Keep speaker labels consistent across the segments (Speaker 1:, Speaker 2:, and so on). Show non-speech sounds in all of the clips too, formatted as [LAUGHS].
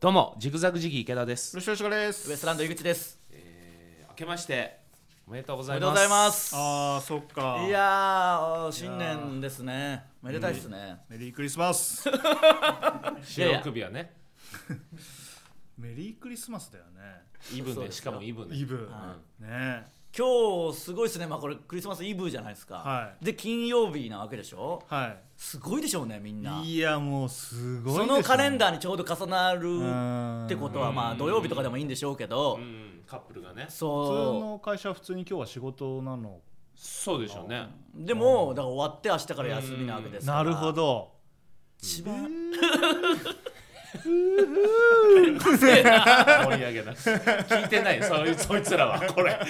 Speaker 1: どうもジグザグジギー池田です、
Speaker 2: 吉吉です
Speaker 3: ウエストランド井口です。
Speaker 1: えー、明けましておめでとうご
Speaker 3: お
Speaker 1: ざ
Speaker 3: め
Speaker 1: い
Speaker 3: でとう
Speaker 1: ま
Speaker 3: ご
Speaker 1: す
Speaker 3: ざいます。
Speaker 2: ああそっか
Speaker 3: いやー、新年ですね。めでたいですね。
Speaker 2: メリークリスマ
Speaker 3: [LAUGHS]
Speaker 2: ス
Speaker 3: いやい
Speaker 1: 収
Speaker 3: や
Speaker 1: 録日はね
Speaker 2: メリークリスマスだよね
Speaker 1: イブン
Speaker 3: そう
Speaker 1: で
Speaker 3: です
Speaker 1: しか
Speaker 3: よ
Speaker 1: もイブンで
Speaker 2: イブね
Speaker 3: 今日すごいですね。まあこれクリスマスイブじゃないですか。
Speaker 2: はい
Speaker 3: で金曜日なわけでしょ。
Speaker 2: は
Speaker 3: すごいでしょうねみんな。
Speaker 2: いいやもうすごい
Speaker 3: そのカレン
Speaker 2: ダ
Speaker 3: ダーにちょうど重なる
Speaker 2: ー
Speaker 3: ってことはまあ土曜日とかでもいいんでしょうけど
Speaker 1: う、んカップルがね
Speaker 2: 普通
Speaker 3: そ
Speaker 2: の会社は普通に今日は仕事なの
Speaker 1: そうでしょうね
Speaker 3: う。でもだから終わって明日から休みなわけですか
Speaker 2: な
Speaker 3: ら。
Speaker 2: るほ。ど
Speaker 3: 一番
Speaker 1: 盛り上げな聞いてないそいそいつらはこれ
Speaker 3: [LAUGHS]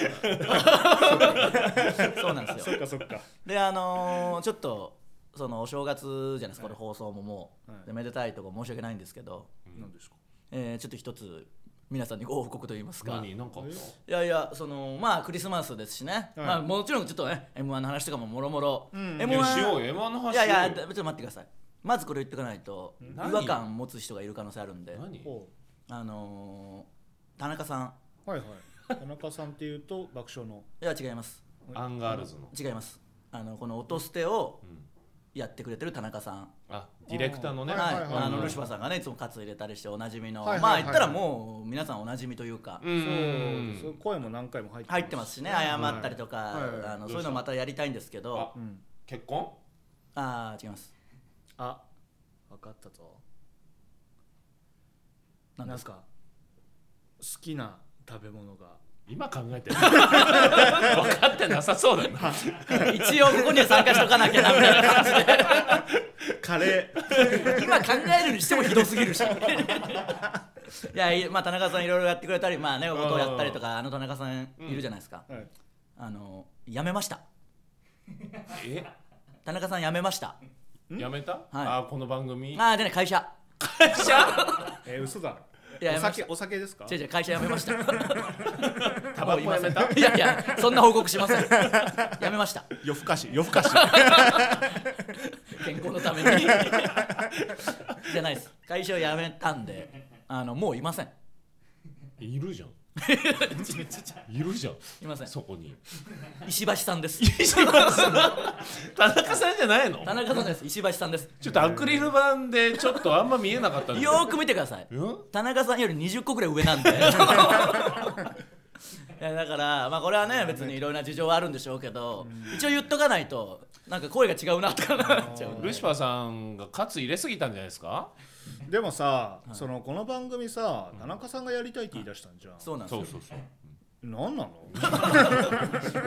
Speaker 3: そうなんです
Speaker 2: そっ
Speaker 3: よ。
Speaker 2: かそっか
Speaker 3: であのーちょっとそのお正月じゃないですか。これ放送ももう、
Speaker 2: はい
Speaker 3: でめでたいとこ申し訳ないんですけど。
Speaker 2: 何ですか
Speaker 3: えーちょっと一つ皆さんにご報告といいますか
Speaker 1: 何なんかあっ
Speaker 3: いやいやそのまあクリスマスですしね、
Speaker 2: はい
Speaker 3: まあ、もちろんちょっとね m 1の話とかももろもろ
Speaker 2: ん
Speaker 3: M1
Speaker 1: たいやしようよ M1 の話
Speaker 3: いやいや
Speaker 1: し
Speaker 3: ちょ
Speaker 1: よ
Speaker 3: っと待ってくださいまずこれ言っておかないと
Speaker 1: 何
Speaker 3: 違和感持つ人がいる可能性あるん
Speaker 1: う
Speaker 3: で
Speaker 1: よ何
Speaker 2: お
Speaker 3: あのー田中さん
Speaker 2: はいはい田中さんっていうと爆笑の
Speaker 3: いや違います
Speaker 1: アンガールズの
Speaker 3: 違いますあのこの音捨てを
Speaker 1: ん
Speaker 3: やってくれてる田中さん、
Speaker 1: あディレクターのね
Speaker 2: はいはいはい
Speaker 3: あの
Speaker 2: うん
Speaker 3: ルシファーさんがねいつもカツ入れたりしておなじみの、
Speaker 2: はいはいはい
Speaker 3: まあ言ったらもう皆さんおなじみというか、
Speaker 1: う
Speaker 2: そうんそう声も何回も入って
Speaker 3: 入ってますしね謝ったりとか、
Speaker 2: はいはい
Speaker 3: あのそういうのまたやりたいんですけ
Speaker 1: あ
Speaker 3: ど
Speaker 2: うん
Speaker 1: 結婚
Speaker 3: ああー違い [LAUGHS] ます
Speaker 2: あ分かったぞ
Speaker 3: 何
Speaker 2: な
Speaker 3: で
Speaker 2: ん
Speaker 3: すか
Speaker 2: か好きな食べ物が
Speaker 1: 今考えてる分かってなさそうだな
Speaker 3: 一応ここには参加しとかなきゃなみたいな感
Speaker 2: [LAUGHS] カレ [LAUGHS] ー
Speaker 3: じ今考えるにしてもひどすぎるし [LAUGHS] いやいまあ田中さんいろいろやってくれたりまあねおことをやったりとかあの田中さんいるじゃないですか、
Speaker 2: はい
Speaker 3: あの辞めました
Speaker 1: え
Speaker 3: 田中さん辞めました
Speaker 1: やめたあこの番組
Speaker 3: ああでね会社 [LAUGHS]
Speaker 2: えー、嘘だ
Speaker 3: いや
Speaker 2: お酒
Speaker 3: やめました
Speaker 2: お酒ですか
Speaker 3: 違う違う会社辞めました
Speaker 1: タバコやめた
Speaker 3: いやいやそんな報告しません [LAUGHS] 辞めました
Speaker 2: 夜更かし夜更かし
Speaker 3: 健康のために [LAUGHS] じゃないです会社を辞めたんであのもういません
Speaker 1: いるじゃん [LAUGHS] いるじゃん
Speaker 3: いません
Speaker 1: そこに
Speaker 3: 石橋さんです
Speaker 1: 田中さんじゃないの
Speaker 3: 田中さんです石橋さんです
Speaker 1: ちょっとアクリル板でちょっとあんま見えなかったんだけ
Speaker 3: よ
Speaker 1: ど
Speaker 3: ーく見てください
Speaker 1: うん
Speaker 3: 田中さんより20個ぐらい上 [LAUGHS] なんでいやだからまあこれはね別にいろいろな事情はあるんでしょうけど一応言っとかないとなんか声が違うなとかなっちゃうんで
Speaker 1: ルシファーさんがカツ入れすぎたんじゃないですか
Speaker 2: [LAUGHS] でもさ、そのこの番組さ田中さんがやりたいって言い出したんじゃん、
Speaker 3: そうなんですよ
Speaker 1: そうそう
Speaker 2: なんなの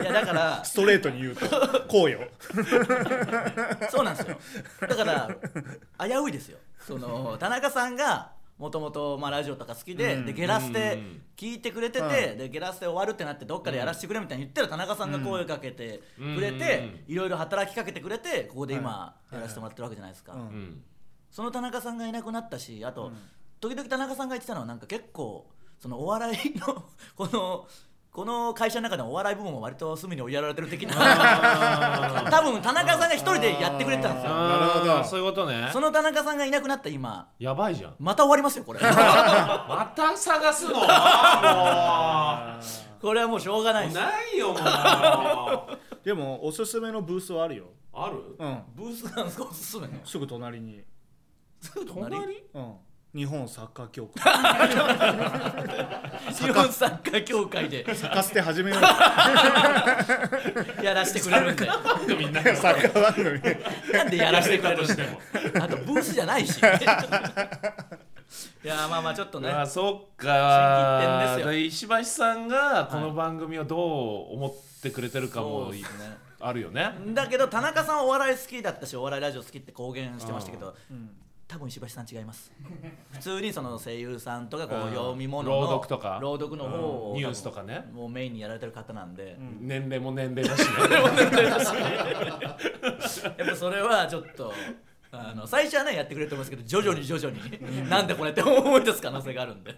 Speaker 3: いやだから
Speaker 2: ストレートに言うと [LAUGHS] こうよ
Speaker 3: [LAUGHS] そうなんですよだから危ういですよその田中さんがもともとラジオとか好きで,、
Speaker 2: うん
Speaker 3: でゲラス
Speaker 1: う
Speaker 3: テ
Speaker 1: ん
Speaker 3: 聞いてくれてて、
Speaker 2: はい
Speaker 3: でゲラステ終わるってなってどっかでやらせてくれみたいに言ったら田中さんが声かけてくれて、いろいろ働きかけてくれてここで今やらせてもらってるわけじゃないですか、
Speaker 2: うん
Speaker 1: うん
Speaker 3: その田中さんがいなくなったしあと、時々田中さんが言ってたのはなんか結構そのお笑いの [LAUGHS] この。この会社の中でもお笑い部門は割と隅に追いやられてる的な多分田中さんが一人でやってくれてたんですよ
Speaker 1: あー
Speaker 2: なるほど
Speaker 1: そういうことね
Speaker 3: その田中さんがいなくなった今
Speaker 1: やばいじゃん
Speaker 3: また終わりますよこれ
Speaker 1: また探すの [LAUGHS] もうも
Speaker 3: [LAUGHS] これはもうしょうがないで
Speaker 1: う
Speaker 3: す
Speaker 1: ないよもうあ
Speaker 2: でもおすすめのブースはあるよ
Speaker 1: る
Speaker 2: うん
Speaker 3: ブースなんですかおすすめの
Speaker 2: すぐ隣に、
Speaker 1: 隣
Speaker 2: うん、日本サッカー協会
Speaker 3: 日本サッカー協会で
Speaker 2: サカステ始めようサ
Speaker 3: やらせてくれるんで
Speaker 1: みんな
Speaker 2: ッカー番組
Speaker 3: なんでやらせてくれるん
Speaker 1: や
Speaker 3: だ
Speaker 1: ら
Speaker 3: よあとブースじゃないしいやーまあまあちょっとね
Speaker 1: あそっか
Speaker 3: 新規一点
Speaker 1: 石橋さんがこの番組をどう思ってくれてるか
Speaker 3: そ
Speaker 1: も
Speaker 3: うですね
Speaker 1: あるよね
Speaker 3: だけど田中さんお笑い好きだったしお笑いラジオ好きって公言してましたけど
Speaker 2: ん
Speaker 3: 多分石橋さん違います普通にその声優さんとかこ
Speaker 1: う
Speaker 3: うん読み物の
Speaker 1: 朗読とか
Speaker 3: 朗読の方を
Speaker 1: ニュースとかね
Speaker 3: もうメインにやられてる方なんで、
Speaker 1: 年齢も年齢だしね
Speaker 3: やっぱそれはちょっ [LAUGHS] とあの最初はねやってくれると思いますけど徐々に徐々に、なんでこれって思い出す可能性があるん [LAUGHS] で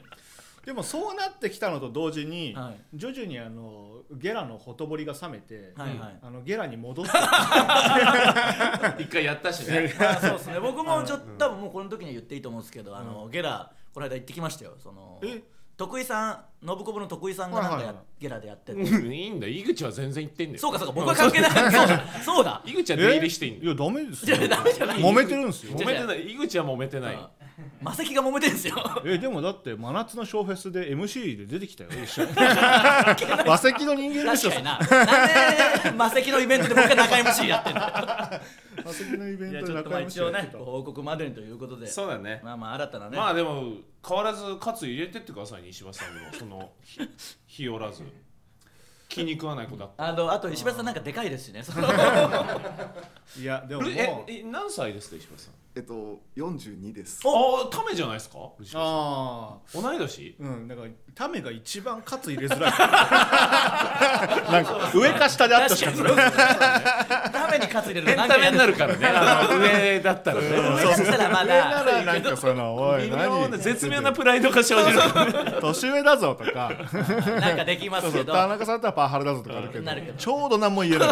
Speaker 2: でもそうなってきたのと同時に、
Speaker 3: はい
Speaker 2: 徐々にあのゲラのほとぼりが冷めて、
Speaker 3: はいは
Speaker 1: [LAUGHS]
Speaker 3: い、
Speaker 2: あのゲラに戻って
Speaker 1: [LAUGHS] 一回やったしね
Speaker 3: まあそうですね僕もちょっ多分もうこの時には言っていいと思うんですけど、あのゲラこの間行ってきましたよその
Speaker 2: え
Speaker 3: 徳井さん信子部の徳井さんがなんかや、
Speaker 2: はいはいはい
Speaker 3: ゲラでやってて、
Speaker 1: うんいいんだよ井口は全然言ってんだよ
Speaker 3: そうかそうか僕は関係ないそう [LAUGHS] だそうだ
Speaker 1: 井口は出入りしていいんだ
Speaker 2: い
Speaker 1: よ
Speaker 2: やダメです
Speaker 3: い
Speaker 2: よ
Speaker 3: やダメじゃない
Speaker 2: 揉めてるんですよ
Speaker 1: 揉めてない井口は揉めてない
Speaker 3: マセキが揉めてんすよ
Speaker 2: えでもだって真夏のショーフェスで MC で出てきたよ一
Speaker 3: [LAUGHS]
Speaker 2: 緒に [LAUGHS] 和石の人間でし
Speaker 3: 確
Speaker 2: ょ
Speaker 3: かに [LAUGHS] ななんでマセキのイベントで僕が中 MC やってんの
Speaker 2: 和石のイベ
Speaker 3: い
Speaker 2: ン
Speaker 3: や
Speaker 2: ト
Speaker 3: ち
Speaker 2: で
Speaker 3: ょっと
Speaker 2: 仲
Speaker 3: まあ
Speaker 2: 良し
Speaker 3: 一応
Speaker 2: やって
Speaker 3: ね
Speaker 2: た
Speaker 3: ご報告までにということで
Speaker 1: そうだね
Speaker 3: まあまあ新たなね、
Speaker 1: まあでも変わらずカツ入れてってくださいね石橋さんにもそのひ日和らず気に食わない子だっ
Speaker 3: あのあと石橋さんなんかでかいですしねその
Speaker 2: いや
Speaker 1: た
Speaker 2: でももう
Speaker 1: ええ何歳ですか石橋さん
Speaker 4: えっと42です
Speaker 1: ああためじゃないですか石橋
Speaker 2: ああ
Speaker 1: さん同い年
Speaker 2: うんなんかタメが一番カツ入
Speaker 1: [LAUGHS]
Speaker 2: れづらいなんか上か下であったしか
Speaker 3: 確かにダメに勝つ入れる
Speaker 1: エン
Speaker 3: の
Speaker 1: タメにな
Speaker 3: る
Speaker 1: るからね [LAUGHS] あの上だったらね
Speaker 3: 上だったらま
Speaker 2: 上な
Speaker 3: だ
Speaker 2: らなんかそのおい
Speaker 1: [LAUGHS] 微妙な
Speaker 2: 何
Speaker 1: 絶妙なプライドが生じる
Speaker 2: 年上だぞとか
Speaker 3: なんかできます
Speaker 2: そうそ
Speaker 3: け
Speaker 2: う
Speaker 3: ど
Speaker 2: 田中さんだったらパワハラだぞとかあるけ
Speaker 3: なるけ
Speaker 2: ど
Speaker 3: ど
Speaker 2: ちょうど何も言え
Speaker 3: [LAUGHS]
Speaker 2: ない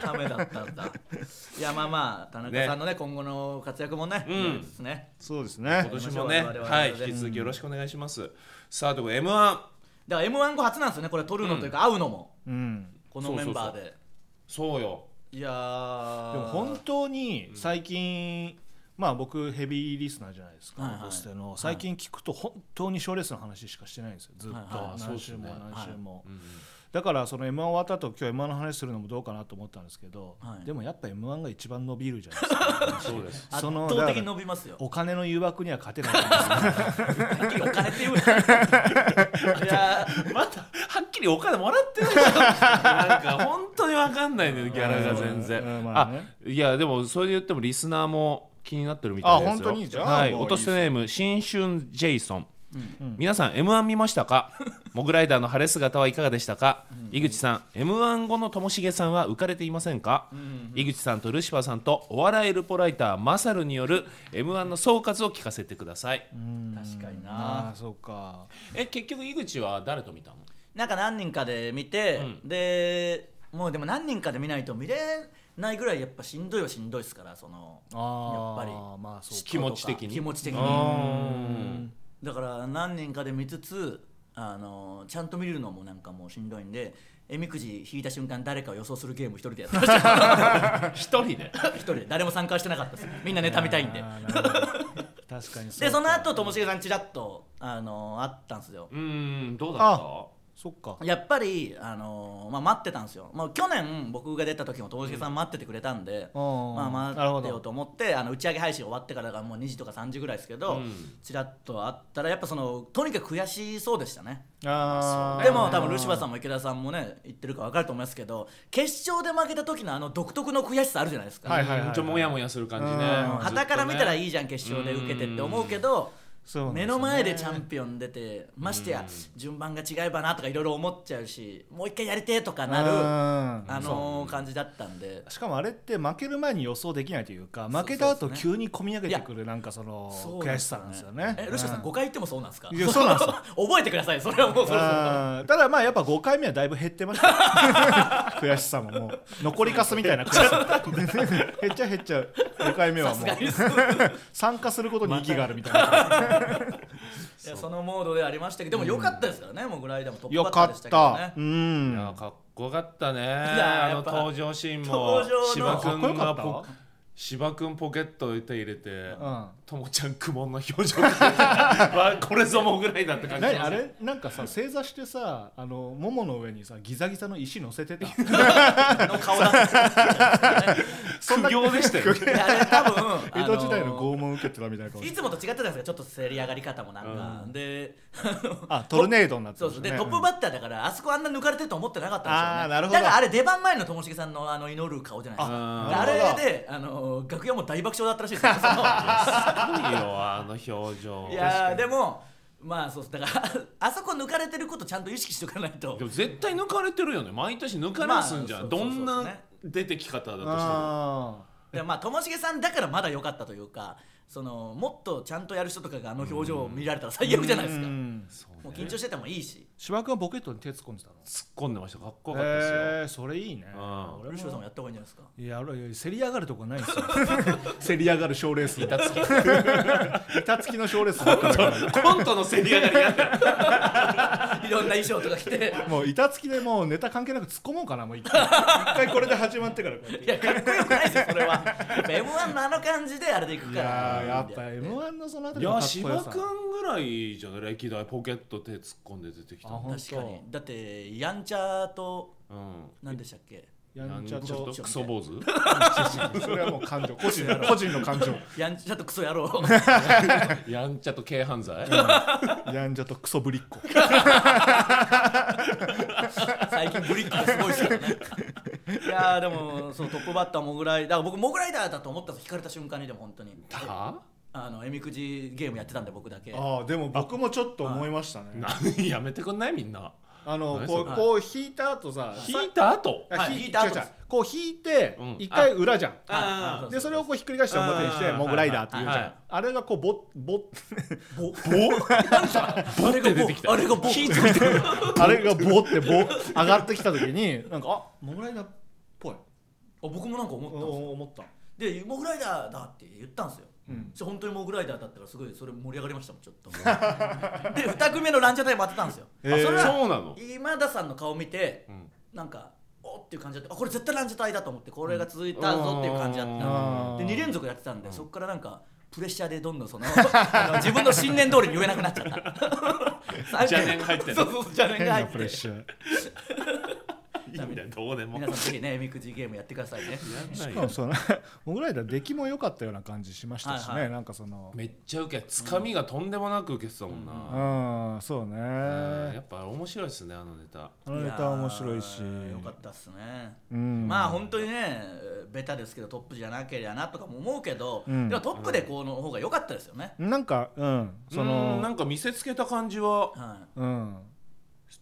Speaker 3: ダメだったんだいやまあまあ田中さんのね今後の活躍もね、
Speaker 1: うん
Speaker 3: ですね
Speaker 2: そうですね
Speaker 1: 今年もね
Speaker 3: 我々は
Speaker 1: はい
Speaker 3: 我々で
Speaker 1: 引き続きよろしくお願いしますさあということで M1
Speaker 3: だから m 1後初なんですよねこれ取るのというか、会うのも
Speaker 2: うん
Speaker 3: このメンバーで
Speaker 1: そうよ
Speaker 3: いやー
Speaker 2: でも本当に最近、まあ僕ヘビーリスナーじゃないですか、
Speaker 3: はいはい
Speaker 2: ホステの最近聞くと本当に賞レースの話しかしてないんですよずっと、
Speaker 3: はいはい
Speaker 1: そう
Speaker 2: 何週も
Speaker 1: です
Speaker 3: ね
Speaker 2: 何週も、
Speaker 1: うん
Speaker 2: だからその m 1終わった後今日 m 1の話するのもどうかなと思ったんですけど、
Speaker 3: はい
Speaker 2: でもやっぱ m 1が一番伸びるじゃないですか
Speaker 1: そうです
Speaker 3: 圧
Speaker 2: その
Speaker 3: 倒的に
Speaker 2: だから
Speaker 3: 伸びますよ
Speaker 2: お金の誘惑には勝てないと
Speaker 3: [LAUGHS]
Speaker 2: 思うんですよ
Speaker 3: はっきりお金っていういやー
Speaker 1: またはっきりお金もらってないからなんか本当に分かんないねギャラが全然
Speaker 2: うんまあ
Speaker 1: あ
Speaker 2: ね
Speaker 1: いやでもそれで言ってもリスナーも気になってるみたいですよ
Speaker 2: あ本当にじゃあ
Speaker 1: はい
Speaker 2: もういい
Speaker 1: 落としネーム新春ジェイソン
Speaker 3: う
Speaker 1: 皆さん m 1見ましたかモグライダーの晴れ姿はいかがでしたか、井口さん m 1後のともしげさんは浮かれていませんか、井口さんとルシファーさんとお笑いルポライターマサルによる m 1の総括を聞かせてください、
Speaker 3: 確かに
Speaker 2: あ
Speaker 3: な
Speaker 2: あそうか
Speaker 1: え結局井口は誰と見たの
Speaker 3: なんか何人かで見て、でもうでも何人かで見ないと見れないぐらいやっぱしんどいはしんどいですからその
Speaker 2: ああ
Speaker 3: やっぱ
Speaker 2: まあそうか
Speaker 1: 気持ち的に
Speaker 3: 気持ち的に
Speaker 1: うん
Speaker 3: だから何人かで見つつあのちゃんと見れるのもなんかもうしんどいんでえみくじ引いた瞬間誰かを予想するゲーム一人でやってま
Speaker 2: [LAUGHS]
Speaker 3: した
Speaker 1: 一人で
Speaker 3: 一人で誰も参加はしてなかったですみんなネタ見たいんで
Speaker 2: あーなるほど確かに
Speaker 3: で
Speaker 2: うか
Speaker 3: その後ともしげさんちらっとあのあったんですよ
Speaker 1: うんどうだった
Speaker 2: そっか
Speaker 3: やっぱりあの、まあ、待ってたんですよ、まあ、去年僕が出た時もともしげさん待っててくれたんで、
Speaker 2: うん
Speaker 3: まあ
Speaker 2: なる
Speaker 3: 待
Speaker 2: ほ
Speaker 3: ってよ
Speaker 2: ど
Speaker 3: と思ってあの打ち上げ配信終わってからがもう2時とか3時ぐらいですけど、
Speaker 1: うん
Speaker 3: ちらっと会ったらやっぱそのとにかく悔しそうでしたね
Speaker 2: あー
Speaker 3: でも多分ルシファーさんも池田さんもね言ってるか分かると思いますけど決勝で負けた時のあの独特の悔しさあるじゃないですか、
Speaker 2: は
Speaker 1: はいいはいはい、ちょっともやもやする感じね
Speaker 2: うん
Speaker 1: ずっとね
Speaker 3: 旗から見たらいいじゃん決勝で受けてって思うけど
Speaker 2: そうなんですよ
Speaker 3: 目
Speaker 2: ね
Speaker 3: の前でチャンピオン出てましてや順番が違えばなとかいろいろ思っちゃうしもう一回やりてえとかなる
Speaker 2: る
Speaker 3: あのー感じだったんで
Speaker 2: しかもあれって負ける前に予想できないというか負けた後
Speaker 3: そうそうです
Speaker 2: 急に込み上げてくるなんかその
Speaker 3: そう
Speaker 2: 悔しさなんですよね
Speaker 3: えルシファーさん
Speaker 2: う
Speaker 3: 5回言ってもそうなんですか
Speaker 2: いやそうなんですよ
Speaker 3: [LAUGHS] 覚えてくださいそれはもうそろそろ
Speaker 2: うんただまあやっぱ5回目はだいぶ減ってました [LAUGHS] よ悔しさももう残りかすみたいな悔しさ減っちゃう減っちゃう5回目は
Speaker 3: さ
Speaker 2: も
Speaker 3: す
Speaker 2: う
Speaker 3: がに [LAUGHS]
Speaker 2: 参加することに意義があるみたいな
Speaker 3: いやそのモードではありましたけどでも良かったですからねもうグライダーもトップ
Speaker 2: よ
Speaker 3: バッタ
Speaker 2: か
Speaker 3: ーでし
Speaker 2: った
Speaker 3: けど
Speaker 2: た
Speaker 3: ね
Speaker 2: うん
Speaker 1: いやかっこよかったね
Speaker 3: や
Speaker 1: あ
Speaker 3: や
Speaker 1: の
Speaker 3: っぱ
Speaker 1: 登場シーンも
Speaker 3: 登場の
Speaker 1: 芝
Speaker 2: かっこよ
Speaker 1: 君
Speaker 2: か
Speaker 1: が
Speaker 2: った
Speaker 1: ポ
Speaker 2: わ
Speaker 1: 芝君ポケットに手入れて
Speaker 2: うん
Speaker 1: ともちゃん苦悶の表情 [LAUGHS] がわこれぞモグライダーって感じ
Speaker 2: 何あれなんかさ正座してさあのももの上にさギザギザの石乗せてた
Speaker 3: の顔だった
Speaker 1: 苦行でしたよね
Speaker 2: [LAUGHS]
Speaker 3: いやあれ多分
Speaker 2: 江戸時代の
Speaker 3: あ
Speaker 2: 拷問受けてたみたいな
Speaker 3: の
Speaker 2: 顔
Speaker 3: いつもと違ってたんですかちょっとせり上がり方もなんか、であの
Speaker 2: [LAUGHS] あトルネードになって
Speaker 3: [LAUGHS] そ
Speaker 2: ま
Speaker 3: うそ
Speaker 2: し
Speaker 3: う
Speaker 2: たね
Speaker 3: でトップバッターだからあそこあんな抜かれてると思ってなかったんですよね
Speaker 2: あーなるほど
Speaker 3: だからあれ出番前のともしげさんのあの祈る顔じゃないですか
Speaker 1: あ
Speaker 2: な
Speaker 3: あ
Speaker 2: るほど
Speaker 3: れであの楽屋も大爆笑だったらしいですよ
Speaker 2: [LAUGHS]
Speaker 3: そ
Speaker 1: す
Speaker 3: の
Speaker 1: ごいよあの表情
Speaker 3: いやーでもまあそうですだからあそこ抜かれてることちゃんと意識しておかないと
Speaker 1: でも絶対抜かれてるよね毎年抜かれすんじゃん、
Speaker 3: まあそう
Speaker 1: ど
Speaker 3: そうそうそうんね
Speaker 1: な出てき方だとしても
Speaker 2: あ
Speaker 3: でまあともしげさんだからまだ良かったというかそのもっとちゃんとやる人とかがあの表情を見られたら最悪じゃないですか、
Speaker 2: うん
Speaker 1: そう
Speaker 3: もう
Speaker 1: ね
Speaker 3: 緊張しててもいいし
Speaker 2: シュワ君はポケットに手突っ込んでたの
Speaker 1: 突っ込んでましたかっこよかったですよ、
Speaker 2: えーそれいいね
Speaker 1: うん
Speaker 2: 俺
Speaker 3: ルシファーさんも
Speaker 2: も
Speaker 3: やった方がいいんじゃないですか
Speaker 2: いや俺競り上がるとこないんですよ競り上がる賞レース板付き板付きの賞レースばっかだから
Speaker 1: [LAUGHS] コントの競り上がりやった
Speaker 3: いろんな衣装とか着て
Speaker 2: もう板付きでもうネタ関係なく突っ込もうかなもう一回一回これで始まってからこうやって
Speaker 3: いやかっこよくないですよそれは
Speaker 2: [LAUGHS]
Speaker 3: やっぱ m 1のあの感じであれでいく
Speaker 2: い
Speaker 3: から
Speaker 2: やーやっぱ m 1のそのあた
Speaker 1: い
Speaker 2: りのか
Speaker 1: や
Speaker 2: っこ
Speaker 1: 芝
Speaker 2: よ
Speaker 1: 君
Speaker 2: さ
Speaker 1: ぐらいじゃない歴代ポケット手突っ込んで出てきた
Speaker 2: あほ
Speaker 1: の
Speaker 2: ん
Speaker 3: 確かにだってやんちゃと
Speaker 1: うん
Speaker 3: 何でしたっけ
Speaker 2: やんちゃ
Speaker 1: ちょっ
Speaker 2: と
Speaker 1: とクソ坊主
Speaker 2: [LAUGHS] それはもう感情個人の個人の感情
Speaker 3: やんちゃとクソ野郎
Speaker 1: [LAUGHS] やんちゃと軽犯罪
Speaker 2: やんちゃとクソぶりっ子
Speaker 3: 最近ブリックがすごいですからね [LAUGHS] いやーでもそうトップバッターモグライダーだから僕モグライダーだと思ったと聞かれた瞬間にでも本当に
Speaker 1: は [LAUGHS]
Speaker 3: あのえみくじゲームやってたんで僕だけ
Speaker 2: [LAUGHS] ああでも僕もちょっと思いましたね
Speaker 1: なやめてくんないみんな
Speaker 2: あの
Speaker 1: 何
Speaker 2: こ
Speaker 1: そうれ
Speaker 2: こう引いた後さ
Speaker 1: 引いた後
Speaker 2: あ
Speaker 3: はい
Speaker 2: ひ
Speaker 3: 引いた後
Speaker 2: 違う
Speaker 3: で
Speaker 2: 違う
Speaker 3: す
Speaker 2: こう引いて
Speaker 1: うん
Speaker 2: 一回裏じゃん
Speaker 3: あー
Speaker 2: でそれをこうひっくり返して表にして
Speaker 1: あー
Speaker 2: モグライダーっていうじ
Speaker 1: はい
Speaker 2: ゃ
Speaker 1: はい
Speaker 2: んあれがこうぼぼ
Speaker 3: ぼなんか
Speaker 1: ボ
Speaker 3: あ
Speaker 1: っ
Speaker 3: れが
Speaker 1: て出
Speaker 3: ぼ
Speaker 1: てきた
Speaker 3: あれがぼ
Speaker 2: [LAUGHS] あれがぼってぼ上がってきた時になんかあモグライダーっぽい
Speaker 3: あ僕もなんか思ったんですよ
Speaker 2: 思った
Speaker 3: でモグライダーだって言ったんですよ
Speaker 2: うん
Speaker 3: そしたら本当にモグライダーだったからすごいそれ盛り上がりましたもんちょっ
Speaker 2: [LAUGHS]
Speaker 3: とで2組目のランジャタイも当てたんですよ、
Speaker 2: へー
Speaker 3: それ
Speaker 1: そうな
Speaker 3: は
Speaker 1: の
Speaker 3: 今田さんの顔見て
Speaker 1: うん
Speaker 3: なんかおっていう感じだったあこれ絶対ランジャタイだと思ってこれが続いたぞっていう感じだったんで
Speaker 2: うん
Speaker 3: で2連続やってたんでそこからなんかプレッシャーでどんどんそのあの自分の信念通りに言えなくなっちゃった
Speaker 1: [LAUGHS] 邪念が入ってる
Speaker 3: るそうそうそう邪念
Speaker 2: 変
Speaker 3: が入
Speaker 2: な
Speaker 3: っ
Speaker 2: プレ
Speaker 3: て
Speaker 2: ッシャー
Speaker 1: いいんだよどうでも
Speaker 3: 皆さんぜひねえみくじゲームやってくださいね
Speaker 1: やん
Speaker 2: し
Speaker 1: な
Speaker 2: か
Speaker 1: いよ
Speaker 2: もそのモグライダー出来も良かったような感じしましたしね、
Speaker 3: はいはい
Speaker 2: なんかその
Speaker 1: めっちゃウケつかみがとんでもなく受けてたもんな、
Speaker 2: うんそうね
Speaker 1: やっぱ面白いですねあのネタ
Speaker 2: [LAUGHS] あのネタ面白いし
Speaker 3: やーよかったっすね
Speaker 2: うん
Speaker 3: まあ本当にねベタですけどトップじゃなけりゃなとかも思うけど、
Speaker 2: うん
Speaker 3: でもトップでこうの方が良かったですよね、
Speaker 2: なんかうんそ
Speaker 1: うんな
Speaker 2: の
Speaker 1: んか見せつけた感じは
Speaker 3: は
Speaker 2: うん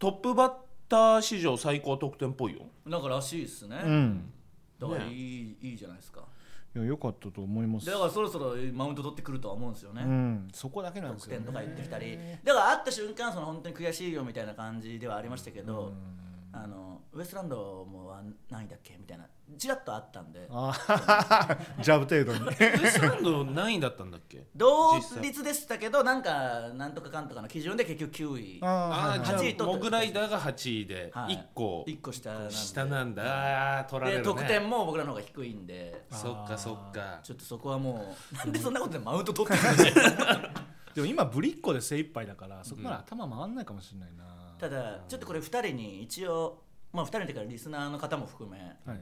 Speaker 1: トップバッター史上最高得点っぽいよ
Speaker 3: い、なんからしいですね、
Speaker 2: うん
Speaker 3: だから
Speaker 1: ね
Speaker 3: いい,、いいじゃないですか
Speaker 2: いや良かったと思います
Speaker 3: だからそろそろマウント取ってくるとは思うんですよね、
Speaker 2: うんそこだけなんで
Speaker 3: 得
Speaker 2: すよ
Speaker 3: 点
Speaker 2: ね
Speaker 3: とか言ってきたりだから会った瞬間その本当に悔しいよみたいな感じではありましたけど、あのウエストランドもは何位だっけみたいなちらっとあったんで
Speaker 2: あー [LAUGHS] ジャブ程
Speaker 3: [LAUGHS]
Speaker 2: 度に
Speaker 1: ウエストランド何位だったんだっけ
Speaker 3: 同
Speaker 1: 実際
Speaker 3: 率でしたけどなんかなんとかかんとかの基準で結局9位
Speaker 1: あ
Speaker 2: あ
Speaker 1: あ
Speaker 2: ー
Speaker 1: じゃ
Speaker 3: 8位取った
Speaker 1: あモグライダーが8位で
Speaker 3: はい
Speaker 1: 1個
Speaker 3: 1個下なんで
Speaker 1: 下なんだあー取られる
Speaker 3: で
Speaker 1: ね
Speaker 3: 得点も僕らの方が低いんで
Speaker 1: そっかそっか
Speaker 3: ちょっとそこはもうなんでそんなことでマウント取ってくるんですか
Speaker 2: でも今ぶりっ子で精一杯だからそこなら頭回んないかもしれないな、
Speaker 3: ただちょっとこれ2人に一応まあ2人だからリスナーの方も含め
Speaker 2: はい、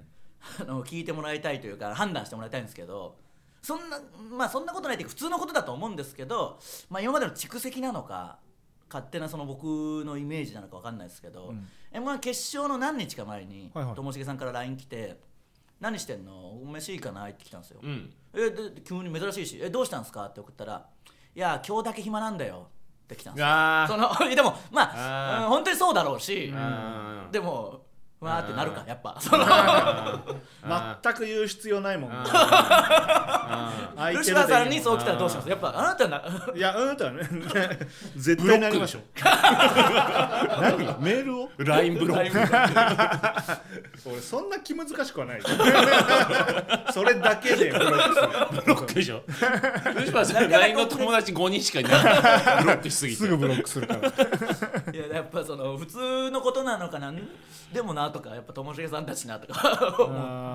Speaker 3: あの聞いてもらいたいというか判断してもらいたいんですけどそんなまあそんなことないっていうか普通のことだと思うんですけど、まあ、今までの蓄積なのか勝手なその僕のイメージなのか分かんないですけど、
Speaker 2: うん
Speaker 3: m 1決勝の何日か前に
Speaker 2: はいはい
Speaker 3: ともしげさんから LINE 来て「何してんの飯いいかな?」って来たんですよ。
Speaker 1: うん
Speaker 3: えで急に珍しいし「えどうしたんですか?」って送ったら「いや今日だけ暇なんだよ」って来たんですよ。
Speaker 1: あ
Speaker 3: その [LAUGHS] でもまあ
Speaker 1: あー
Speaker 3: うん本当にそうだろうし、
Speaker 1: あ
Speaker 3: でもわーってなるかやっぱその
Speaker 2: 全く言う必要ないもんね相手の
Speaker 3: ルシファーさんにそう来たらどうしますやっぱあなたな [LAUGHS]
Speaker 2: いやあなたは [LAUGHS] ね絶対なりましょう何メールを
Speaker 1: ラインブロック
Speaker 2: 俺そんな気難しくはないそれだけでブロ
Speaker 1: ブロックでし
Speaker 3: [LAUGHS]
Speaker 1: ょルシファーさん LINE の友達5人しかいないブロックしすぎて
Speaker 2: すぐブロックするから
Speaker 3: いややっぱその普通のことなのかなでもなとかやっぱともしげさんたちなとか [LAUGHS]
Speaker 2: あー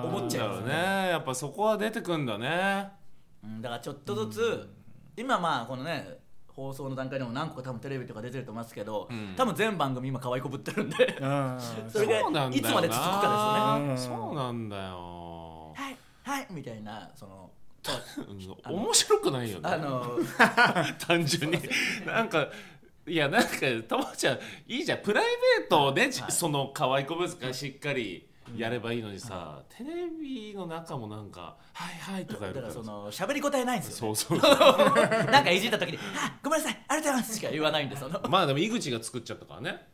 Speaker 3: 思思っちゃ
Speaker 1: だ
Speaker 3: いま
Speaker 1: ろ
Speaker 3: す
Speaker 1: う
Speaker 3: ね
Speaker 1: ねやっぱそこは出てくんだね
Speaker 3: うんだからちょっとずつ今まあこのね放送の段階でも何個か多分テレビとか出てると思いますけど、
Speaker 1: うん
Speaker 3: 多分全番組今可愛いこぶってるんで
Speaker 2: あ
Speaker 3: それが
Speaker 1: うなんだよない
Speaker 3: つまで続くか
Speaker 2: ですねうん
Speaker 1: そうなんだよ
Speaker 3: [LAUGHS] はいはいみたいなその
Speaker 1: うん面白くないよね
Speaker 3: [LAUGHS] あの
Speaker 1: 単純になんかいやなんかともちゃんいいじゃんプライベートで、じその可愛い子ぶつかしっかりやればいいのにさ、テレビの中もなんか「はいはい」とかや
Speaker 3: だ
Speaker 1: るから
Speaker 3: か
Speaker 1: ら
Speaker 3: そ
Speaker 1: さ
Speaker 3: の喋り答えないんですよ、
Speaker 1: そう [LAUGHS] そう
Speaker 3: [LAUGHS] なんかいじった時に「あごめんなさいありがとうございます」しか言わないんでその
Speaker 1: まあでも井口が作っちゃったからね、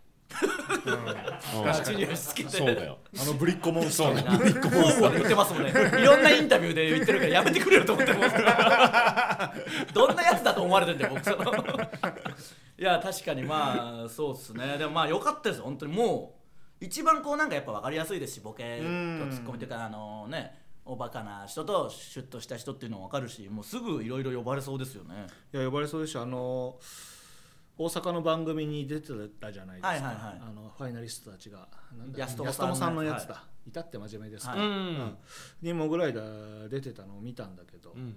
Speaker 3: 口に押し付けて
Speaker 1: そうだよ
Speaker 2: のぶりっ子モンスタ
Speaker 1: そうだ
Speaker 2: ー
Speaker 1: よ
Speaker 3: な言ってますもんねいろんなインタビューで言ってるからやめてくれよと思ってもどんなやつだと思われてんだよ僕そのいや確かにまあそうっすねでもまあ良かったです本当にもう一番こうなんかやっぱ分かりやすいですしボケとツッコミというかあのねおバカな人とシュッとした人っていうのも分かるしもうすぐいろいろ呼ばれそうですよね
Speaker 2: いや呼ばれそうでしょあの大阪の番組に出てたじゃないですか、
Speaker 3: はいはいはい
Speaker 2: あのファイナリストたちがなんだ
Speaker 3: 安友
Speaker 2: 安友
Speaker 3: さ
Speaker 2: さ
Speaker 3: ん
Speaker 2: ん
Speaker 3: の
Speaker 2: の
Speaker 3: や
Speaker 2: や
Speaker 3: つ
Speaker 2: つだ、至って真面目ですけど、
Speaker 1: う
Speaker 3: はい
Speaker 1: ん
Speaker 2: にモグライダー出てたのを見たんだけど、
Speaker 1: うん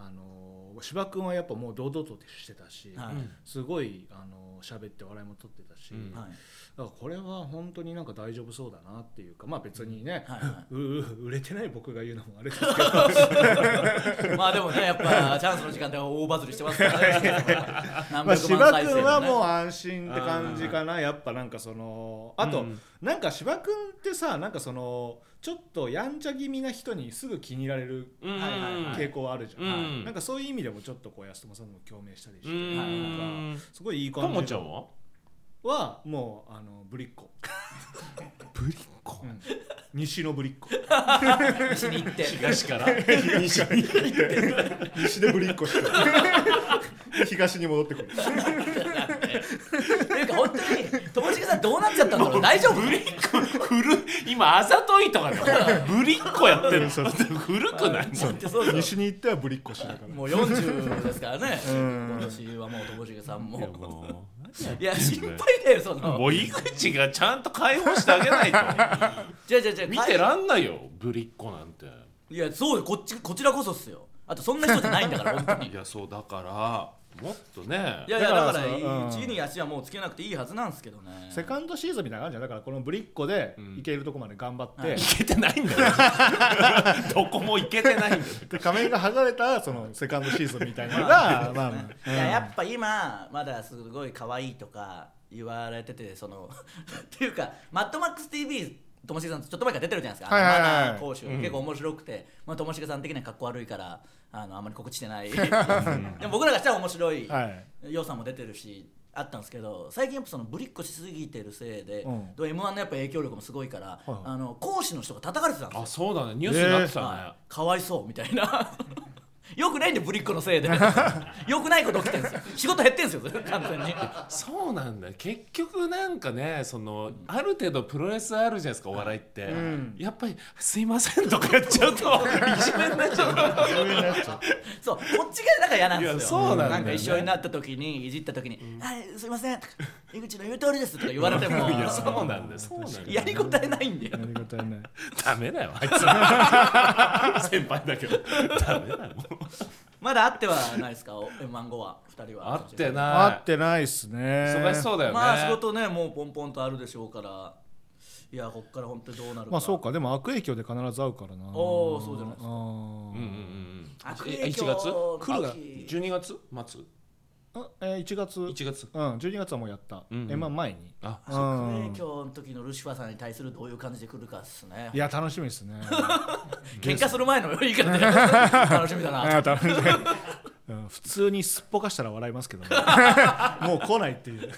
Speaker 2: あの芝君はやっぱもう堂々としてたし、
Speaker 3: はい
Speaker 2: すごいあの喋って笑いも取ってたし、
Speaker 1: うん
Speaker 2: だか
Speaker 3: はい
Speaker 2: らこれは本当になんか大丈夫そうだなっていうかまあ別にね、
Speaker 3: はいは
Speaker 2: [LAUGHS] うう売れてない僕が言うのもあれですけ
Speaker 1: [LAUGHS]
Speaker 2: ど
Speaker 3: いまあでもねやっぱチャンスの時間で大バズりしてますか
Speaker 2: [LAUGHS]
Speaker 3: らね何
Speaker 2: まあ
Speaker 3: 百
Speaker 2: 芝
Speaker 3: 万再生の
Speaker 2: 君
Speaker 3: ね
Speaker 2: はもう安心って感じかなやっぱなんかそのあと、
Speaker 1: うん
Speaker 2: なんか芝君ってさなんかそのちょっとやんちゃ気味な人にすぐ気に入られる
Speaker 1: うんうん
Speaker 3: はいはいはい
Speaker 2: 傾向はあるじゃん、
Speaker 1: うん
Speaker 2: なんかそういう意味でもちょっとこう安友さんとも共鳴したりして、
Speaker 1: うん
Speaker 2: なんかすごいいい感
Speaker 1: と
Speaker 2: じ
Speaker 1: もちゃんは
Speaker 2: はもうあのぶりっ子、
Speaker 1: ぶりっ子
Speaker 2: うん西のぶりっ子
Speaker 3: 西に行って
Speaker 1: 東から
Speaker 4: 西に西でぶりっこして東に戻ってくる
Speaker 3: っていうか本当にともしげさんどうなっちゃったんだろう大丈夫
Speaker 1: ぶりっ子古い今あざといとかでぶりっ子やってる
Speaker 4: そう
Speaker 1: 古くない
Speaker 3: だってそうです
Speaker 4: 西に行ってはぶりっこしながら
Speaker 3: よもう40ですからね
Speaker 2: ん
Speaker 3: 今年はもうともしげさんも
Speaker 1: いやも
Speaker 3: いや心配だよそう
Speaker 1: [LAUGHS]
Speaker 3: の
Speaker 1: もう井口がちゃんと解放してあげないと
Speaker 3: [LAUGHS] じゃじゃじゃ
Speaker 1: 見てらんないよぶりっ子なんて
Speaker 3: いやそうよこっちこちらこそっすよあとそんな人じゃないんだから本当に
Speaker 1: いやそうだからもっとね
Speaker 3: いやいやだ
Speaker 2: だ
Speaker 3: か
Speaker 2: かららそのうん
Speaker 3: 一に足はもうつけなくていいはずなんですけどね
Speaker 2: セカンドシーズンみたいな感じゃんだからこのぶりっ子で
Speaker 1: ん
Speaker 2: いけるとこまで頑張って、
Speaker 3: はい
Speaker 1: いけてないんだよ [LAUGHS] どこもいけてないんだよ
Speaker 2: で仮面が剥がれたそのセカンドシーズンみたいなのがまあ、まあ
Speaker 3: いややっぱ今まだすごい可愛いとか言われててその [LAUGHS] っていうか「マッドマックス TV」ともしげさんとちょっと前から出てるじゃないですか、
Speaker 2: はいはいはい
Speaker 3: あのマナー講習、結構面白くて、まあ、ともしげさん的にはかっこ悪いからあのあんまり告知してな
Speaker 2: [LAUGHS]
Speaker 3: いでも僕らがしたら面白い、
Speaker 2: はい
Speaker 3: 予算も出てるしあったんですけど最近やっぱそのぶりっこしすぎてるせいで、
Speaker 2: うん
Speaker 3: で m 1のやっぱ影響力もすごいから、
Speaker 2: いはい
Speaker 3: あの講師の人が叩かれてたんですよ
Speaker 1: あそうだねニュースになってたね、
Speaker 3: はいかわいそうみたいな [LAUGHS] よくないんでぶりっ子のせいで [LAUGHS] よくないこと起きてるんですよ仕事減ってんですよそれ完全に
Speaker 1: そうなんだよ結局なんかねそのある程度プロレスあるじゃないですかお笑いって、
Speaker 2: ん
Speaker 1: やっぱり「すいません」とかやっちゃうといじめになっちゃうから
Speaker 2: そういうのやっちゃう
Speaker 3: そうこっちがなんか嫌なんですよ
Speaker 1: いやそうなんだよね
Speaker 3: か一緒になった時にいじった時に「はいすいません」とか「井口の言う通りです」とか言われても
Speaker 1: いやそうなんだよそうなんだよ
Speaker 3: やりごたえないんだよ
Speaker 2: やり方ない
Speaker 1: [LAUGHS] ダメだよあいつ [LAUGHS] 先輩だけどダメだよ
Speaker 3: まだ会ってはないですか m 1後は2人は
Speaker 1: あって
Speaker 2: 合
Speaker 1: な
Speaker 2: ってないっすね
Speaker 1: い忙しそうだよね、
Speaker 3: まあ仕事ねもうポンポンとあるでしょうからいやこっから本当にどうなるか
Speaker 2: まあそうかでも悪影響で必ず会うからな
Speaker 3: おーそうじゃないですか
Speaker 2: あ
Speaker 1: うんうんうん
Speaker 3: あ
Speaker 1: え1月
Speaker 3: 来
Speaker 1: 来
Speaker 3: る
Speaker 1: る
Speaker 3: が
Speaker 1: が12月末
Speaker 2: ーあえー1月
Speaker 1: 1月
Speaker 2: うん12月はもうやった
Speaker 1: うんうん
Speaker 2: えまあ前に
Speaker 1: あ
Speaker 2: う
Speaker 3: 今
Speaker 2: ん
Speaker 3: 日の時のルシファーさんに対するどういう感じで来るかっすね
Speaker 2: いや楽しみですね
Speaker 3: 喧嘩する前の言い方で楽しみだ
Speaker 2: [LAUGHS]
Speaker 3: な
Speaker 2: あー楽しみうん普通にすっぽかしたら笑いますけ [LAUGHS] どねもう来ないっていう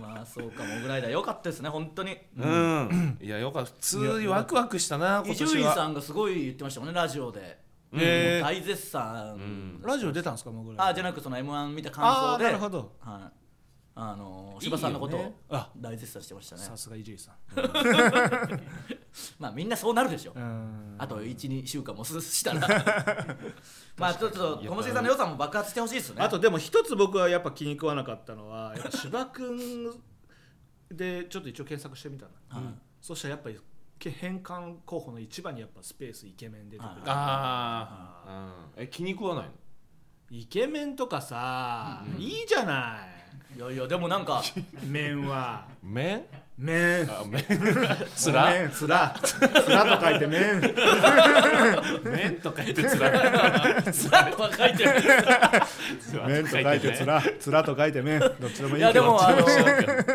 Speaker 3: まあそうかモグライダー良かったですね本当に
Speaker 1: うんいやよかった普通にワクワクしたな今
Speaker 3: 伊集
Speaker 1: 年
Speaker 3: 院
Speaker 1: は
Speaker 3: さんがすごい言ってましたもんねラジオで、
Speaker 2: えー
Speaker 3: 大絶賛、
Speaker 2: ラジオ出たんですかもうぐらい
Speaker 3: あじゃなくその m 1見た
Speaker 2: あ
Speaker 3: 感想
Speaker 2: ー
Speaker 3: で
Speaker 2: なるほど
Speaker 3: はいあのー柴さんのこと
Speaker 1: いいよ
Speaker 3: を
Speaker 1: ね
Speaker 2: あ
Speaker 3: 大絶賛してましたね
Speaker 2: さすが伊集院さん
Speaker 3: まあみんなそうなるでしょ、
Speaker 2: うん
Speaker 3: あと12週間もすしたら [LAUGHS] まあちょっとともしげさんの良さも爆発してほしいですね
Speaker 2: あとでも一つ僕はやっぱ気に食わなかったのはやっぱ芝君でちょっと一応検索してみたの、
Speaker 3: はい
Speaker 2: そしたらやっぱり変換候補の一番にやっぱスペースイケメン出てくる、
Speaker 3: はい
Speaker 1: ああ、うん、え気に食わないの
Speaker 2: イケメンとかさ、いいじゃない
Speaker 3: やいやでもなん
Speaker 2: [LAUGHS]
Speaker 3: か
Speaker 2: い面は
Speaker 1: 麺
Speaker 2: 面
Speaker 1: あ麺 [LAUGHS] つら
Speaker 2: 面つらつらと書いて面
Speaker 1: 麺とか言って
Speaker 3: [LAUGHS]
Speaker 1: つら
Speaker 3: スラッとは書いてる
Speaker 2: 面と書いてつらつらと書いて面どっちでもい
Speaker 3: い
Speaker 2: い
Speaker 3: や
Speaker 2: け
Speaker 3: で
Speaker 2: ど
Speaker 3: もあ
Speaker 2: [LAUGHS]
Speaker 3: の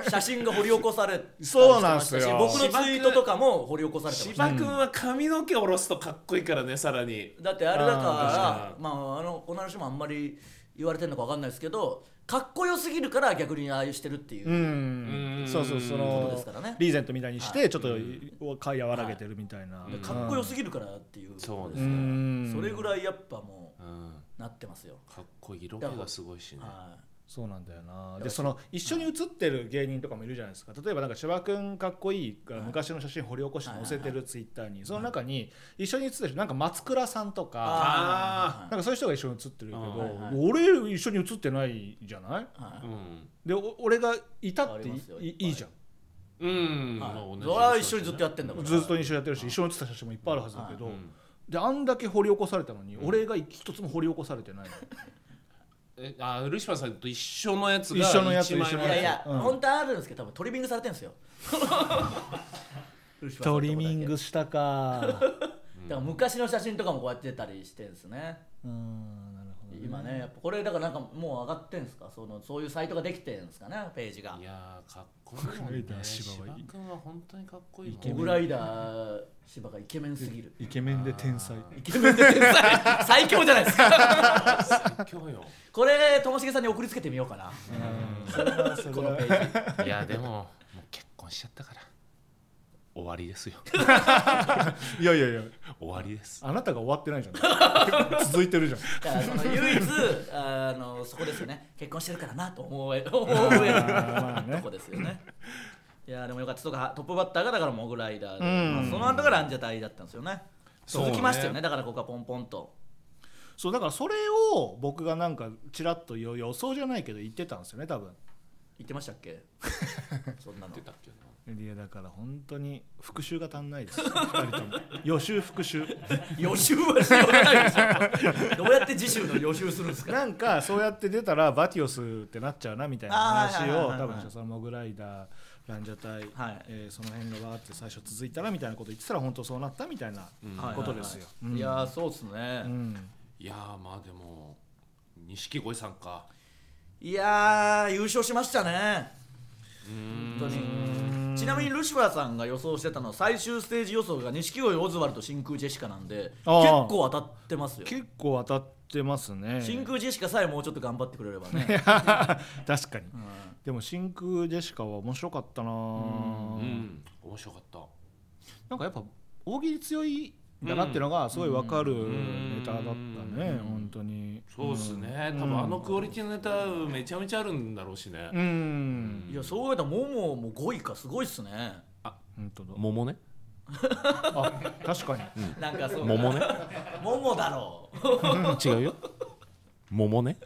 Speaker 3: 写真が掘り起こされたりしてま
Speaker 2: そ
Speaker 3: したし
Speaker 2: うなんすよ
Speaker 3: 僕のツイートとかも掘り起こされてました
Speaker 1: 芝君は髪の毛下ろすとかっこいいからねさらに
Speaker 3: だってあれだから
Speaker 1: あー確か
Speaker 3: まああのこの話もあんまり言われてるのか分かんないですけどかっこよすぎるから逆にああいうしてるっていう、
Speaker 2: うん
Speaker 1: うん
Speaker 2: そうそうそ
Speaker 3: こと
Speaker 2: の
Speaker 3: ですからね
Speaker 2: リーゼントみたいにしてちょっ
Speaker 1: は
Speaker 2: と
Speaker 1: い
Speaker 2: 和らげてるみたいな
Speaker 1: はい
Speaker 3: かっこよすぎるからっていうことです
Speaker 2: う
Speaker 3: よ
Speaker 2: ん
Speaker 3: それぐらいやっぱも
Speaker 1: うん
Speaker 3: うなってますよ、
Speaker 1: かっこいい色気がすごいしね
Speaker 3: は
Speaker 2: そうなんだよなでその一緒に写ってる芸人とかもいるじゃないですか例えばなんか芝君かっこいいが
Speaker 3: はい
Speaker 2: 昔の写真掘り起こして載せて
Speaker 3: はいは
Speaker 2: るツイッターにその中に一緒に写ってる人なんか松倉さんとか
Speaker 1: あ
Speaker 3: あ
Speaker 2: なんかそういう人が一緒に写ってるけど、
Speaker 1: はい
Speaker 3: はい
Speaker 2: 俺一緒に写ってないじゃない
Speaker 3: いはい
Speaker 1: うん
Speaker 2: でお俺がいたって
Speaker 3: あり
Speaker 2: い
Speaker 3: ますよ
Speaker 2: い
Speaker 3: いっぱい
Speaker 2: いいじゃん
Speaker 1: うん
Speaker 3: はい
Speaker 1: まあ同じ
Speaker 3: それは一緒にずっとやってんだから
Speaker 2: ずっと一緒にやってるし一緒に写ってた写真もいっぱいあるはずだけど、
Speaker 1: うん
Speaker 2: であんだけ掘り起こされたのに、俺が一つも掘り起こされてないの
Speaker 1: えあルシファーさんと一緒のやつが
Speaker 2: 一緒のやつ
Speaker 1: 一枚
Speaker 2: 一緒の
Speaker 3: いやいや、
Speaker 2: うん
Speaker 3: 本当はあるんですけど多分トリミングされてる
Speaker 2: [LAUGHS]
Speaker 3: んですよルシファーさんのとこだけ
Speaker 2: した
Speaker 3: [LAUGHS]
Speaker 2: か
Speaker 3: だから昔の写真とかもこうやってたりしてんですね
Speaker 2: うんなるほどね
Speaker 3: 今ねやっぱこれだからなんかもう上がってんですかそのそういうサイトができてんですかねページが
Speaker 1: いやーかっこいいもんね
Speaker 2: かっこいいな
Speaker 1: 芝
Speaker 2: 芝は
Speaker 1: 君は本当にかっこいいもん
Speaker 2: イケ
Speaker 3: モ
Speaker 2: メン
Speaker 3: グライダー芝がイケメンすぎる
Speaker 2: イケメンで天才
Speaker 3: イケメンで天才最強じゃないですか
Speaker 1: 最強よ
Speaker 3: これともしげさんに送りつけてみようかなこのページ
Speaker 1: いやでももう結婚しちゃったから終わりですよ
Speaker 2: いやいやいや
Speaker 1: 終わりです
Speaker 2: あなたが終わってないじゃ
Speaker 3: [LAUGHS]
Speaker 2: ん続いてるじゃん
Speaker 3: だからその唯一あのそこですよね結婚してるからなと思え思える
Speaker 2: まあね
Speaker 3: とこですよねいやでもよかったそうかトップバッターがだからモグライダーで、
Speaker 2: うん
Speaker 3: まあその後がランジャタイだったんですよね
Speaker 1: そう
Speaker 3: 続
Speaker 1: ね
Speaker 3: きましたよねだからここはポンポンと
Speaker 2: そうだからそれを僕がなんかちらっと予予想じゃないけど言ってたんですよね多分
Speaker 3: 言ってましたっ [LAUGHS] けそん
Speaker 1: 言
Speaker 3: なの
Speaker 1: ってたっけない
Speaker 2: やだから本当に復習が足んないです二人とも予習復習
Speaker 3: 予習はしようがないでしょどうやって次週の予習するんですか
Speaker 2: なんかそうやって出たらバティオスってなっちゃうなみたいな話
Speaker 3: あーはいはいはい
Speaker 2: を
Speaker 3: はい
Speaker 2: 多分そのモグライダーランジャタイ、
Speaker 3: はい
Speaker 2: えーその辺がわーって最初続いたらみたいなこと言ってたら本当そうなったみたいな、
Speaker 3: はい
Speaker 2: ことですよ
Speaker 3: はいはいいやーそうっすね、
Speaker 2: うん
Speaker 1: いやーまあでも錦鯉さんか
Speaker 3: いやー優勝しましたね本当にちなみにルシファーさんが予想してたのは最終ステージ予想が錦鯉オズワルド真空ジェシカなんで結
Speaker 2: あー
Speaker 3: 構当たってますよ
Speaker 2: 結構当たってますね
Speaker 3: 真空ジェシカさえもうちょっと頑張ってくれれば [LAUGHS] ね
Speaker 2: [LAUGHS] 確かに、でも真空ジェシカは面白かったな
Speaker 1: う
Speaker 2: ぁ
Speaker 1: ん面白かった
Speaker 2: なんかやっぱ大喜利強いんだなっていうのがすごい分かる
Speaker 1: ん
Speaker 2: ネタだったね、
Speaker 1: うん
Speaker 2: 本当に
Speaker 1: そうですね、多分あのクオリティのネタめちゃめちゃあるんだろうしね、
Speaker 2: うん、
Speaker 3: いやそういえばモモも5位かすごいっすね
Speaker 2: 本当だ
Speaker 1: 桃ね
Speaker 2: あ確かに
Speaker 3: なんかそう
Speaker 1: 桃ね
Speaker 3: モモだろう
Speaker 1: 違うよ桃ね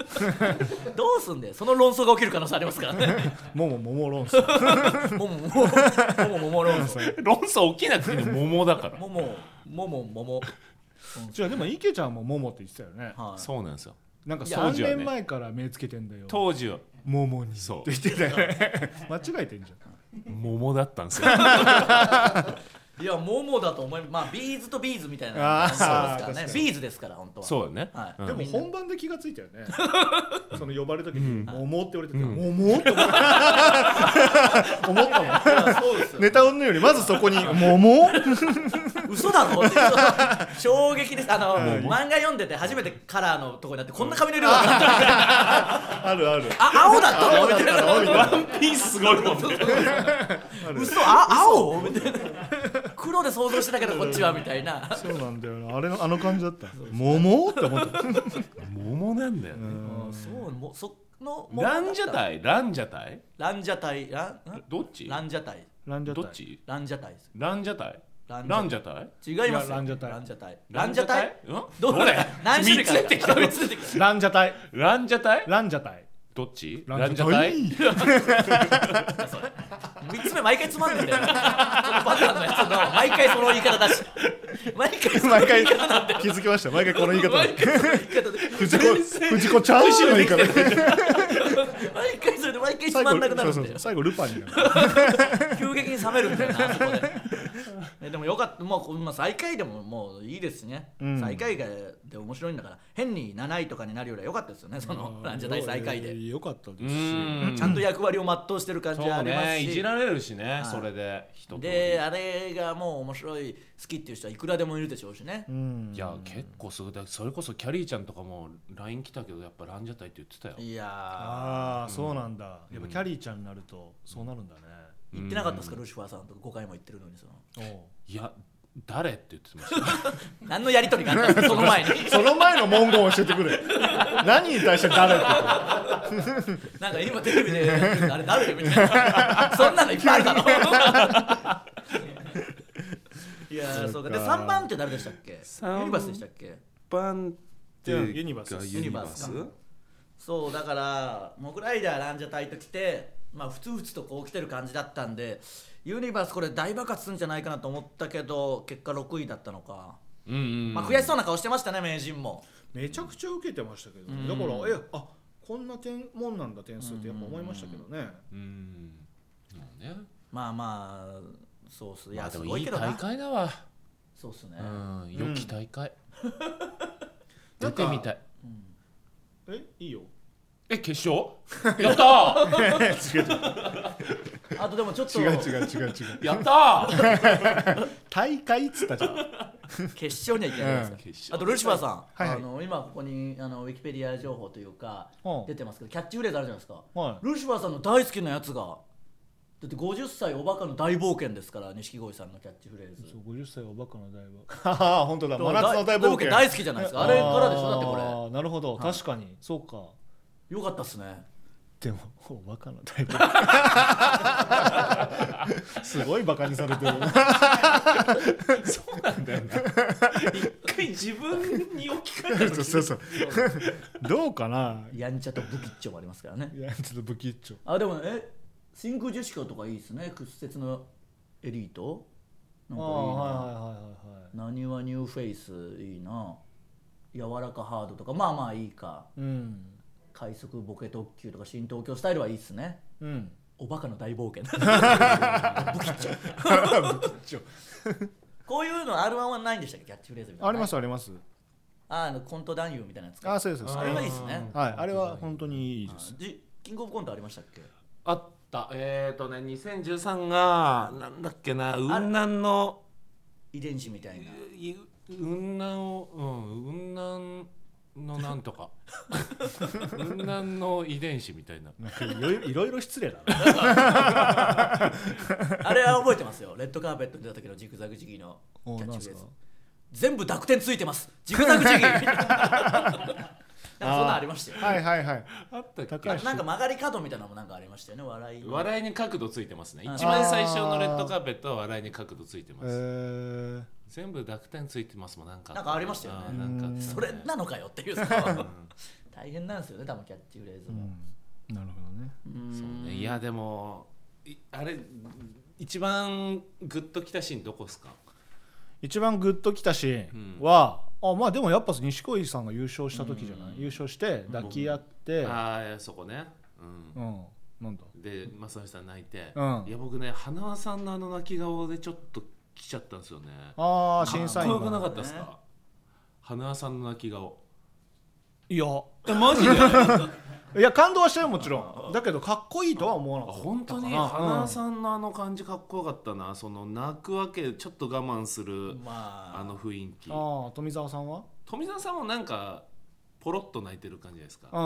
Speaker 3: どうすんだよその論争が起きる可能性ありますからね
Speaker 2: もももも論 [LAUGHS] 争
Speaker 3: モモモモモモモモ論争
Speaker 1: 論争起きなくても桃だから
Speaker 3: モモモモモモ
Speaker 2: じゃあでも池ちゃんもももって言ってたよね
Speaker 3: はい
Speaker 1: そうなんですよ
Speaker 2: なんか
Speaker 1: いや当時はね
Speaker 2: 3年前から目つけてんだよ
Speaker 1: 当時は
Speaker 2: ももにって
Speaker 1: そう
Speaker 2: 言ってたよね間違えてんじ
Speaker 1: 桃だったんですよ
Speaker 3: いや、モモだと思います。まあ、ビーズとビーズみたいな
Speaker 2: あ
Speaker 3: 感
Speaker 2: ー
Speaker 3: じですから
Speaker 2: 確
Speaker 3: ね。
Speaker 2: かに
Speaker 3: ビーズですから、本当
Speaker 1: [LAUGHS]
Speaker 3: は。
Speaker 1: そうだね、
Speaker 3: は
Speaker 1: う
Speaker 3: い
Speaker 2: ゃ
Speaker 1: ん
Speaker 2: んでも本番で気がついたよねその呼ばれる時に「もも」って言われてて「
Speaker 1: ん
Speaker 2: もも」って思った [LAUGHS] 思ったもん
Speaker 3: いやそうですよ。
Speaker 2: ネタ云々よりまずそこに「もも」
Speaker 3: 嘘だぞ。衝撃です。あの、漫画読んでて、初めてカラーのとこになって、こんな髪の色だったんだ。
Speaker 2: [LAUGHS] ある [LAUGHS] ある
Speaker 3: あ、青だったのみたいな。
Speaker 1: ワンピースすごいもんね
Speaker 3: 嘘、あ、青みたいな。黒で想像してたけど、こっちはみたいな。
Speaker 2: そうなんだよなあれのあの感じだった「もも」って思った
Speaker 1: 桃なんだよね、
Speaker 3: うんそう、もう、その。もう
Speaker 1: ランジャタイランジャタイ
Speaker 3: ランジャタイ。ラン、ん
Speaker 1: どっち
Speaker 3: ランジャタイ。
Speaker 2: ランジャタ
Speaker 1: ど
Speaker 2: イ
Speaker 1: っち
Speaker 3: ランジャタイです。
Speaker 1: ランジャタイ
Speaker 3: ランジャタ
Speaker 1: ラ
Speaker 3: イ
Speaker 1: ンジャタイ
Speaker 3: 違います
Speaker 2: いや
Speaker 3: よ。
Speaker 2: ランジャタイ
Speaker 3: ランジャタイ。
Speaker 1: ラ
Speaker 3: ラ
Speaker 1: ン
Speaker 3: ン
Speaker 1: ジ
Speaker 3: ジ
Speaker 1: ャ
Speaker 3: ャ
Speaker 1: タ
Speaker 3: タ
Speaker 1: イ
Speaker 3: イ。
Speaker 1: うん
Speaker 3: ど
Speaker 1: どれ
Speaker 3: れ何種類か。
Speaker 1: 三つ出てきた
Speaker 3: 三つ出てきた
Speaker 2: ランジャタイ
Speaker 1: ランジャタイ
Speaker 2: ランジャタイ
Speaker 1: どっち
Speaker 2: ランジャタイ
Speaker 3: [LAUGHS] 三つ目毎回つまんでんだよこのパターンのやつの毎回その言い方だし毎回その
Speaker 2: 毎
Speaker 3: 言
Speaker 2: 回
Speaker 3: い
Speaker 2: 気
Speaker 3: 方なんだよ
Speaker 2: づきました毎回この言い方
Speaker 3: 毎回その言い方で
Speaker 2: 藤子藤子ちゃんの言い方
Speaker 3: 毎回それで毎回つ
Speaker 2: 最
Speaker 3: まんなくな
Speaker 2: 後
Speaker 3: る
Speaker 2: そ
Speaker 3: ん
Speaker 2: う
Speaker 3: だ
Speaker 2: そう最
Speaker 3: よ
Speaker 2: 後ルパンになる
Speaker 3: 急激に冷めるんだよなあそこでえでもよかったもうこまあ最下位でももういいですしね、
Speaker 2: うん
Speaker 3: 最下位がで面白いんだから変に7位とかになるよりは良かったですよねそのランジャタイ最下位で、
Speaker 5: よかったですし
Speaker 1: ん
Speaker 3: ちゃんと役割を全うしてる感じ
Speaker 1: そう
Speaker 3: はあります
Speaker 1: ねい
Speaker 3: し、
Speaker 1: じられるしね、
Speaker 3: い
Speaker 1: それで人と
Speaker 3: であれがもう面白い好きっていう人はいくらでもいるでしょうしね、
Speaker 2: うん
Speaker 1: いや結構すごいだそれこそキャリーちゃんとかも LINE 来たけどやっぱランジャタイって言ってたよ
Speaker 3: いや
Speaker 2: ああそうなんだやっぱキャリーちゃんになるとそうなるんだね
Speaker 3: ー言ってなかったですか、ルシファーさんとか5回も言ってるのにその
Speaker 2: おう
Speaker 1: いや誰って言ってました
Speaker 3: 何のやり取りがあったん [LAUGHS] ですかその前に
Speaker 4: その前の文言教えてくれ何に対して誰ってこと
Speaker 3: なんか今テレビであれ誰みたいなそんなのいっぱいあるだ [LAUGHS] ろいやーそうかで3番って誰でしたっけ
Speaker 1: 三番
Speaker 3: ユニバースでしたっけ
Speaker 1: バン
Speaker 2: ていうかユニバースです
Speaker 3: ユニバースかそうだからモグライダーランジャタイと来てまあふつふつとこう来てる感じだったんでユニバースこれ大爆発するんじゃないかなと思ったけど結果6位だったのか、
Speaker 1: うんうん、
Speaker 3: まあ、悔しそうな顔してましたね名人も
Speaker 2: めちゃくちゃ受けてましたけど
Speaker 3: う
Speaker 2: ね
Speaker 3: ん
Speaker 2: だからえあこんな点もんなんだ点数ってやっぱ思いましたけどね
Speaker 1: うんまあね
Speaker 3: まあまあそうっすい
Speaker 1: ま
Speaker 3: や
Speaker 1: あ
Speaker 3: す
Speaker 1: でも
Speaker 3: ご
Speaker 1: い
Speaker 3: い
Speaker 1: い
Speaker 3: けどな
Speaker 1: 大会だわ
Speaker 3: そうっすね、
Speaker 1: うん
Speaker 2: う
Speaker 1: 良
Speaker 2: ん
Speaker 1: き大会
Speaker 2: な
Speaker 1: 出
Speaker 2: んか
Speaker 1: てみたい
Speaker 2: えいいよ
Speaker 1: え決 [LAUGHS] 勝やったー
Speaker 3: あとでもちょっと
Speaker 4: 違う違う違う違う
Speaker 1: やったー
Speaker 2: 大会っつったじゃん
Speaker 3: 決勝には行けないですか、
Speaker 1: うん決勝
Speaker 3: あとルシファーさん、
Speaker 2: はいはい
Speaker 3: あの今ここにあのウィキペディア情報というか、
Speaker 2: うん
Speaker 3: 出てますけどキャッチフレーズあるじゃないですか、
Speaker 2: は
Speaker 3: ルシファーさんの大好きなやつがだって50歳おバカの大冒険ですから錦鯉さんのキャッチフレーズ
Speaker 2: 50歳おバカの大冒険
Speaker 4: ああ本当だ真夏の大冒険
Speaker 3: 大好きじゃないですかあれからでしょだってこ
Speaker 2: れなるほど
Speaker 3: はい
Speaker 2: 確かにそうか
Speaker 3: れよかったっすね
Speaker 2: でもおバカの大冒険 [LAUGHS]
Speaker 4: すごいバカにされてる
Speaker 1: 一回自分に置き換え
Speaker 4: そうそうそうどうかな
Speaker 3: [LAUGHS] やんちゃと武器っちょもありますからね
Speaker 4: いやちょっと不吉兆
Speaker 3: あでもえ真空ジェシカとかいいですね屈折のエリートなん
Speaker 2: あ
Speaker 3: かい
Speaker 2: あ
Speaker 3: いな
Speaker 2: はいはいはいはいはい
Speaker 3: なにわニューフェイスいいな柔らかハードとかまあまあいいか
Speaker 2: うん
Speaker 3: 快速ボケ特急とか新東京スタイルはいいっすね
Speaker 2: うん
Speaker 3: おバカの大 [LAUGHS] 冒険
Speaker 4: 兆
Speaker 3: こういうの R1 はないんでしたっけキャッチフレーズみたいな
Speaker 2: ありますあります
Speaker 3: ああのコント男優みたいなやつか
Speaker 2: あそうですそうです
Speaker 3: あれがいいっすね
Speaker 2: はいあれは本当にいいです
Speaker 3: じキングオブコントありましたっけ
Speaker 1: あったえっ、ー、とね2013がなんだっけな雲南の
Speaker 3: 遺伝子みたいな
Speaker 1: いう雲南をうん雲南のなんとか [LAUGHS] 雲南の遺伝子みたいな
Speaker 2: なんかいろいろいろいろ失礼だな
Speaker 3: あれは覚えてますよレッドカーペットに出た時のジグザグジギーのキャッチフレーズ
Speaker 2: おなんすか
Speaker 3: 全部濁点ついてますジグザグジギ
Speaker 2: [LAUGHS]
Speaker 3: ーなんかそんなんありましたよ
Speaker 4: はいはいはい
Speaker 1: あったっけ
Speaker 2: 高い
Speaker 3: なんか曲がり角みたいなのもなんかありましたよね笑いの
Speaker 1: 笑いに角度ついてますね
Speaker 3: あ
Speaker 1: 一番最初のレッドカーペットは笑いに角度ついてま
Speaker 4: え
Speaker 1: す、
Speaker 4: ー
Speaker 1: 全部濁点ついてますもんなんか
Speaker 3: なんかありましたよね
Speaker 1: あーなんかあったね
Speaker 3: それなのかよっていうさ大変なんですよね多分キャッチフレーズも、
Speaker 2: なるほどね
Speaker 1: そうねいやでもいあれ一番グッときたシーンどこですか
Speaker 2: 一番グッときたシーンは、あまあでもやっぱ錦鯉さんが優勝した時じゃない、優勝して抱き合って、うん
Speaker 1: ああそこねうん
Speaker 2: なんだ
Speaker 1: で正義さん泣いて、
Speaker 2: うん
Speaker 1: いや僕ね花輪さんのあの泣き顔でちょっと来ちゃったんですよね
Speaker 2: ああ
Speaker 1: か
Speaker 2: 審
Speaker 1: っ
Speaker 2: 査
Speaker 1: こ
Speaker 2: 員
Speaker 1: よくなか
Speaker 2: が
Speaker 1: ったですか、花輪さんの泣き顔
Speaker 2: いや
Speaker 1: えマジで
Speaker 2: [LAUGHS] いや感動はしたよもちろんだけどかっこいいとは思わなかった
Speaker 1: 本当に
Speaker 2: うん
Speaker 1: 花輪さんのあの感じかっこよかったなその泣くわけちょっと我慢する
Speaker 3: まあ
Speaker 1: あの雰囲気
Speaker 2: ああ富澤さんは
Speaker 1: 富澤さんもなんかポロッと泣いてる感じじゃないですか
Speaker 2: う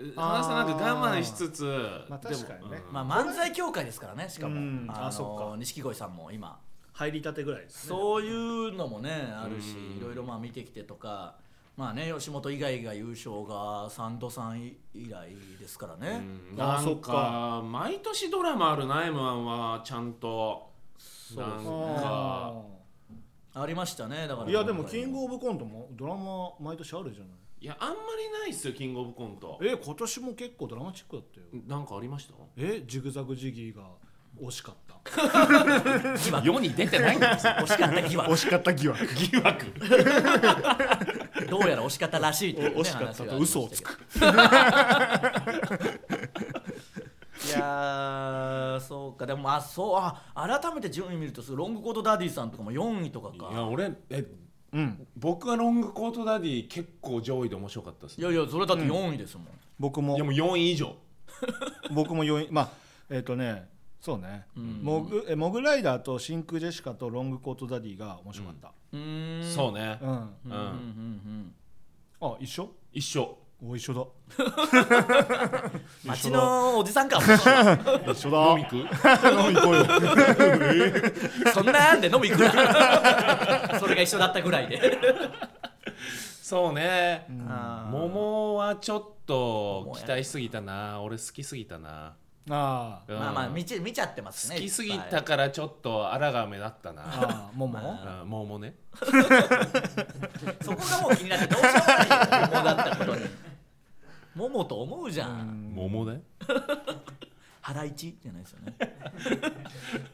Speaker 2: ん、
Speaker 1: うん、花さんなんか我慢しつつ、
Speaker 2: まあ
Speaker 1: でも
Speaker 2: 確かにね
Speaker 1: うん
Speaker 3: まあ、漫才協会ですからねしかも、
Speaker 2: うん
Speaker 3: あ
Speaker 2: あそっ
Speaker 3: の錦鯉さんも今
Speaker 2: 入りたてぐらいですね
Speaker 3: そういうのもねあるし
Speaker 1: うん
Speaker 3: いろいろまあ見てきてとかまあね吉本以外が優勝がサンドさん以来ですからね、
Speaker 1: うん
Speaker 2: あ
Speaker 1: な
Speaker 2: そ
Speaker 1: ん
Speaker 2: っ
Speaker 1: か
Speaker 2: か
Speaker 1: 毎年ドラマあるな m 1はちゃんと
Speaker 3: う
Speaker 1: なん
Speaker 2: あ
Speaker 1: か
Speaker 3: ありましたねだか
Speaker 2: ー
Speaker 3: ら
Speaker 2: いやでもキングオブコントもドラマ毎年あるじゃない
Speaker 1: いやあんまりないっすよキングオブコント
Speaker 2: え今年も結構ドラマチックだったよ
Speaker 1: なんかありました
Speaker 2: えジグザグジギーが惜しかった
Speaker 1: 世に出てないんですよ
Speaker 3: 惜しかった疑惑
Speaker 4: 惜しかった疑惑
Speaker 1: 疑惑
Speaker 3: どうやら惜しかったらしいという、ね、
Speaker 2: お惜しかったと
Speaker 3: 話がありましたけど
Speaker 2: 嘘をつく
Speaker 3: いやーそかでもまあそうあ改めて順位見るとそうロングコートダディさんとかも4位とか
Speaker 1: いや
Speaker 3: か
Speaker 1: 俺え
Speaker 2: うん、
Speaker 1: 僕はロングコートダディ結構上位で面白かったです
Speaker 3: い
Speaker 1: ね
Speaker 3: やいやそれだって4位ですもん、
Speaker 2: 僕も
Speaker 1: いやもう4位以上
Speaker 2: 僕も4位まあえっ、とねそうね、
Speaker 3: うん
Speaker 2: モグえモグライダーと真空ジェシカとロングコートダディが面白かっ
Speaker 3: うーん
Speaker 1: そうね
Speaker 2: た、うん
Speaker 1: うん、
Speaker 3: うんうんうん
Speaker 2: あ一緒
Speaker 1: 一緒
Speaker 2: お一緒だ
Speaker 3: 町のおじさんかもう
Speaker 2: 一緒
Speaker 1: 飲み行く
Speaker 2: 飲み行こうよ
Speaker 3: そんなんで飲み行くなそれが一緒だったぐらいで
Speaker 1: そうね、
Speaker 3: あー
Speaker 1: 桃はちょっと
Speaker 3: 桃や
Speaker 1: 期待しすぎたな俺好きすぎたな、
Speaker 2: あ
Speaker 1: うん
Speaker 3: まあまあ
Speaker 1: 好
Speaker 3: 見ち見ちゃってますね
Speaker 1: きす
Speaker 3: い
Speaker 1: ぎ
Speaker 3: っぱい
Speaker 1: たからちょっとあらが目立った
Speaker 2: あ
Speaker 1: な、
Speaker 2: ああもも、
Speaker 3: ま
Speaker 1: うん、桃ね
Speaker 3: そこがもう気になってどうしようもないよ桃だったことに桃と思うじゃん、
Speaker 1: 桃ね
Speaker 3: 腹一じゃないですよね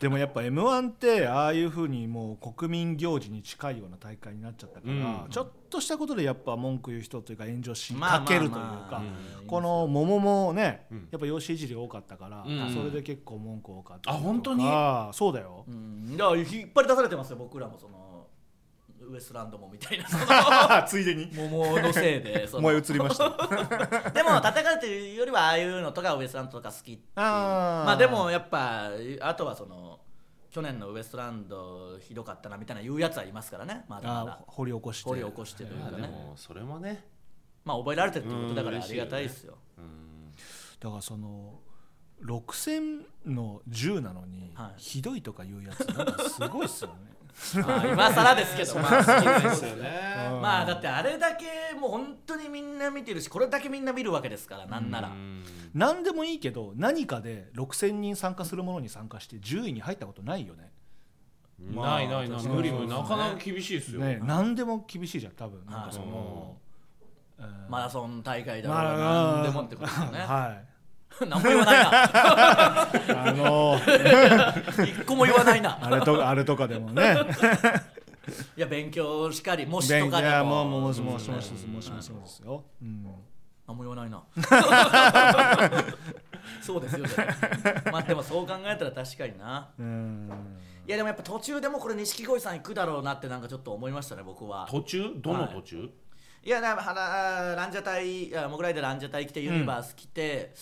Speaker 2: でもやっぱ m 1ってああいうふうにもう国民行事に近いような大会になっちゃったから、
Speaker 1: うん
Speaker 2: ちょっとしたことでやっぱ文句言う人というか炎上しかけるというか、
Speaker 3: まあまあまあ
Speaker 2: この桃もね、
Speaker 1: ん
Speaker 2: やっぱ養子いじり多かったから、
Speaker 1: うん
Speaker 2: それで結構文句多かった
Speaker 1: あ本当に
Speaker 2: ああそうだよ、
Speaker 3: うんだから引っ張り出されてますよ僕らもそのウエストランドもみたいなそ [LAUGHS] の
Speaker 2: ついでに
Speaker 3: 桃のせいでその
Speaker 2: 燃え移りましたあ
Speaker 3: [LAUGHS] でも叩かれてるよりはああいうのとかウエストランドとか好き
Speaker 2: あ
Speaker 3: まあでもやっぱあとはその去年のウエストランドひどかったなみたいな言うやつはいますからねまだま
Speaker 2: あ
Speaker 3: だ
Speaker 2: 掘り起こして
Speaker 3: 掘り起こしてという
Speaker 1: ま
Speaker 3: か
Speaker 1: あで
Speaker 3: ね
Speaker 1: もそれもね
Speaker 3: まあ覚えられてるってことだから
Speaker 1: うん
Speaker 3: ありがたいですよ
Speaker 1: うん
Speaker 2: だからその6000の10なのに、
Speaker 3: はい
Speaker 2: ひどいとか言うやつなんかすごいっすよね
Speaker 3: まあ今更ですけどまあ好きです
Speaker 1: そうね
Speaker 3: [LAUGHS] まあだってあれだけもう本当にみんな見てるしこれだけみんな見るわけですからなんなら
Speaker 1: うん
Speaker 2: 何でもいいけど何かで6000人参加するものに参加して10位に入ったことないよね
Speaker 3: まあ
Speaker 1: ないないない
Speaker 3: そう
Speaker 1: 無理無
Speaker 3: そう
Speaker 1: 理
Speaker 3: そう
Speaker 1: なかなか厳しいですよ、
Speaker 2: ね何でも厳しいじゃん多分なんかそ
Speaker 1: は
Speaker 2: の、うん
Speaker 3: マラソン大会だろ
Speaker 2: ま
Speaker 3: う
Speaker 2: あ
Speaker 3: が何でもってことですよね
Speaker 2: はい
Speaker 3: 何も言わないな
Speaker 2: あのー
Speaker 3: 一個も言わないな
Speaker 2: あれとかあれとかでもね
Speaker 3: いや勉強しかり模試と
Speaker 2: 勉強
Speaker 3: か
Speaker 2: い
Speaker 3: で
Speaker 2: やも
Speaker 3: も
Speaker 2: うもうもしも
Speaker 3: うん
Speaker 2: しもしもしもしもしもですよ、うん、
Speaker 3: 何も言わないなそうですよじゃあまあでもそう考えたら確かにな
Speaker 2: うん
Speaker 3: いやでもやっぱ途中でもこれ錦鯉さん行くだろうなってなんかちょっと思いましたね僕は
Speaker 1: 途中どの途中、
Speaker 3: いやだからランジャタイいやモグライダーランジャタイ来てユニバース来て、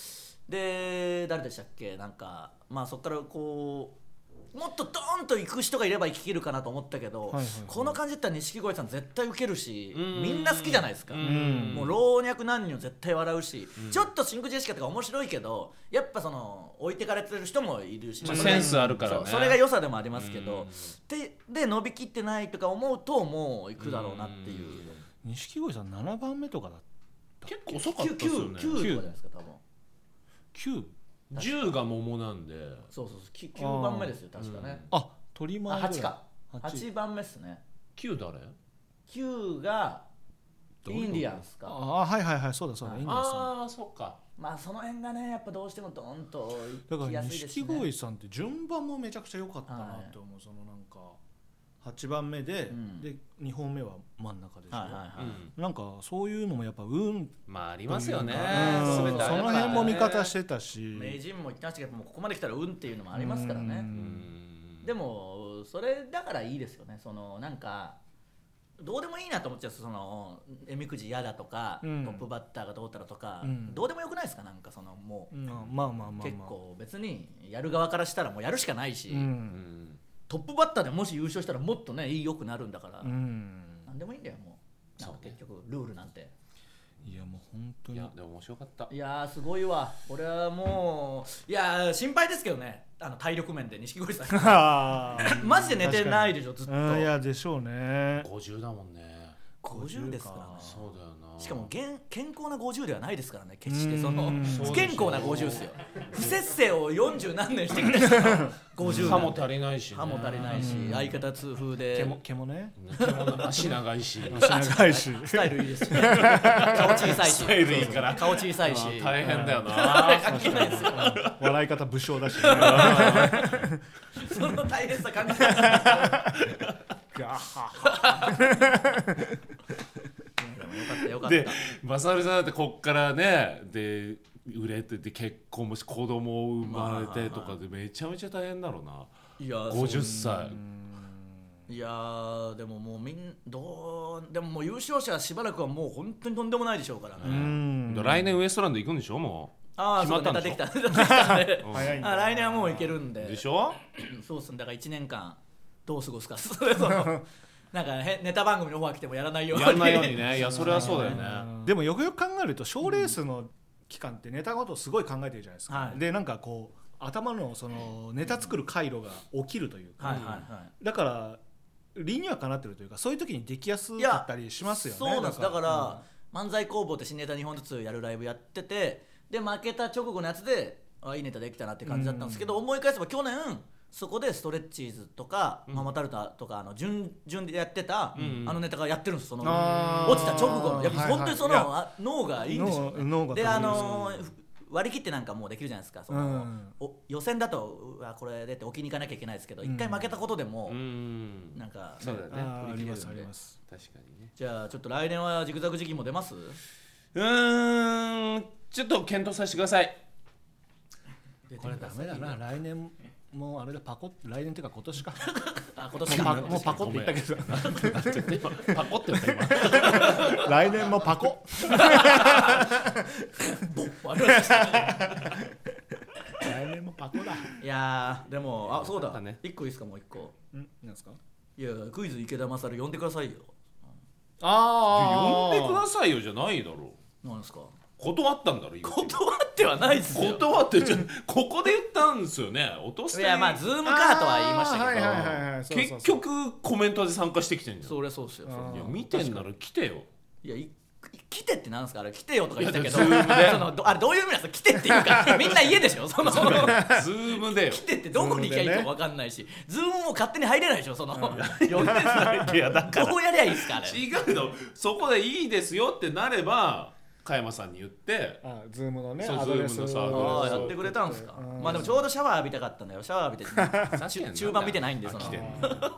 Speaker 3: で誰でしたっけなんかまあそこからこうもっとドーンと行く人がいれば生ききるかなと思ったけど、
Speaker 2: いはいはい
Speaker 3: この感じだったら錦鯉さん絶対ウケるし
Speaker 1: うん
Speaker 3: みんな好きじゃないですか
Speaker 1: ん
Speaker 3: もう老若男女絶対笑うし、ちょっと真空ジェシカとか面白いけどやっぱその置いてかれてる人もいるし、
Speaker 1: まあ
Speaker 3: それ
Speaker 1: センスあるからね
Speaker 3: そうそれが良さでもありますけ
Speaker 1: うん
Speaker 3: どでで伸びきってないとか思うともう行くだろうなっていう。
Speaker 2: 錦鯉さん7番目とかだ
Speaker 1: 結構遅かった
Speaker 3: 九
Speaker 1: ですよ
Speaker 3: 九
Speaker 1: ね
Speaker 3: 九とかじゃないですか多分。
Speaker 2: 9
Speaker 1: 10が桃なんで
Speaker 3: そうそうそう九九番目ですよ確かね。
Speaker 2: あ鳥
Speaker 3: あ
Speaker 2: 前ぐらい
Speaker 3: 八か八
Speaker 2: 八
Speaker 3: 番目ですね。
Speaker 1: 9誰
Speaker 3: 九が
Speaker 1: ういう
Speaker 3: イ
Speaker 1: こと
Speaker 3: ンディアンス
Speaker 2: あ
Speaker 3: か。
Speaker 2: あはいはいはいそうだそうだ
Speaker 3: あ
Speaker 2: いいんですよ
Speaker 1: ああそっか
Speaker 3: まあその辺がねやっぱどうしてもドンと
Speaker 2: だ
Speaker 3: 行
Speaker 2: か
Speaker 3: き
Speaker 2: ら
Speaker 3: やすいですし
Speaker 2: 錦
Speaker 3: ね。
Speaker 2: 鯉さんって順番もめちゃくちゃ良かったなって思うそのなんか8番目で
Speaker 3: うん
Speaker 2: で2本目は真ん中でし
Speaker 3: はいはい
Speaker 2: ょ
Speaker 3: はい。
Speaker 2: なんかそういうのもやっぱ運
Speaker 1: まあありますよね
Speaker 2: うん
Speaker 1: 全てあ
Speaker 2: そ
Speaker 1: れば
Speaker 2: の
Speaker 1: ね
Speaker 2: 辺も味方してたし
Speaker 3: 名人も言ってましたけどもうここまで来たら運っていうのもありますから
Speaker 2: う
Speaker 1: う
Speaker 3: ね。
Speaker 1: ん
Speaker 3: でもそれだからいいですよね。そのなんか。どうでもいいなと思っちゃうそのえみくじ嫌だとか、
Speaker 2: うん
Speaker 3: トップバッターがどうたらとか、
Speaker 2: うん
Speaker 3: どうでもよくないですかなんかそのもう、
Speaker 2: うんまあまあまあまあ
Speaker 3: 結構別にやる側からしたらもうやるしかないし、
Speaker 2: うん
Speaker 3: トップバッターでもし優勝したらもっとね良くなるんだから、
Speaker 2: う
Speaker 3: なん、
Speaker 2: ん
Speaker 3: 何でもいいんだよもうなんか結局ルールなんて
Speaker 2: いやもう本
Speaker 1: い
Speaker 2: 当に [LAUGHS]
Speaker 1: やでも面白かった
Speaker 3: いやーすごいわ俺はもういやー心配ですけどねあの体力面で錦鯉さ [LAUGHS] ん
Speaker 2: あー
Speaker 3: マジで寝てないでしょずっと
Speaker 2: うんいやでしょうね
Speaker 1: 50だもんね
Speaker 3: 50ですからね
Speaker 1: そうだよな
Speaker 3: しかもげん健康な50ではないですからね決してその
Speaker 2: うん
Speaker 3: 不健康な50ですよ不節制を40何年してきた人の50 [LAUGHS]
Speaker 1: 歯
Speaker 3: なん
Speaker 1: も
Speaker 3: て
Speaker 1: 足りないしね
Speaker 3: 歯も足りないし相方痛風
Speaker 2: 毛
Speaker 3: で
Speaker 2: も毛もね
Speaker 1: 毛も [LAUGHS] 足長いし
Speaker 2: 長いし [LAUGHS]
Speaker 3: スタイルいいですし、ね、
Speaker 1: [LAUGHS]
Speaker 3: 顔小さいし
Speaker 1: タイルいいから
Speaker 3: 顔小さいし
Speaker 1: 大変だよな
Speaker 3: [LAUGHS] 関係ないですよ
Speaker 2: 笑い方武将だしね
Speaker 3: その大変さ関係ない
Speaker 2: ガッハ
Speaker 3: よかったよかっ
Speaker 1: で
Speaker 3: た
Speaker 1: バサルさんだってこっからねで売れてて結婚もし子供を生まれてとかでめちゃめちゃ大変だろうな、
Speaker 3: いや
Speaker 1: 50歳
Speaker 3: いやーでももうみんどうでももう優勝者はしばらくはもう本当にとんでもないでしょうからね、
Speaker 2: うん
Speaker 1: 来年ウエストランド行くんでしょも
Speaker 3: ああ
Speaker 1: 決
Speaker 3: そ
Speaker 1: ま
Speaker 3: う
Speaker 1: った
Speaker 3: ネ
Speaker 1: ん
Speaker 3: タ
Speaker 1: でし
Speaker 3: で
Speaker 1: ょ
Speaker 3: きた [LAUGHS] ネタできたね
Speaker 1: [LAUGHS]
Speaker 2: 早いん
Speaker 3: あ
Speaker 2: だ
Speaker 3: 来年はもういけるん
Speaker 1: う
Speaker 3: で
Speaker 1: でし [LAUGHS] ょ
Speaker 3: そうっすねだから1年間どう過ごすか [LAUGHS] そのなんかへネタ番組のオファー来てもやらないように
Speaker 1: やんないようにねいやそれはそうだよね
Speaker 2: でもよくよく考えると賞ーレースの期間ってネタのことをすごい考えてるじゃないですか、
Speaker 3: はい
Speaker 2: でなんかこう頭のそのネタ作る回路が起きるというか、
Speaker 3: [LAUGHS] はいはいはい
Speaker 2: だから理にはかなってるというかそういう時にできやすかったりしますよね
Speaker 3: そうなんですだ
Speaker 2: な
Speaker 3: か、
Speaker 2: んから
Speaker 3: 漫才工房って新ネタ2本ずつやるライブやっててで負けた直後のやつであいいネタできたなって感じだったんですけど、思い返せば去年そこでストレッチーズとか、ママタルタとかあの順々でやってた、
Speaker 1: うん
Speaker 3: あのネタがやってるんですその
Speaker 2: あー
Speaker 3: 落ちた直後のやっぱ
Speaker 2: はいはい
Speaker 3: 本当にその、
Speaker 2: いや
Speaker 3: あ脳がいいんでしょうね
Speaker 2: 脳脳が
Speaker 3: であのーふ割り切ってなんかもうできるじゃないですかその、
Speaker 2: うん
Speaker 3: お予選だとうわこれ出て置きに行かなきゃいけないですけど一、回負けたことでも
Speaker 1: う、ん
Speaker 3: なんか
Speaker 1: そうだよね
Speaker 2: あーあります
Speaker 1: 振
Speaker 2: あ
Speaker 1: り切れる
Speaker 2: り
Speaker 1: んで
Speaker 2: ます
Speaker 1: 確かにね
Speaker 3: じゃあちょっと来年はジグザグ時期も出ます
Speaker 1: うーんちょっと検討させてくださ
Speaker 3: [LAUGHS]
Speaker 1: い
Speaker 2: これダメだな来年もうあれだパコって来年っていうか今年か
Speaker 3: あ今年
Speaker 2: もうパ
Speaker 3: か
Speaker 2: もうパコって言ったけ [LAUGHS] ど
Speaker 1: パコって言った今
Speaker 4: 来年もパコ
Speaker 3: ボンわかりました
Speaker 2: [LAUGHS] 来年もパコだ
Speaker 3: いやーでもあそう
Speaker 1: なん
Speaker 3: だ
Speaker 1: かね
Speaker 3: 一個いいですかもう一個
Speaker 2: んなんですか
Speaker 3: いやクイズ池田勝呼んでくださいよ
Speaker 1: 呼
Speaker 2: あ
Speaker 1: んでくださいよじゃないだろう
Speaker 3: なんですか
Speaker 1: 断ったんだろ今
Speaker 3: 断ってはないですよ
Speaker 1: 断ってじゃここで言ったんですよね落とし
Speaker 3: い
Speaker 1: て
Speaker 3: やまあズームかとは言いましたけど、
Speaker 4: はいはいはいはいそうそうそう
Speaker 1: 結局コメントで参加してきてんじゃんい
Speaker 3: そりゃそうっすよそり
Speaker 1: や見てんなら来てよ
Speaker 3: ゃいやい来てってなんですかあれ来てよとか言ってたけど
Speaker 1: いやでも Zoom で
Speaker 3: [LAUGHS] そのどあれどういう意味なんですか来てっていうかみんな家でしょその来
Speaker 1: ズームでよ
Speaker 3: てってどこに行きゃいいかも分かんないしズームも勝手に入れないでしょその呼んでつない
Speaker 1: いやだから
Speaker 3: どうやりゃいいですかあれ
Speaker 1: 違うのそこでいいですよってなれば加山さんに言って
Speaker 4: あズームのね
Speaker 1: そう
Speaker 4: アドレス
Speaker 1: ズームのさアドレスそ
Speaker 3: ああ
Speaker 1: う
Speaker 3: やってくれたんですか
Speaker 4: うん
Speaker 3: まあでもちょうどシャワー浴びたかったんだよシャワー浴びて
Speaker 1: さっきやんな
Speaker 3: 中盤見てないんでその
Speaker 1: 飽きてん
Speaker 3: や
Speaker 1: の
Speaker 3: っぱ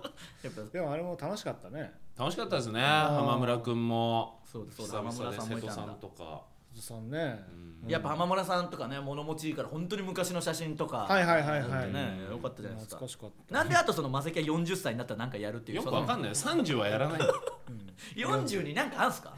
Speaker 4: でもあれも楽しかったね
Speaker 1: 楽しかったですね浜村くんも
Speaker 3: そうですそうです
Speaker 1: 久
Speaker 3: 浜
Speaker 1: 々
Speaker 3: 村
Speaker 1: で
Speaker 3: さん
Speaker 1: 瀬
Speaker 3: もい
Speaker 1: 戸
Speaker 3: た
Speaker 1: さ
Speaker 3: んだ
Speaker 1: んとか
Speaker 4: おじさんね
Speaker 3: やっぱ浜村さんとかね物持ちいいから本当に昔の写真とか
Speaker 4: はいはいはいはい
Speaker 3: ねよかったじゃないですか
Speaker 4: 懐かしかっ
Speaker 3: なんであとそのマセキは40歳になったらなんかやるっていう
Speaker 1: よ
Speaker 3: そ
Speaker 1: く
Speaker 3: の
Speaker 1: わかんない30はやらないんだよ
Speaker 3: 40になんかあんすか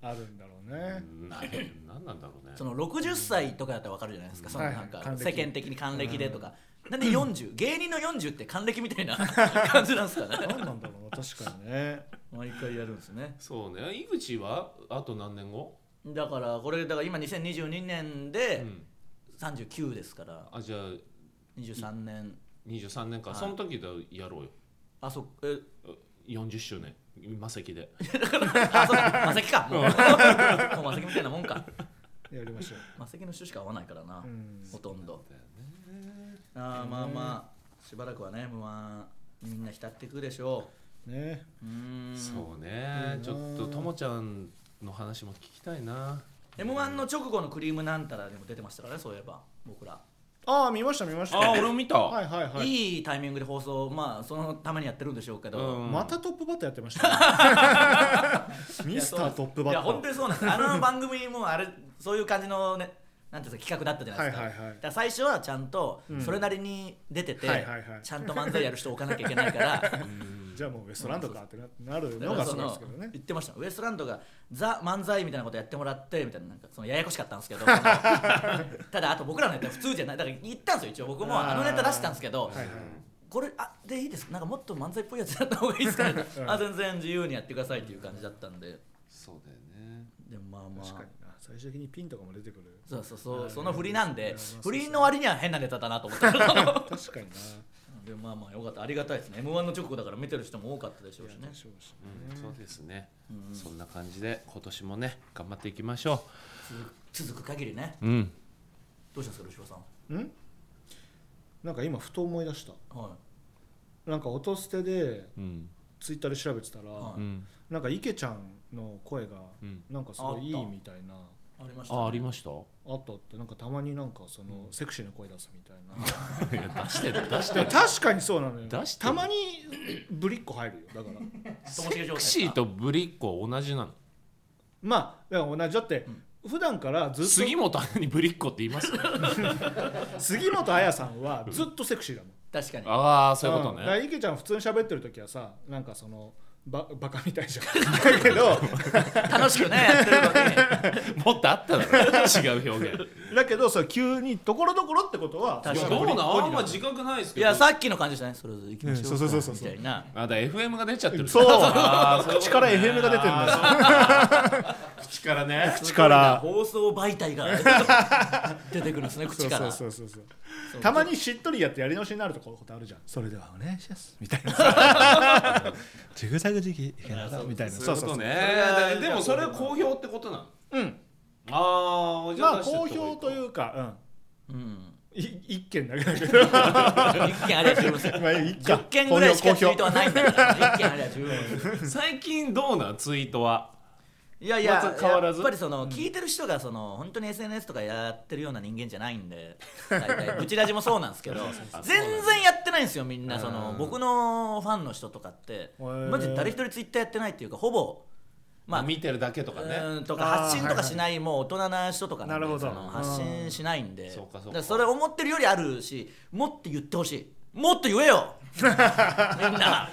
Speaker 4: たあるんだろうね
Speaker 1: なんなんなんだろうね
Speaker 3: その60歳とかだったらわかるじゃないですかその
Speaker 4: はい
Speaker 3: なんか
Speaker 4: 還
Speaker 3: 世
Speaker 4: 暦
Speaker 3: 間的に還暦でとかなんで40芸人の40って還暦みたいな感じなんですかね
Speaker 4: 何なんだろうな確かにね
Speaker 3: 毎回やるんですね
Speaker 1: そうね井口はあと何年後
Speaker 3: だからこれだから今2022年で、
Speaker 1: うん
Speaker 3: 39ですから
Speaker 1: あじゃあ
Speaker 3: 23年
Speaker 1: 23年か、その時でやろうよ
Speaker 3: あそえ
Speaker 1: 40周年マセキで [LAUGHS]
Speaker 3: あそうマセキか [LAUGHS] もうもうマセキみたいなもんか
Speaker 4: やりましょう
Speaker 3: マセキの種しか合わないからな、
Speaker 4: ん
Speaker 3: ほとんどあーまあまあしばらくはね m 1みんな浸っていくでしょ
Speaker 4: ね
Speaker 3: ううーん
Speaker 1: そうねちょっとともちゃんの話も聞きたいな
Speaker 3: m 1の直後のクリームなんたらでも出てましたからねそういえば僕ら、、
Speaker 4: ああ見ました見ました
Speaker 1: あ俺も見た、
Speaker 4: はいはいはいい
Speaker 3: いタイミングで放送まあそのためにやってるんでしょうけど、
Speaker 1: うん
Speaker 4: またトップバッターやってましたねミスタートップバッ
Speaker 3: い
Speaker 4: タ
Speaker 3: や本
Speaker 4: ー
Speaker 3: 当にそうなんですあの番組もあれそういう感じのねなんていうんですか企画だったじゃないですか,、
Speaker 4: はいはいは
Speaker 3: だ
Speaker 4: い
Speaker 3: から最初はちゃんと
Speaker 4: うん
Speaker 3: それなりに出てて、
Speaker 4: はいはいはい
Speaker 3: ちゃんと漫才やる人を置かなきゃいけない
Speaker 4: [LAUGHS]
Speaker 3: から
Speaker 4: じゃあもうウエストランドかってななるの
Speaker 3: だ
Speaker 4: が
Speaker 3: から
Speaker 4: そ
Speaker 3: そう
Speaker 4: で
Speaker 3: の
Speaker 4: すけどね
Speaker 3: 言ってましたウエストランドがザ漫才みたいなことやってもらってみたいななんかそのややこしかったんです
Speaker 4: [LAUGHS]
Speaker 3: けどそのただあと僕らのネタ普通じゃないだから言ったんですよ一応僕もあのネタ出したんですけど、これあでいいですかなんかもっと漫才っぽいやつやった方がいいですか、ね、あ全然自由にやってくださいっていう感じだったんで
Speaker 1: そうだよね
Speaker 3: でもまあまあ
Speaker 4: 確かにな最終的にピンとかも出てくる
Speaker 3: そうそうそう、その振りなんで、
Speaker 4: そうそ
Speaker 3: 振
Speaker 4: う
Speaker 3: りの割には変なネタだなと思ったけど
Speaker 4: 確かにな
Speaker 3: [LAUGHS] でもまあまあよかったありがたいですね m 1の直後だから見てる人も多かったでしょうしね
Speaker 4: そうそう
Speaker 1: うん、そうですね、そんな感じで今年もね頑張っていきましょ
Speaker 3: 続く限りね
Speaker 1: ううん
Speaker 3: どうしたんですか吉尾さ
Speaker 4: なんか今ふと思い出した
Speaker 3: んはい
Speaker 4: なんか音捨てで
Speaker 1: うん
Speaker 4: ツイッターで調べてたら、
Speaker 3: は
Speaker 1: うん
Speaker 4: なんか池ちゃんの声が
Speaker 1: うん
Speaker 4: なんかすごいい
Speaker 3: あっ
Speaker 4: い
Speaker 3: た
Speaker 4: みたいな
Speaker 3: ありました、ね、
Speaker 1: あありました
Speaker 4: あったってなんかたまになんかそのセクシーな声出すみたいな、
Speaker 1: [LAUGHS] いや出してる出して
Speaker 4: で
Speaker 2: [LAUGHS]
Speaker 4: も確かにそうなのよ
Speaker 1: 出して
Speaker 4: たまにぶりっこ入るよ
Speaker 1: [LAUGHS]
Speaker 4: だから
Speaker 3: ともしげ状態ですか
Speaker 1: シーとブリッコは同じなの
Speaker 4: まあだから同じだって、
Speaker 2: 普段からずっと
Speaker 1: 杉本アナにぶりっ子って言い [LAUGHS] ます
Speaker 2: 杉本彩さんはずっとセクシーだもん
Speaker 3: 確かに
Speaker 1: ああそういうこと
Speaker 2: んだから
Speaker 1: ね
Speaker 2: 池ちゃん普通に喋ってる時はさなんかそのババカみたいじゃ
Speaker 4: [LAUGHS]
Speaker 2: んだけど
Speaker 3: 楽しくねやってるのに
Speaker 1: もっとあっただろ違う表現
Speaker 2: だけどそれ急にところどころってことは
Speaker 3: 確かに
Speaker 1: どうなんあんま自覚ないです
Speaker 3: [LAUGHS] い
Speaker 1: けど
Speaker 3: やさっきの感じじゃないそれぞれ行きましょう
Speaker 2: うんそうそうそうそう
Speaker 3: みたいな
Speaker 1: あだ FM が出ちゃってる
Speaker 2: そう
Speaker 1: あーそういうこと
Speaker 2: 口から
Speaker 1: ね
Speaker 2: FM が出てるんだよ
Speaker 1: 口からね
Speaker 2: 口から
Speaker 3: 放送媒
Speaker 2: [LAUGHS]
Speaker 3: 体が出てくるんですね
Speaker 2: そ
Speaker 3: 口
Speaker 2: う
Speaker 3: から
Speaker 2: そうそうそうそうたまにしっとりやってやり直しになるとことあるじゃんそれではお願いしますみたいなさ [LAUGHS] ジグザグジギいけなさみたいな
Speaker 1: そういうことね
Speaker 3: そうそう
Speaker 1: でもそれは好評ってことなの
Speaker 2: うん
Speaker 1: ああ
Speaker 2: まあ好評というか
Speaker 3: うん
Speaker 2: うんい一件だけだけど
Speaker 3: 一件ありゃ十
Speaker 2: [LAUGHS]
Speaker 3: 分ですよ
Speaker 2: まあいいか
Speaker 3: 10件ぐらいしか
Speaker 2: 好
Speaker 3: ツ
Speaker 2: 評
Speaker 3: イ
Speaker 2: 好
Speaker 3: ート
Speaker 2: 評
Speaker 3: はないんだから一件ありゃ十分ですよ
Speaker 1: [LAUGHS] 最近どうなんツイートはい
Speaker 3: やい
Speaker 1: ま
Speaker 3: や
Speaker 1: た変わらず
Speaker 3: やっぱりその聞いてる人がその本当に SNS とかやってるような人間じゃないんで大体ブチラジもそうなんですけど全然やってないんですよみんなその僕のファンの人とかって
Speaker 2: ー
Speaker 3: マジで誰一人ツイッターやってないっていうかほぼま
Speaker 1: ま
Speaker 3: あ
Speaker 1: あ見てるだけとか
Speaker 3: う
Speaker 1: ね
Speaker 3: ーんとか
Speaker 2: あー
Speaker 3: 発信とかしないもう大人な人とかんで
Speaker 2: なるほど
Speaker 3: その発信しないんで
Speaker 1: そうかそうか
Speaker 3: だらそれ思ってるよりあるしもっと言ってほしいもっと言えよみんな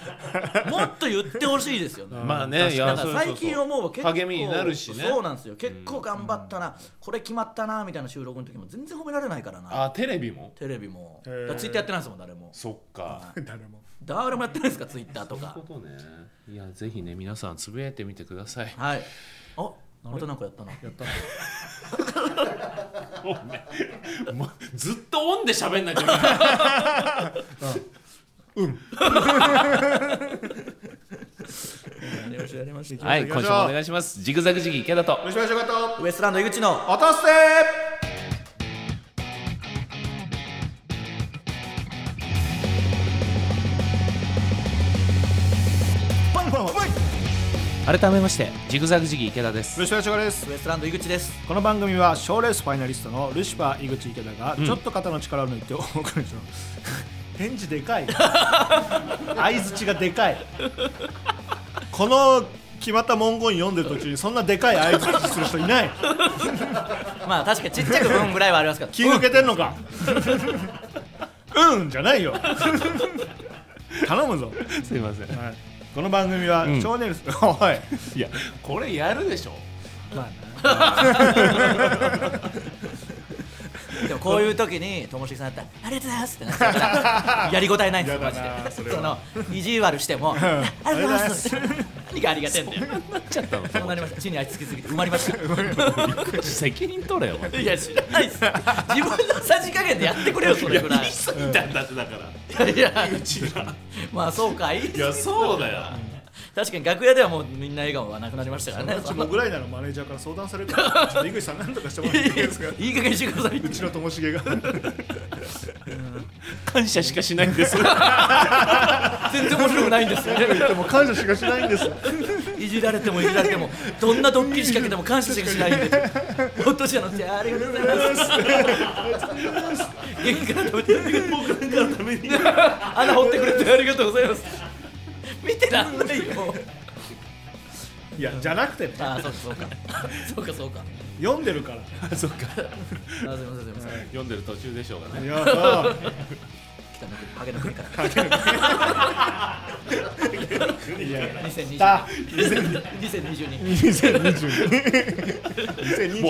Speaker 3: もっと言ってほしいですよね
Speaker 1: まあねい
Speaker 3: な
Speaker 1: や
Speaker 3: んか
Speaker 1: そうそうそう
Speaker 3: 最近思うば結構
Speaker 1: 励みになるしね
Speaker 3: そうなんですよ結構頑張ったな、これ決まったなみたいな収録の時も全然褒められないからな
Speaker 1: あテレビも
Speaker 3: テレビも
Speaker 2: へー
Speaker 3: ツイッターやってないですもん誰も
Speaker 1: そっか
Speaker 2: 誰も
Speaker 3: 誰もやってないですかツイッターと
Speaker 1: そういう
Speaker 3: か
Speaker 1: ことねいやぜひね皆さんつぶやいてみてくだ [LAUGHS] さい
Speaker 3: はいあまたなんかやったな
Speaker 2: やったの
Speaker 1: もうずっとオンで喋んなきゃいけない
Speaker 3: やりましょうやりましょう
Speaker 1: はい今週もお願いしますジグザグジギ池田と
Speaker 2: よしよしよかった
Speaker 3: [LAUGHS] ウエストランド井口の
Speaker 2: 落とせパンパンパン
Speaker 1: 改めましてジグザグジギ池田です
Speaker 2: よしよしよかです
Speaker 3: ウエストランド井口です。
Speaker 2: この番組は賞レースファイナリストのルシファー井口池田がちょっと肩の力を抜いてお送りします [LAUGHS] 返事でか [LAUGHS] い相づちがで [LAUGHS] かいこの決まった文言読んでる途中にそんなでかい相づちする人いない
Speaker 3: まあ確かにちっちゃく分ぐらいはありま
Speaker 2: [LAUGHS]
Speaker 3: すから。
Speaker 2: 気抜けてんのかうんじゃないよ頼むぞ、
Speaker 1: すいません
Speaker 2: はいこの番組は
Speaker 1: ん
Speaker 2: 少年です、おい
Speaker 1: いやこれやるでしょ
Speaker 2: まあ
Speaker 3: でもこういう時にともしげさんだったら「ありがとうございます」ってなっちゃうやりごたえないんですよマジ
Speaker 2: やだなそ
Speaker 3: で。
Speaker 2: れ
Speaker 3: その意地悪しても「ありがとうございます」何がありがてえんだよ。
Speaker 1: なっちゃったの
Speaker 3: そうなりました。地にあいつきすぎて埋まりました。
Speaker 1: 責任取れよお前
Speaker 3: いや知らないです。自分のさじ加減でやってくれよそれぐらい。い
Speaker 1: すぎたんだってだから
Speaker 3: やいや
Speaker 1: うちが
Speaker 3: まあそうかい。
Speaker 1: いやそうだよ
Speaker 3: 確かに楽屋ではもうみんな笑顔はなくなりましたからね。
Speaker 2: うちもぐらいならマネージャーから相談さ [LAUGHS] れるからちょっと井口さん何とかしてもらっていいですか。
Speaker 3: いい加減にしてくださいう
Speaker 2: ちのともしげが
Speaker 1: 感謝しかしないんです
Speaker 3: 全然面白くないんですよね。
Speaker 2: でも感謝しかしないんです
Speaker 3: いじられてもいじられてもどんなドッキリ仕掛けても感謝しかしないんで落とし穴のってありがとうございます元気から食べて僕なんかのために穴掘ってくれてありがとうございます見てらんないよ
Speaker 2: いやじゃなくてね
Speaker 3: ああそうかそうかそうかそうか
Speaker 2: 読んでるから
Speaker 1: あそっか
Speaker 3: あすいませんすいません
Speaker 1: 読んでる途中でしょうがね
Speaker 2: いやさ
Speaker 3: 北の国ハゲの国から
Speaker 2: いや
Speaker 3: 2020 2022
Speaker 2: 2022じゃないで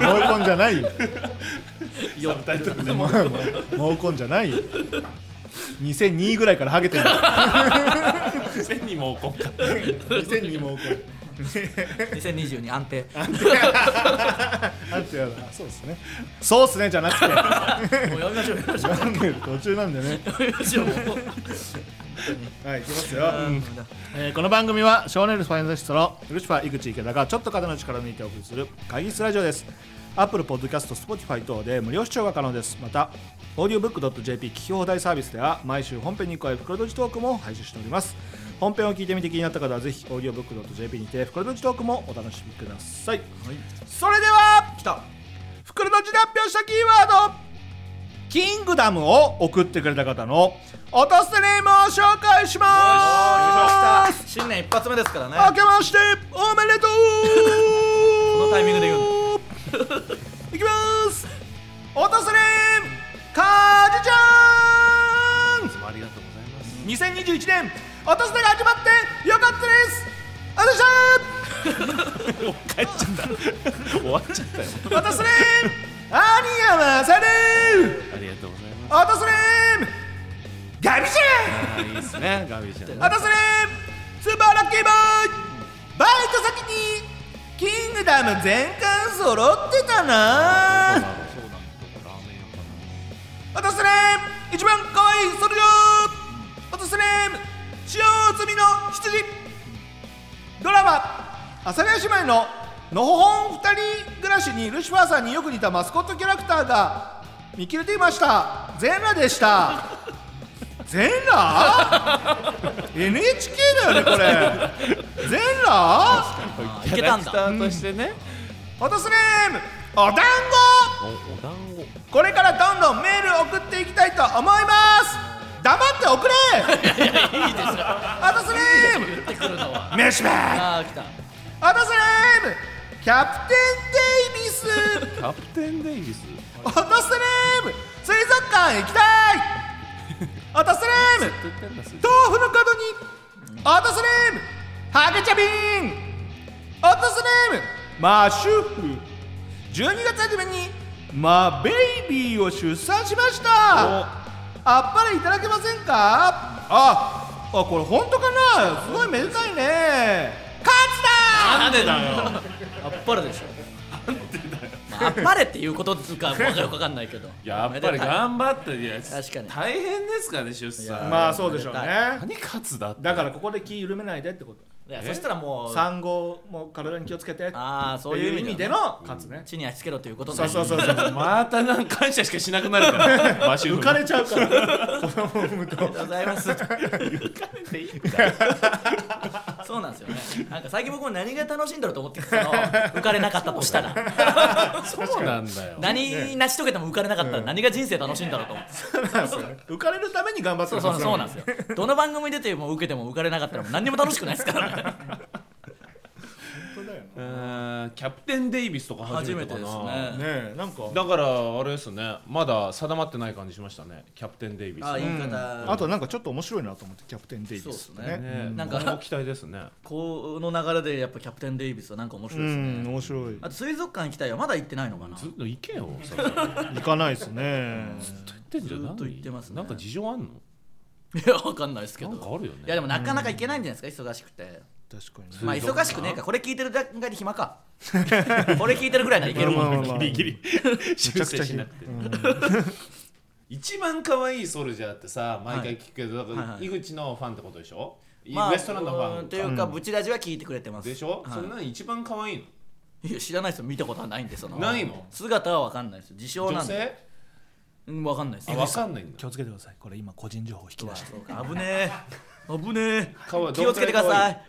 Speaker 2: 毛根じゃないよ
Speaker 1: サブタイトルでも
Speaker 2: 毛根じゃないよ2002ぐらいからハゲて [LAUGHS] る
Speaker 1: 千人も今回
Speaker 2: 2002毛根
Speaker 3: 2022安定
Speaker 2: あってやだそうですねそうっすねじゃな [LAUGHS] くて
Speaker 3: もうやめましょうやめましょう
Speaker 2: 読んでる途中なんでね
Speaker 3: やめましょうもう
Speaker 2: はい行きますよ、
Speaker 3: うん
Speaker 2: えーこの番組は少年ルスファイナリストのルシファー井口池田がちょっと肩の力を抜いてお送りする会議室ラジオです Apple Podcast、Spotify 等で無料視聴が可能ですまた audiobook.jp 聞き放題サービスでは毎週本編に加え袋とじトークも配信しております本編を聞いてみて気になった方はぜひ audiobook.jp にて袋とじトークもお楽しみください、それでは
Speaker 3: 来た
Speaker 2: 袋とじで発表したキーワードキングダムを送ってくれた方の落とすネームを紹介します
Speaker 3: 新年一発目ですからね
Speaker 2: 明けましておめでとう
Speaker 3: このタイミングで言うの
Speaker 2: [LAUGHS] お尋ねが始まってよかったですありがとうございました
Speaker 1: 帰っちゃった。終わっちゃったよ。
Speaker 2: 私ねアニヤマサル
Speaker 1: ありがとうございます。
Speaker 2: 私ねガビシ
Speaker 1: あーいいですね、ガビちゃんね
Speaker 2: ャン。私ねスバラッキーボーイバイト先にキングダム全巻揃ってたな私ね一番可愛いソルジョー私ね使用済みの羊ドラマ「阿佐ヶ谷姉妹ののほほん二人暮らし」にルシファーさんによく似たマスコットキャラクターが [LAUGHS] 見切れていました全裸でした全裸 NHK だよねこれ全裸
Speaker 3: あーい
Speaker 1: キ
Speaker 3: け
Speaker 1: ャラ
Speaker 3: たん
Speaker 1: クタ
Speaker 3: だ
Speaker 1: ーとしてね。
Speaker 2: 私ねお団子
Speaker 1: お、お団子。
Speaker 2: これからどんどんメール送っていきたいと思います黙って送れいいですアダスネーム
Speaker 3: ってくるのは
Speaker 2: メシバー
Speaker 3: ああ来た
Speaker 2: アダスネームキャプテンデイビス
Speaker 1: キャプテンデイビス。
Speaker 2: アダスネーム水族館行きたいアダスネーム
Speaker 1: 言ってんだす。
Speaker 2: 豆腐の角にアダスネームハゲチャビーンアダスネームマッシュフ12月初めにマベイビーを出産しましたあっぱれいただけませんかああこれ本当かなすごいめでたいね勝
Speaker 3: なんでだよあっぱれでしょまああっぱれっていうことっつうかもうよくわかんないけど
Speaker 1: やっぱり頑張っていや
Speaker 3: 確かに
Speaker 1: 大変ですからね出
Speaker 2: つ
Speaker 1: 産
Speaker 2: だまあそうでしょう
Speaker 3: めで
Speaker 2: ね
Speaker 1: 何勝つだって
Speaker 2: だからここで気緩めないでってこと
Speaker 3: いやそしたらもう
Speaker 2: 産後も体に気をつけてって
Speaker 3: ああそう
Speaker 2: い
Speaker 3: いうう
Speaker 2: 意味
Speaker 3: 意味
Speaker 2: で
Speaker 3: で
Speaker 2: の
Speaker 3: の
Speaker 2: 勝つね
Speaker 3: 地に足つけろということね
Speaker 2: そうそうそうそう
Speaker 1: またなんか感謝しかしなくなるからマシュ
Speaker 4: 浮かれちゃう
Speaker 2: [LAUGHS]
Speaker 4: から子供を産む
Speaker 3: あり
Speaker 4: と
Speaker 3: がとうございます。そうなんですよね。なんか最近僕も何が楽しいんだろうと思ってたの浮かれなかったとしたら、
Speaker 1: そうなんだよ
Speaker 3: 何成し遂げても浮かれなかったら何が人生楽しいんだろうと思って。
Speaker 4: 浮かれるために頑張って
Speaker 3: そう
Speaker 4: る
Speaker 3: そうそうな
Speaker 4: は
Speaker 3: んですよ。どの番組出ても受けても浮かれなかったらもう何にも楽しくないですからね。
Speaker 4: ずだよね
Speaker 1: うーんキャプテンデイビスとか初
Speaker 3: 初
Speaker 1: め
Speaker 3: め
Speaker 1: て
Speaker 3: て
Speaker 1: か
Speaker 3: です
Speaker 1: な
Speaker 3: ね。
Speaker 4: ねえなんか
Speaker 1: だからあれですねまだ定まってない感じしましたねキャプテンデイビス
Speaker 3: ああ言い方、
Speaker 4: あとなんかちょっと面白いなと思ってキャプテンデイビ
Speaker 3: そうで
Speaker 4: ス
Speaker 3: す
Speaker 4: と
Speaker 3: ね
Speaker 4: ね
Speaker 1: ねな
Speaker 3: な
Speaker 1: んん
Speaker 3: か
Speaker 1: か期待ですね
Speaker 3: この流れでやっぱキャプテンデイビスはなんか面
Speaker 4: う
Speaker 3: 白いですね。
Speaker 4: ん面白い
Speaker 3: あと水族館行きたいはまだ行ってないのかな。
Speaker 1: ずっと行けよさっさと言
Speaker 4: 行かないですね
Speaker 1: ってんじゃない
Speaker 3: ずっと言ってますね
Speaker 1: なんか事情あんの
Speaker 3: いやわかんないですけ
Speaker 1: なんか
Speaker 3: ど。
Speaker 1: あるよね
Speaker 3: いやでもなかなか行けないんじゃないですか忙しくて。
Speaker 4: 確かにね
Speaker 3: まあ
Speaker 1: 水族館
Speaker 3: 忙しくねえかこれ聞いてる段階で暇か [LAUGHS] これ聞いてるぐらいならいけるもん、
Speaker 4: まあまあまあ
Speaker 1: ギリギリ
Speaker 4: めち
Speaker 1: 修
Speaker 4: ゃくち
Speaker 1: 正
Speaker 4: ゃ
Speaker 1: し
Speaker 4: ひ
Speaker 1: なくて一番可愛いソルジャーってさ毎回聞くけど、だから
Speaker 3: はいはい
Speaker 1: 井口のファンってことでしょ、
Speaker 3: まあ
Speaker 1: ウエストランドのフ
Speaker 3: う
Speaker 1: ァ
Speaker 3: ん
Speaker 1: ン
Speaker 3: という
Speaker 1: か
Speaker 3: かブチラジは聞いてくれてます
Speaker 1: でしょ、
Speaker 3: はい
Speaker 1: それなに一番可愛い
Speaker 3: いや知らないですよ見たことはないんでその
Speaker 1: ないの
Speaker 3: 姿はわかんないですよ自
Speaker 1: の
Speaker 3: 称
Speaker 1: 女
Speaker 3: なんで
Speaker 1: 性
Speaker 3: うんわかんないです
Speaker 1: あ分かんないん
Speaker 2: 気
Speaker 1: だ
Speaker 2: をつけてくださいこれ今個人情報引き
Speaker 3: う
Speaker 2: 出
Speaker 3: わ
Speaker 2: して
Speaker 3: そうか危ねえ危ね
Speaker 1: かわ
Speaker 3: え気をつけてください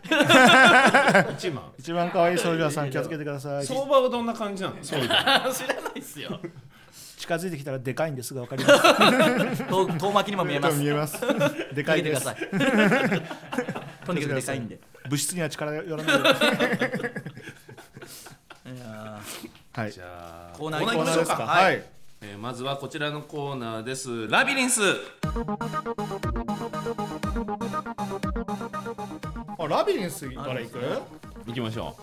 Speaker 1: 一番
Speaker 4: 一番可愛いソルジャーさん気をつけてください
Speaker 1: 相場はどんな感じなのソルジャー
Speaker 3: 知らないですよ
Speaker 2: 近づいてきたらでかいんですがわかります
Speaker 3: 遠遠巻きにも見えます
Speaker 4: 見えますで
Speaker 3: か
Speaker 4: か
Speaker 3: けてく
Speaker 4: いで
Speaker 3: だ
Speaker 4: す
Speaker 3: さいとにかくでかいんで
Speaker 4: 物質には力寄らないで
Speaker 3: いや
Speaker 4: はい
Speaker 1: じゃあ
Speaker 3: コーナー
Speaker 1: コーナー行きま
Speaker 4: コーナ
Speaker 1: し
Speaker 4: ー
Speaker 1: ょ
Speaker 4: で
Speaker 1: う
Speaker 4: す
Speaker 1: か
Speaker 4: かはい
Speaker 1: えーまずはこちらのコーナーですラビリンス
Speaker 4: あラビリンスから行く
Speaker 1: 行きましょう、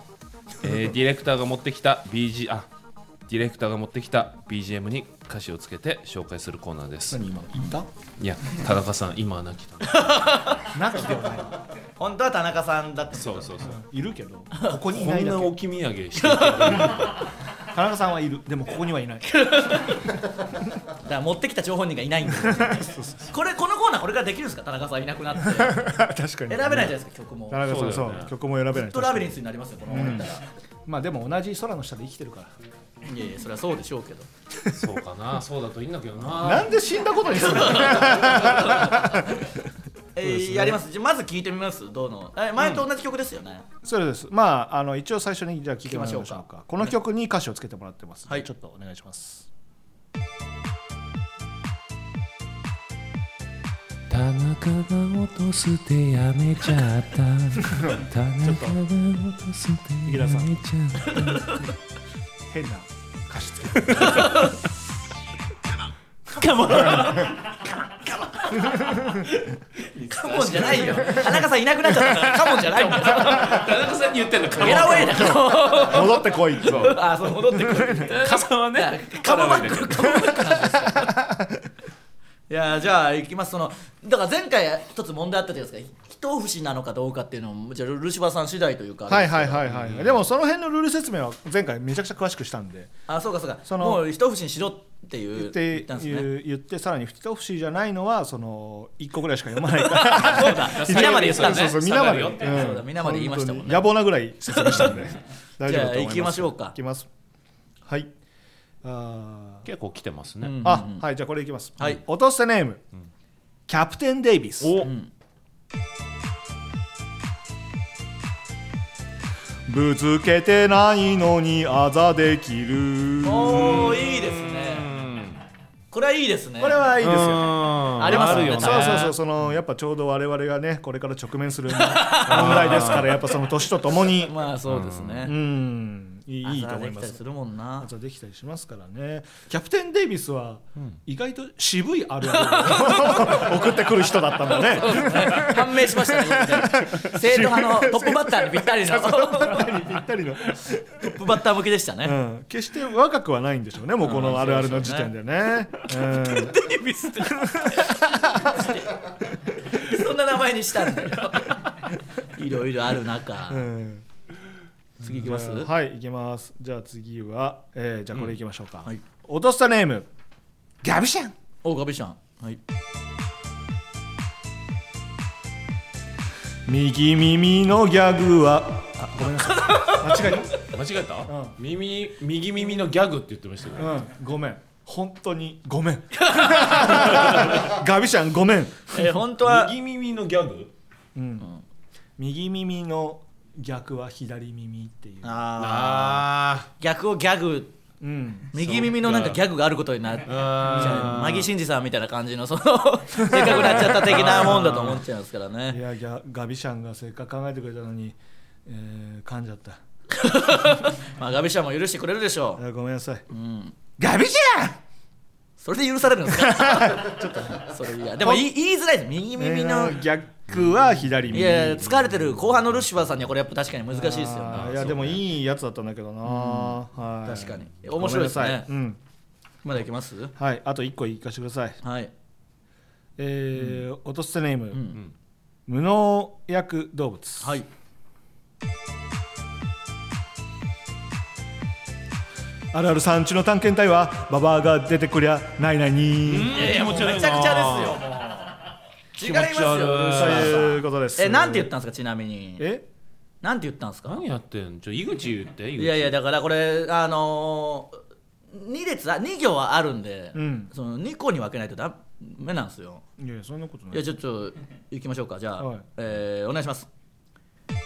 Speaker 1: えーディレクターが持ってきた BG あディレクターが持ってきた BGM に歌詞をつけて紹介するコーナーです
Speaker 4: 何今言った
Speaker 1: いや田中さん今は泣きた
Speaker 4: なくてはな
Speaker 3: ー本当は田中さんだって
Speaker 1: そうそうそう。
Speaker 4: いいる
Speaker 2: [LAUGHS]
Speaker 4: けどここにい
Speaker 1: こ
Speaker 4: ない
Speaker 1: ん
Speaker 4: だ
Speaker 1: な
Speaker 4: け
Speaker 1: 置き土産してる
Speaker 4: 田中さんはいるでもここには
Speaker 2: [LAUGHS]
Speaker 4: いない
Speaker 3: だから持ってきた張本人がいないんでこれこのコーナーこれからできるんですか田中さんいなくなって選
Speaker 4: 確かに選
Speaker 3: べないじゃないですか曲も
Speaker 4: 田中さん
Speaker 1: そ
Speaker 4: そうう
Speaker 1: だよね
Speaker 4: 曲も選べない
Speaker 3: とラビリンスになりますよこのままいったら、
Speaker 2: まあでも同じ空の下で生きてるから
Speaker 3: いやいやそれはそうでしょうけど
Speaker 1: そうかな、 [LAUGHS] そうだといいんだけどな。
Speaker 4: [LAUGHS] なんで死んだことにするの
Speaker 2: [LAUGHS]
Speaker 3: えーやりますじゃあまず聞いてみますどうのえ前と同じ曲ですよね、
Speaker 4: そうですまああの一応最初にじゃあ聞いてもらい
Speaker 3: 聞
Speaker 4: ましょう
Speaker 3: きましょう
Speaker 4: か
Speaker 3: か
Speaker 4: この曲に歌詞をつけてもらってます
Speaker 3: はい
Speaker 4: ちょっとお願いします
Speaker 1: [LAUGHS] 田中が落としてやめちゃ [LAUGHS] った。田中が落として
Speaker 4: 池田さん
Speaker 1: ちゃっ
Speaker 4: 変な歌詞つけて
Speaker 3: カモンじゃないよ [LAUGHS] 田中さんいなくなっちゃったからカモンじゃないんだよ
Speaker 1: 田中さんに言ってんのカ
Speaker 3: ゲラウェイだか
Speaker 4: 戻ってこいって
Speaker 1: そう
Speaker 3: らあそう戻ってくる
Speaker 1: 田中さんはね
Speaker 3: カモバッ
Speaker 1: ゲラウェイだけど
Speaker 3: クカモバックなんですよいやじゃあいきますそのだから前回一つ問題あったじゃないですか一節なのかどうかっていうのもじゃあルシファーさん次第というか
Speaker 2: はいはいはいはい。でもその辺のルール説明は前回めちゃくちゃ詳しくしたんで、
Speaker 3: あそうかそうか
Speaker 2: その
Speaker 3: もう一節にしろってい
Speaker 2: 言
Speaker 3: う
Speaker 2: っ
Speaker 3: 言
Speaker 2: て
Speaker 3: ったんですね
Speaker 2: 言う言ってさらにフテオフシーじゃないのはその一個ぐらいしか読まないから。
Speaker 3: そうだ皆まで言ったん
Speaker 1: そう
Speaker 3: だ
Speaker 1: そうそう
Speaker 2: 皆
Speaker 1: 下が
Speaker 2: まで
Speaker 1: るよって
Speaker 2: ん
Speaker 3: そうだ皆まで言いましたもんね
Speaker 2: 本当に野暮なぐらい説明したんで大丈夫だと思います
Speaker 3: [LAUGHS] じゃあ行きましょうか
Speaker 2: 行きますはいあー
Speaker 1: 結構来てますね、
Speaker 3: うん
Speaker 2: あはいじゃあこれいきます、
Speaker 3: はい
Speaker 2: 落とせネーム、キャプテン・デイビス
Speaker 1: お、
Speaker 2: ぶつけてないのにあざできる
Speaker 3: おおいいです
Speaker 1: う
Speaker 3: ね
Speaker 1: ん
Speaker 3: これはいいですね
Speaker 2: これはいいですよ
Speaker 1: あ
Speaker 3: ありますよね
Speaker 1: よね
Speaker 2: そうそうそうそのやっぱちょうど我々がねこれから直面する問題ですからやっぱその年とともに
Speaker 3: まあそうですね、
Speaker 2: うんいいいいと
Speaker 3: 朝
Speaker 2: 思
Speaker 3: で
Speaker 2: い
Speaker 3: き
Speaker 2: ま
Speaker 3: たり
Speaker 2: す
Speaker 3: するもんな
Speaker 2: 朝できたりしますからねキャプテン・デイビスは意外と渋いあるあ [LAUGHS]
Speaker 4: 送ってくる人だったんだね
Speaker 3: 判明しましたね生徒派のトップバッターにぴった
Speaker 2: [LAUGHS]
Speaker 3: りのト
Speaker 2: るにぴったりの、
Speaker 3: ップバッター向けでしたね、
Speaker 2: うん、決して若くはないんでしょうねもうこのあるあるの時点でね、うん
Speaker 3: デイビスってそんな名前にした
Speaker 2: [LAUGHS]
Speaker 3: んだよいろいろある中、
Speaker 2: うん
Speaker 3: 次いきま
Speaker 2: じ
Speaker 3: す、
Speaker 2: ゃあはい行きますじゃあ次は、えーじゃあこれ行きましょうか、
Speaker 3: はい
Speaker 2: 落としたネームガビシャン
Speaker 3: おガビシャンはい
Speaker 2: 右耳のギャグはあごめんなさい間違え
Speaker 1: 間違えた、
Speaker 2: ん
Speaker 1: 耳右耳のギャグって言ってましたけど、
Speaker 2: た、うん、ごめん本当にごめ [LAUGHS] んガビシャンごめん
Speaker 3: えー本当は
Speaker 1: 右耳のギャグ
Speaker 2: 右耳の逆は左耳っていう、
Speaker 3: あ
Speaker 1: あ
Speaker 3: ー逆をギャグ
Speaker 2: うん、
Speaker 3: 右耳のなんかギャグがあることになっちゃう
Speaker 1: あ
Speaker 3: マギシンジさんみたいな感じのその [LAUGHS] でかくなっちゃった的なもんだと思っちゃいますから
Speaker 2: い
Speaker 3: ね
Speaker 2: やギャガビシャンがせっかく考えてくれたのに、えー、噛んじゃった
Speaker 3: [LAUGHS] まあガビシャンも許してくれるでしょ
Speaker 2: あごめんなさい、
Speaker 3: う、うん
Speaker 2: ガビシャン
Speaker 3: それで許されるんですか
Speaker 2: [LAUGHS]
Speaker 3: それいやでも言い言いづらいです右耳の、
Speaker 2: えー逆は左耳
Speaker 3: いやいや疲れてる後半のルシファーさんにはこれやっぱ確かに難しいですよね
Speaker 2: あーいやでもいいやつだったんだけどな、はい
Speaker 3: 確かに面白いですね
Speaker 2: ごめんなさうん
Speaker 3: まだいきます
Speaker 2: はいあと一個言かせてください
Speaker 3: はい
Speaker 2: えー落とすネーム、
Speaker 3: ん
Speaker 2: 無農薬動物、
Speaker 3: はい
Speaker 2: あるある産地の探検隊はババアが出てくりゃないないに
Speaker 1: ー
Speaker 3: いやいやもうめちゃくちゃで
Speaker 1: 気
Speaker 3: すよもう違いますよ
Speaker 1: 持ち悪い
Speaker 3: ルシフ
Speaker 2: と
Speaker 3: ァーさん
Speaker 2: いうことです
Speaker 3: えなんて言ったんですかちなみに
Speaker 2: え
Speaker 3: なんて言ったんですか
Speaker 1: 何やってんちょ井口言って井口
Speaker 3: いやいやだからこれあのー、2列あ2行はあるんで、
Speaker 2: うん
Speaker 3: その2個に分けないとダメなんですよ
Speaker 2: いやいやそんなことない
Speaker 3: いやちょっと行きましょうかじゃあ、
Speaker 2: はい
Speaker 3: えーお願いします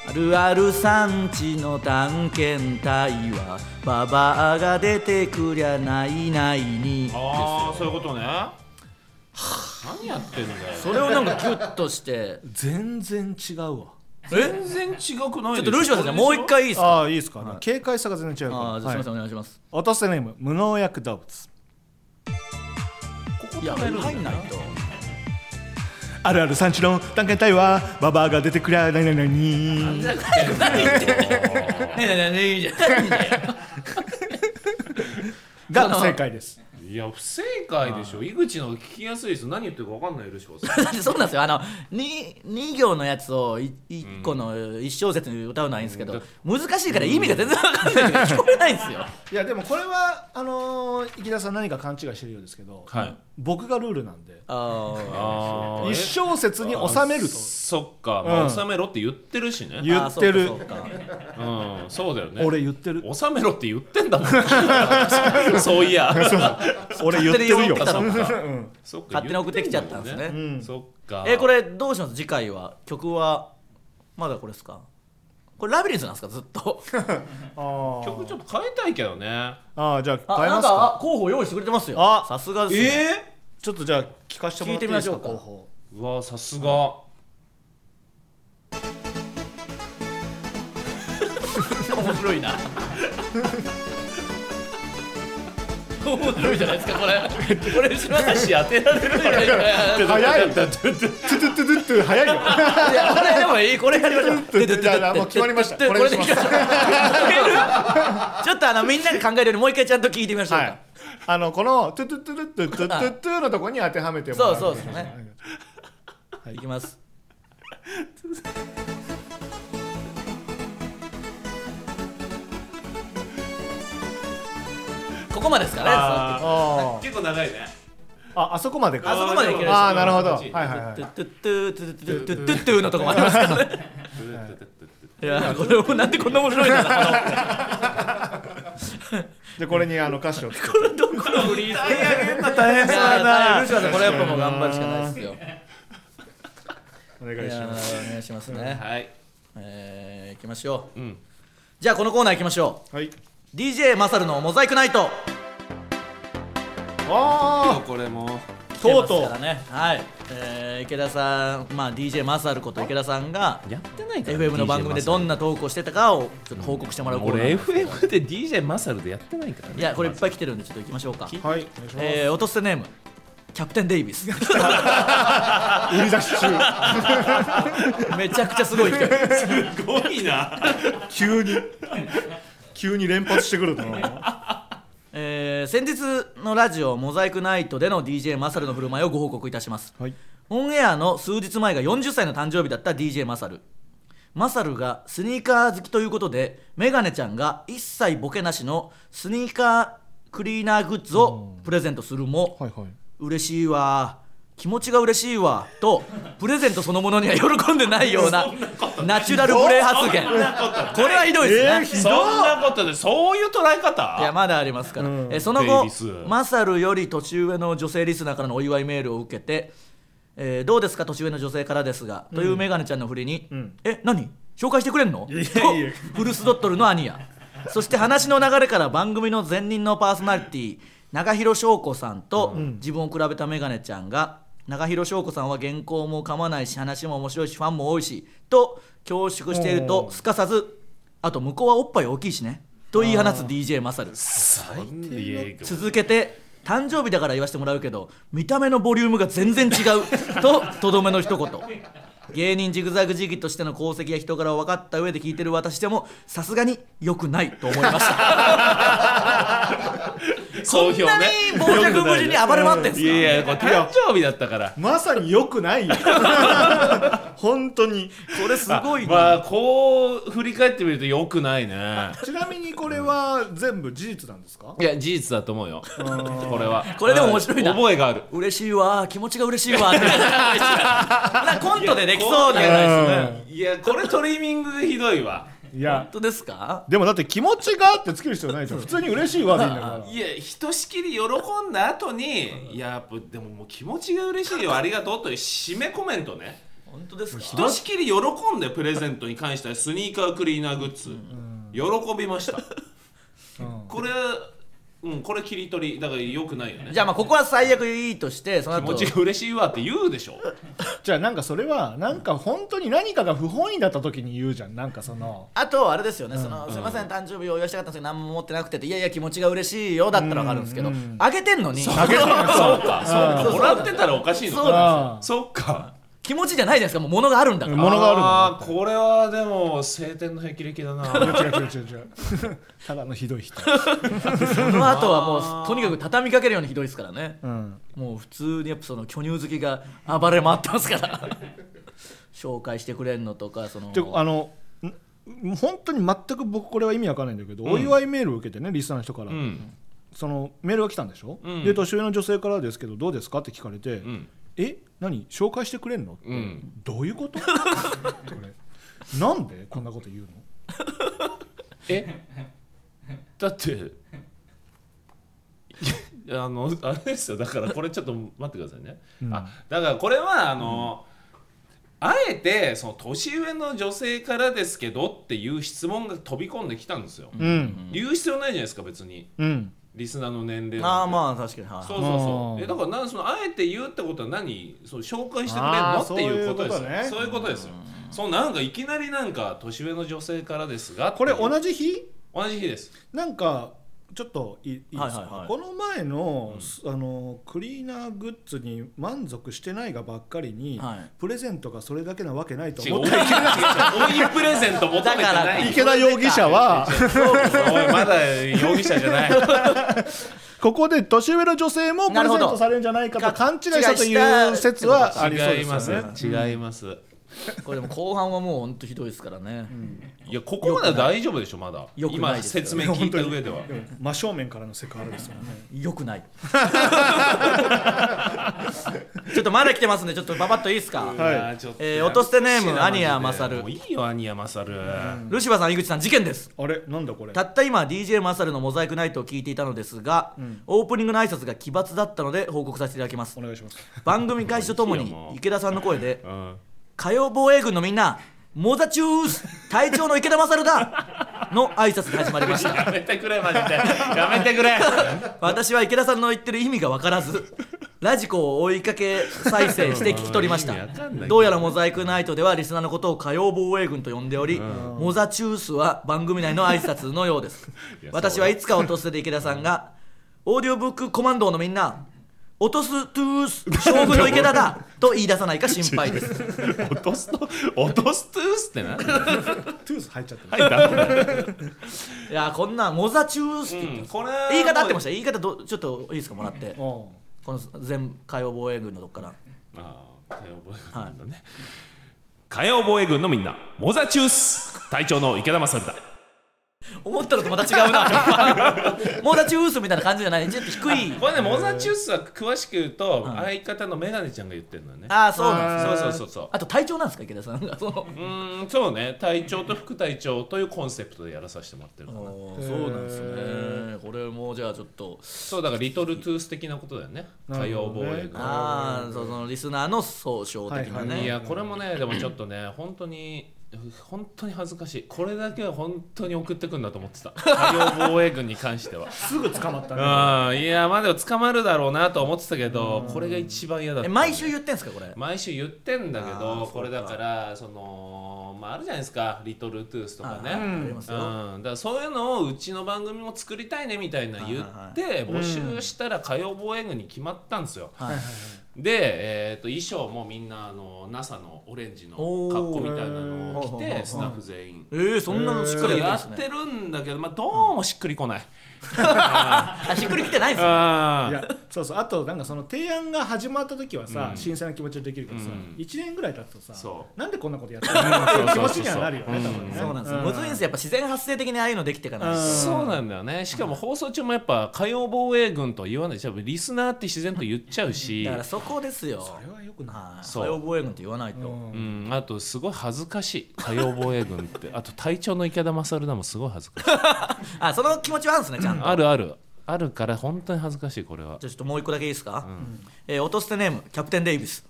Speaker 3: あるある産地の探検隊はババアが出てくりゃないないに
Speaker 1: ああそういうことね何やってんだよ
Speaker 3: それをなんかギュッとして
Speaker 2: 全然違うわ
Speaker 3: えち
Speaker 1: 全然違くない
Speaker 3: ょっとルシファーさんもう一回いいですか
Speaker 2: ああいいですか、
Speaker 3: はい
Speaker 2: 警戒さが全然違うから
Speaker 3: あーじゃあすみません、
Speaker 2: はい
Speaker 3: お願いします
Speaker 2: 落とすネーム無農薬動物
Speaker 1: ここ
Speaker 3: いや
Speaker 1: 食べるんだ
Speaker 3: 入
Speaker 1: よ
Speaker 3: んない [LAUGHS] と
Speaker 2: あるある産地の探検隊はババアが出てくりゃないないないに
Speaker 3: 何言ってんのねえねえねえいいじゃん
Speaker 2: が正解です
Speaker 1: いや不正解でしょ井口の方が聞きやすいです何言ってるか分かんないルシファーさん
Speaker 3: だってそうなんですよあの 2, 二行のやつを1個の1小節に歌うのはいいんですけど、難しいから意味が全然わかんないから聞こえないんですよ
Speaker 2: いやでもこれはあのー池田さん何か勘違いしてるようですけど、
Speaker 1: はい
Speaker 2: 僕がルールなんで
Speaker 3: あ
Speaker 1: あー
Speaker 2: 一小節に収めると
Speaker 1: そっか、まあ
Speaker 2: うん
Speaker 1: 収めろって言ってるしね
Speaker 2: 言ってる
Speaker 3: そうかそうか
Speaker 1: うんそうだよね
Speaker 2: 俺言ってる
Speaker 1: 収めろって言ってんだもん [LAUGHS] そういや
Speaker 2: 俺言ってるよ
Speaker 3: 勝手に言ってたのか
Speaker 1: そっか
Speaker 3: 勝手に送ってきちゃったんです
Speaker 1: 言っ
Speaker 3: ね
Speaker 1: てもんそっか
Speaker 3: えーこれどうします次回は曲はまだこれですかこれラビリンスなんですかずっと
Speaker 2: あ
Speaker 1: 曲ちょっと変えたいけどね
Speaker 2: あーじゃあ
Speaker 3: あ
Speaker 2: 変え
Speaker 3: な
Speaker 2: ま
Speaker 3: ん
Speaker 2: す
Speaker 3: か
Speaker 2: か
Speaker 3: あ候補用意してくれてますよ
Speaker 2: あ
Speaker 3: さすがですね、
Speaker 2: ちょっとじゃあ聞かせてもらっていいですか
Speaker 3: 聞いてみましょうか
Speaker 2: 候補
Speaker 1: うわさすが [LAUGHS]
Speaker 3: 面白いな
Speaker 6: 面白いじゃないですかこれこれ後ろ
Speaker 1: 歌詞当てられるから
Speaker 6: いやいや
Speaker 2: 早いトゥトゥトゥトゥトゥ早いよ
Speaker 3: いやこれでもいいこれやりましょう
Speaker 2: じゃあもう決まりました
Speaker 3: こ
Speaker 2: こ
Speaker 3: れ
Speaker 2: れ
Speaker 3: で
Speaker 2: で
Speaker 3: い
Speaker 2: い
Speaker 3: き
Speaker 2: き
Speaker 3: ま
Speaker 2: ま
Speaker 3: し
Speaker 2: し
Speaker 3: ょ
Speaker 2: ょう
Speaker 3: うちょっとあのみんなが考えるよりもう一回ちゃんと聞いてみましょう
Speaker 2: は
Speaker 3: か
Speaker 2: いあのこのトゥトゥトゥトゥトゥトゥトゥのとこに当てはめてもら
Speaker 3: そうそうですね
Speaker 7: はい
Speaker 3: いきますここまでですかね
Speaker 7: あ
Speaker 2: あ
Speaker 1: 結構長いね
Speaker 2: ーああそこまで
Speaker 3: あそ
Speaker 2: か
Speaker 3: こまでいける
Speaker 2: ああなるほ
Speaker 1: こ
Speaker 2: どは
Speaker 1: っち
Speaker 2: いはいは
Speaker 3: ト
Speaker 2: い
Speaker 3: ゥットゥットゥトゥトゥトゥトゥトゥのとこもありますからねいやこれもなんでこんな面白いんだろう
Speaker 2: でこれにあの歌詞をつけて
Speaker 3: これどこのフリースタイル
Speaker 1: 大変
Speaker 3: い
Speaker 1: そう
Speaker 3: や
Speaker 1: だ
Speaker 3: いや
Speaker 1: な
Speaker 3: ルシファーさんこれやっぱもう頑張るしかないですよ
Speaker 2: お願
Speaker 3: い
Speaker 2: いし
Speaker 3: や
Speaker 2: ます
Speaker 3: ーお願いしますね
Speaker 1: はい
Speaker 3: えー行きましょう
Speaker 1: うん
Speaker 3: じゃあこのコーナー行きましょ
Speaker 2: はいう
Speaker 3: DJ マサルのモザイクナイト
Speaker 2: あ
Speaker 1: これも
Speaker 2: とうとう
Speaker 3: 来てますからねはい、えー池田さんまあ DJ マサルこと池田さんが
Speaker 1: やってないから
Speaker 3: FM の番組でどんなトークをしてたかをちょっと報告してもらうコーナー
Speaker 1: 俺 FM で DJ マサルでやってないからね
Speaker 3: いやこれいっぱい来てるんでちょっと行きましょうか
Speaker 2: あはいお願いしま
Speaker 3: えー、落とせネームキャプテン・デイビス [LAUGHS]
Speaker 2: す売り出し中
Speaker 3: めちゃくちゃすごい人
Speaker 1: すごいな
Speaker 2: 急に急に連発してくるとは
Speaker 3: えー先日のラジオ「モザイクナイト」での DJ マサルの振る舞いをご報告いたします
Speaker 2: い
Speaker 3: オンエアの数日前が40歳の誕生日だった DJ マサルマサルがスニーカー好きということでメガネちゃんが一切ボケなしのスニーカークリーナーグッズをプレゼントするも
Speaker 2: はいはい
Speaker 3: 嬉しいわ気持ちが嬉しいわとプレゼントそのものには喜んでないようなナチュラル無礼発言これはひどいですね、
Speaker 1: そんなことでそういう捉え方
Speaker 3: いやまだありますから、えその後
Speaker 1: デイビス
Speaker 3: マサルより年上の女性リスナーからのお祝いメールを受けて、えーどうですか年上の女性からですが、というメガネちゃんのふりに、え何紹介してくれんのとフルスドットルの兄やそして話の流れから番組の前任のパーソナリティ長広翔子さんと自分を比べたメガネちゃんが長広翔子さんは原稿も噛まないし話も面白いしファンも多いしと恐縮しているとすかさずあと向こうはおっぱい大きいしねと言い放つ DJ マサル
Speaker 1: 最低
Speaker 3: 続けて誕生日だから言わせてもらうけど見た目のボリュームが全然違
Speaker 1: [LAUGHS]
Speaker 3: うととどめの一言芸人ジグザグジギとしての功績や人柄を分かった上で聞いてる私でもさすがに良くないと思いました
Speaker 1: [LAUGHS]
Speaker 3: こ
Speaker 1: 総
Speaker 3: ん
Speaker 1: 評ね
Speaker 3: なに傍若無人に暴れ回ってんすか
Speaker 1: いやいやこれ誕生日だったから
Speaker 2: まさに良くないよ本当に
Speaker 3: これすごいな、
Speaker 1: まあこう振り返ってみるとよくないね
Speaker 2: ちなみにこれは全部事実なんですか
Speaker 1: いや事実だと思うよこれは
Speaker 3: これでも面白いな
Speaker 1: 覚えがある
Speaker 3: 嬉しいわ気持ちが嬉しい
Speaker 1: [LAUGHS]
Speaker 3: わってなんかコントでできそうじゃないですか
Speaker 2: うん
Speaker 1: いやこれトリミングでひどいわ
Speaker 2: いや
Speaker 3: 本当ですか
Speaker 2: でもだって気持ちがってつける必要ないじゃん普通に嬉しいわみんなから
Speaker 1: いやひとしきり喜んだ後にいややっぱでももう気持ちが嬉しいよありがとうという締めコメントね
Speaker 3: 本当ですか
Speaker 1: ひとしきり喜んでプレゼントに関してはスニーカークリーナーグッズ喜びましたこれうんこれ切り取りだからよくないよね
Speaker 3: じゃあまあここは最悪いいとしてその
Speaker 1: 気持
Speaker 3: 後
Speaker 1: ちが嬉しいわって言うでしょ
Speaker 2: じゃあなんかそれはなんか本当に何かが不本意だった時に言うじゃんなんかその
Speaker 3: あとあれですよね、そのすみません、誕生日お祝いしたかったんですけど、何も持ってなくてって、いやいや、気持ちが嬉しいよだったら分かるんですけど、あげてんのに、
Speaker 1: そうかそう
Speaker 3: そ
Speaker 1: か
Speaker 3: う
Speaker 1: もらってたらおかしいの
Speaker 3: そう
Speaker 1: か
Speaker 2: あ
Speaker 1: そっか
Speaker 3: [LAUGHS] 気持ちじゃないじゃないですか、もう物があるんだから。
Speaker 2: 物があ
Speaker 1: あーこれはでも晴天の霹靂だ
Speaker 2: る
Speaker 3: [LAUGHS]
Speaker 1: な
Speaker 2: 違う違う違う違うただのひどい人、
Speaker 3: その後はもう、とにかく畳みかけるようにひどいですからね。
Speaker 2: うん、
Speaker 3: もう普通にやっぱその巨乳好きが暴れ回ってますから。 [LAUGHS] 紹介してくれんのとか、その。
Speaker 2: であのん本当に全く僕これは意味わかんないんだけど、お祝いメールを受けてねリスナーの人から、
Speaker 1: うん
Speaker 2: そのメールが来たんでしょ、
Speaker 1: うん
Speaker 2: で年上の女性からですけどどうですかって聞かれて、
Speaker 1: うん
Speaker 2: え何紹介してくれんのって、
Speaker 1: うん
Speaker 2: どういう
Speaker 4: [LAUGHS]
Speaker 2: ことこれなんでこんなこと言うの
Speaker 1: えだって [LAUGHS] いやあのあれですよだからこれちょっと待ってくださいね、あだからこれはあの、あえてその年上の女性からですけどっていう質問が飛び込んできたんですよ、
Speaker 2: うん
Speaker 1: 言う必要ないじゃないですか別に
Speaker 2: うん
Speaker 1: リスナーの年齢
Speaker 3: あ
Speaker 1: な
Speaker 3: あ、
Speaker 1: んて
Speaker 3: まあ、確かに、はい。
Speaker 1: そうそうそう
Speaker 2: あー
Speaker 1: えだからなんそのあえて言うってことは何そう紹介してくれるの
Speaker 2: あ
Speaker 1: っ
Speaker 2: ー
Speaker 1: ていうことですよ
Speaker 2: そういうことね
Speaker 1: そういうことですよそうなんかいきなりなんか年上の女性からですが
Speaker 2: これ
Speaker 1: っていう
Speaker 2: 同じ日
Speaker 1: 同じ日です
Speaker 2: なんか
Speaker 4: ちょっといいいですか、
Speaker 3: はいはいはい
Speaker 4: この前の,、あのクリーナーグッズに満足してないがばっかりに、
Speaker 3: はい
Speaker 4: プレゼントがそれだけなわけないと
Speaker 1: 違う
Speaker 4: 思っ
Speaker 1: お
Speaker 4: て
Speaker 1: い違うプレゼント求めて
Speaker 3: だか
Speaker 1: な
Speaker 3: ら
Speaker 1: い
Speaker 2: 池田容疑者
Speaker 3: [LAUGHS]
Speaker 2: は
Speaker 1: おいまだ容疑者じゃない
Speaker 4: ここで年上の女性もプレゼン
Speaker 3: なるほど
Speaker 4: トされるんじゃないかと勘違いしたと
Speaker 3: 勘違いし
Speaker 4: い
Speaker 3: た
Speaker 4: う説はありそう
Speaker 1: 違
Speaker 4: で
Speaker 1: い
Speaker 4: す
Speaker 1: ま
Speaker 4: よ
Speaker 1: す
Speaker 4: ね。
Speaker 1: 違います、
Speaker 3: これでも後半はもう本当ひどいですからね、
Speaker 1: いやここまでは大丈夫でしょまだ
Speaker 3: よくない
Speaker 1: 今
Speaker 3: ですよ
Speaker 1: 説明聞いた上では
Speaker 4: 真正面からのセクハラですよね。
Speaker 3: よくない [LAUGHS] ちょっとまだ来てますんでちょっとババッといいですか、
Speaker 1: はいやちょっと
Speaker 3: えー落としてネー
Speaker 1: やめて
Speaker 3: ム
Speaker 1: ほしいな
Speaker 3: アニヤマサル
Speaker 1: マジでもういいよアニヤマサル、
Speaker 3: ルシファーさん井口さん事件です
Speaker 4: あれなんだこれ。
Speaker 3: たった今 DJ マサルの「モザイクナイト」を聞いていたのですが、オープニングの挨拶が奇抜だったので報告させていただきます
Speaker 4: お願いします。 [LAUGHS]
Speaker 3: 番組開始ととも
Speaker 1: いい
Speaker 3: に
Speaker 1: よもう
Speaker 3: 池田さんの声で
Speaker 1: うん
Speaker 3: 「火曜防衛軍のみんなモザチュース隊長の池田マサルだ!」の挨拶が始まりました
Speaker 1: やめてくれマジでやめてく
Speaker 3: [LAUGHS]
Speaker 1: れ
Speaker 3: 私は池田さんの言ってる意味が分からず
Speaker 1: [LAUGHS]
Speaker 3: ラジコを追いかけ再生して聞き取りました
Speaker 1: 意味わかんないけど
Speaker 3: どうやら「モザイクナイト」ではリスナーのことを火曜防衛軍と呼んでおり、モザチュースは番組内の挨拶のようです
Speaker 1: いや
Speaker 3: 私はいつか落とせで池田さんが「オーディオブックコマンドのみんな落とすトゥース将軍の
Speaker 1: [LAUGHS]
Speaker 3: 池田だ」と言い出さないか心配です
Speaker 1: 落とすと落とすトゥースってな
Speaker 4: トゥース入っちゃってる。
Speaker 1: はいダメだ、
Speaker 3: いやこんなんモザチュースって言ってます、
Speaker 1: これ
Speaker 3: 言い方合ってま
Speaker 1: し
Speaker 3: した言い方どちょっといいですかもらって
Speaker 4: うん
Speaker 3: この全火曜防衛軍のとこから
Speaker 1: たああ火曜防衛軍のね、火曜防衛軍のみんなモザチュース隊長の池田勝だ
Speaker 3: 思ったのとまた違うな [LAUGHS] モーダチュースみたいな感じじゃないちょっと低い
Speaker 1: これねモザチュースは詳しく言うと相方のメガネちゃんが言ってるのね
Speaker 3: ああそうなんですね
Speaker 1: そうそうそうそう
Speaker 3: あと体調なんですか池田さんがその
Speaker 1: うーんそうね隊長と副隊長というコンセプトでやらさせてもらってるかな
Speaker 3: [LAUGHS] そうなんですねこれもじゃあちょっと
Speaker 1: そうだからリトルトゥース的なことだよね火曜防衛軍
Speaker 3: ああそのリスナーの総称的なね、
Speaker 1: いやこれもねでもちょっとね本当に本当に恥ずかしいこれだけは本当に送ってくんだと思ってた海洋防衛軍に関しては
Speaker 4: すぐ捕まったね。
Speaker 1: うんいやまあでも捕まるだろうなと思ってたけどこれが一番嫌だっ
Speaker 3: え
Speaker 1: た
Speaker 3: 毎週言ってんすかこれ
Speaker 1: 毎週言ってんだけ
Speaker 3: あーそう
Speaker 1: ど
Speaker 3: か
Speaker 1: これだからそのまああるじゃないですかリトルトゥースとかね
Speaker 3: あーありますよ
Speaker 1: うん、だからそういうのをうちの番組も作りたいねみたいな言って募集したら火曜防衛軍に決まったんですよ、
Speaker 3: はい
Speaker 1: で、えー、と衣装もみんなあの NASA のオレンジの
Speaker 3: おー
Speaker 1: 格好みたいなのを着
Speaker 3: へー
Speaker 1: てスタッフ全員
Speaker 3: えー、そんなのしっ
Speaker 1: こ
Speaker 3: か
Speaker 1: れ
Speaker 3: りや
Speaker 1: や
Speaker 3: ってるん
Speaker 1: っ
Speaker 3: ですね
Speaker 1: てるんだけどまあどうもしっくりこない、
Speaker 3: あしっくりきてないんすね
Speaker 1: あー
Speaker 4: いやそうそうあとなんかその提案が始まった時はさ、新鮮な気持ちでできるけどさ、
Speaker 1: うん
Speaker 4: 1年ぐらい経つとさ
Speaker 1: そ
Speaker 4: なんでこんなことやってるのっていう気持ちにはなるよね
Speaker 1: うん
Speaker 4: 多分ね
Speaker 3: そうなんですよ、むずいんですよやっぱ自然発生的にああいうのできていかない
Speaker 4: うん
Speaker 3: し
Speaker 1: そうなんだよねしかも放送中もやっぱ火曜防衛軍とは言わないし多分リスナーって自然と言っちゃうし
Speaker 3: だからそこですよ
Speaker 4: それはよくない
Speaker 3: はい
Speaker 1: そう
Speaker 3: 火曜防衛軍って言わないと、
Speaker 1: うん、あとすごい恥ずかしい火曜防衛軍ってあと隊長の池田勝だもすごい恥ずか
Speaker 3: [LAUGHS]
Speaker 1: しい
Speaker 3: あその気持ちはあるんですねちゃんと
Speaker 1: あるあるあるから本当に恥ずかしいこれは
Speaker 3: じゃあちょっともう一個だけいいですか、えー落としてネームキャプテンデイビス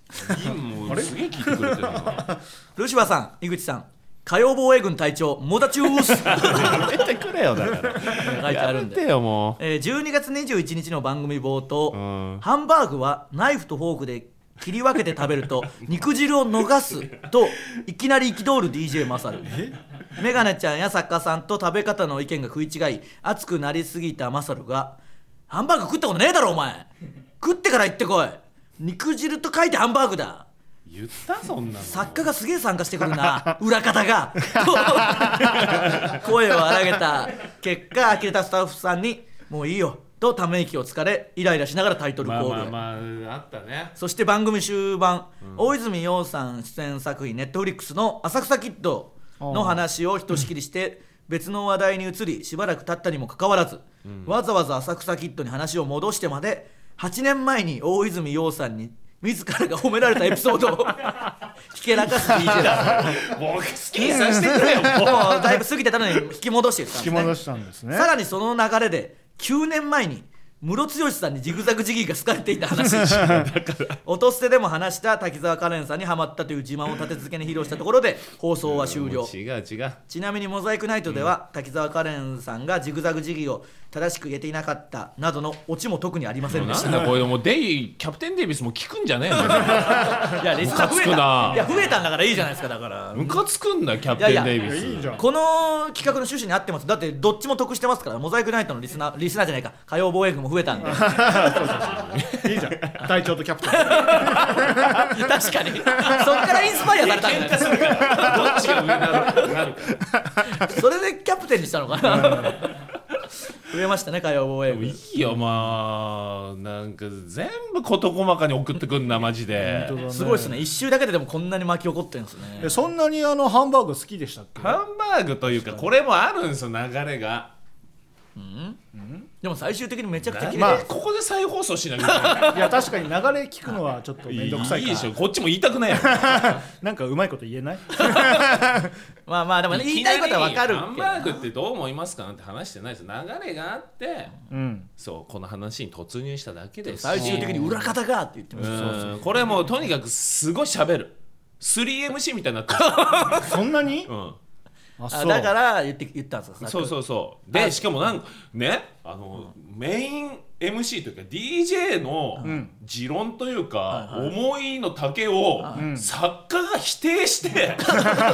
Speaker 1: もうすげえ聞いてくれてるな
Speaker 3: ルシファーさん井口さん火曜防衛軍隊長モダチュ
Speaker 1: [LAUGHS]
Speaker 3: ース
Speaker 1: やめてくれよだから
Speaker 3: 書いてあるん
Speaker 1: やめ
Speaker 3: で
Speaker 1: てよも
Speaker 3: えー12月21日の番組冒頭、
Speaker 1: ん
Speaker 3: ハンバーグはナイフとフォークで切り分けて食べる
Speaker 1: [LAUGHS]
Speaker 3: と肉汁を逃すといきなり憤る DJ マサルメガネちゃんや作家さんと食べ方の意見が食い違い熱くなりすぎたマサルが「ハンバーグ食ったことねえだろお前食ってから行ってこい肉汁と書いてハンバーグだ
Speaker 1: う言ったそんなの
Speaker 3: 作家がすげえ参加してくるな [LAUGHS] 裏方がと声を荒げた結果呆れたスタッフさんに「もういいよ」とため息をつかれイライラしながらタイトルコ
Speaker 1: ま
Speaker 3: ー
Speaker 1: あ
Speaker 3: ルへ、
Speaker 1: まあまああったね
Speaker 3: そして番組終盤、大泉洋さん出演作品ネットフリックスの「浅草キッド」の話をひとしきりして別の話題に移りしばらく経ったにもかかわらず、わざわざ「浅草キッド」に話を戻してまで8年前に大泉洋さんに自らが褒められたエピソード
Speaker 4: [LAUGHS]
Speaker 3: をひけらかす DJ だ [LAUGHS]
Speaker 1: 僕好きにさせてく
Speaker 4: [LAUGHS]
Speaker 1: れよもう
Speaker 3: もうだいぶ過ぎてたのに引き戻してたんです、ね、
Speaker 4: 引き戻したんですね
Speaker 3: さらにその流れで9年前にムロツヨシさんにジグザグジギーが好かれていた [LAUGHS] 話音捨てでも話した滝沢カレンさんにハマったという自慢を立て続けに披露したところで放送は終
Speaker 1: も
Speaker 3: 了
Speaker 1: う違う違う
Speaker 3: ちなみに「モザイクナイト」では、滝沢カレンさんがジグザグジギーを正しく言えていなかったなどのオチも特にありませんでし
Speaker 1: な
Speaker 3: た
Speaker 1: んだこういうのもうデイキャプテンデイビスも聞くんじゃねえの
Speaker 3: いやリスナー増
Speaker 1: ムカつ
Speaker 3: えた
Speaker 1: くない
Speaker 3: や増えたんだからいいじゃないですかだから
Speaker 1: ムカつくんだキャプテンデイビス
Speaker 4: いいじゃん
Speaker 3: この企画の趣旨に合ってますだってどっちも得してますからモザイクナイトのリスナーリスナーじゃないか火曜防衛軍も増えたんで確
Speaker 4: いいじゃん隊長とキャプテン
Speaker 3: かにそっからインスパイアされたんだよ
Speaker 1: どっちが上なのなるか
Speaker 3: それでキャプテンにしたのかな増えましたね火曜防衛
Speaker 1: でもい
Speaker 3: 軍
Speaker 1: いよまあなんか全部事細かに送ってくんなマジで
Speaker 3: [LAUGHS] すごいですね一周だけででもこんなに巻き起こってるんですね
Speaker 4: えそんなにあのハンバーグ好きでしたっけ
Speaker 1: ハンバーグというかこれもあるんですよ流れが
Speaker 3: でも最終的にめちゃくちゃ切れて
Speaker 1: まあ
Speaker 3: る
Speaker 1: ここで再放送しなきゃ
Speaker 4: いや確かに流れ聞くのはちょっと
Speaker 1: いけな
Speaker 4: 面
Speaker 1: い
Speaker 4: 倒くさい
Speaker 1: い
Speaker 4: か
Speaker 1: い
Speaker 4: ら
Speaker 1: でしょこっちも言いたく
Speaker 3: [LAUGHS]
Speaker 1: ないやろ
Speaker 4: なんかうまいこと言えない
Speaker 3: まあまあでも言いたいことはわかる
Speaker 1: ハン
Speaker 3: けど
Speaker 1: バーグってどう思いますかなんて話してないです流れがあって
Speaker 4: うん
Speaker 1: そうこの話に突入しただけですし
Speaker 3: 最終的に裏方がって言ってまし
Speaker 1: う
Speaker 3: た
Speaker 1: んこれもうとにかくすごい喋る 3MC みたいになってる、
Speaker 4: [LAUGHS]
Speaker 3: [LAUGHS]
Speaker 4: そんなに
Speaker 1: うん
Speaker 4: あ
Speaker 3: あだから言って言ったんですよ
Speaker 1: そうそうそうでしかもなんかねあの、メイン MC というか DJ の持論というか、思いの丈を、作家が否定して [LAUGHS]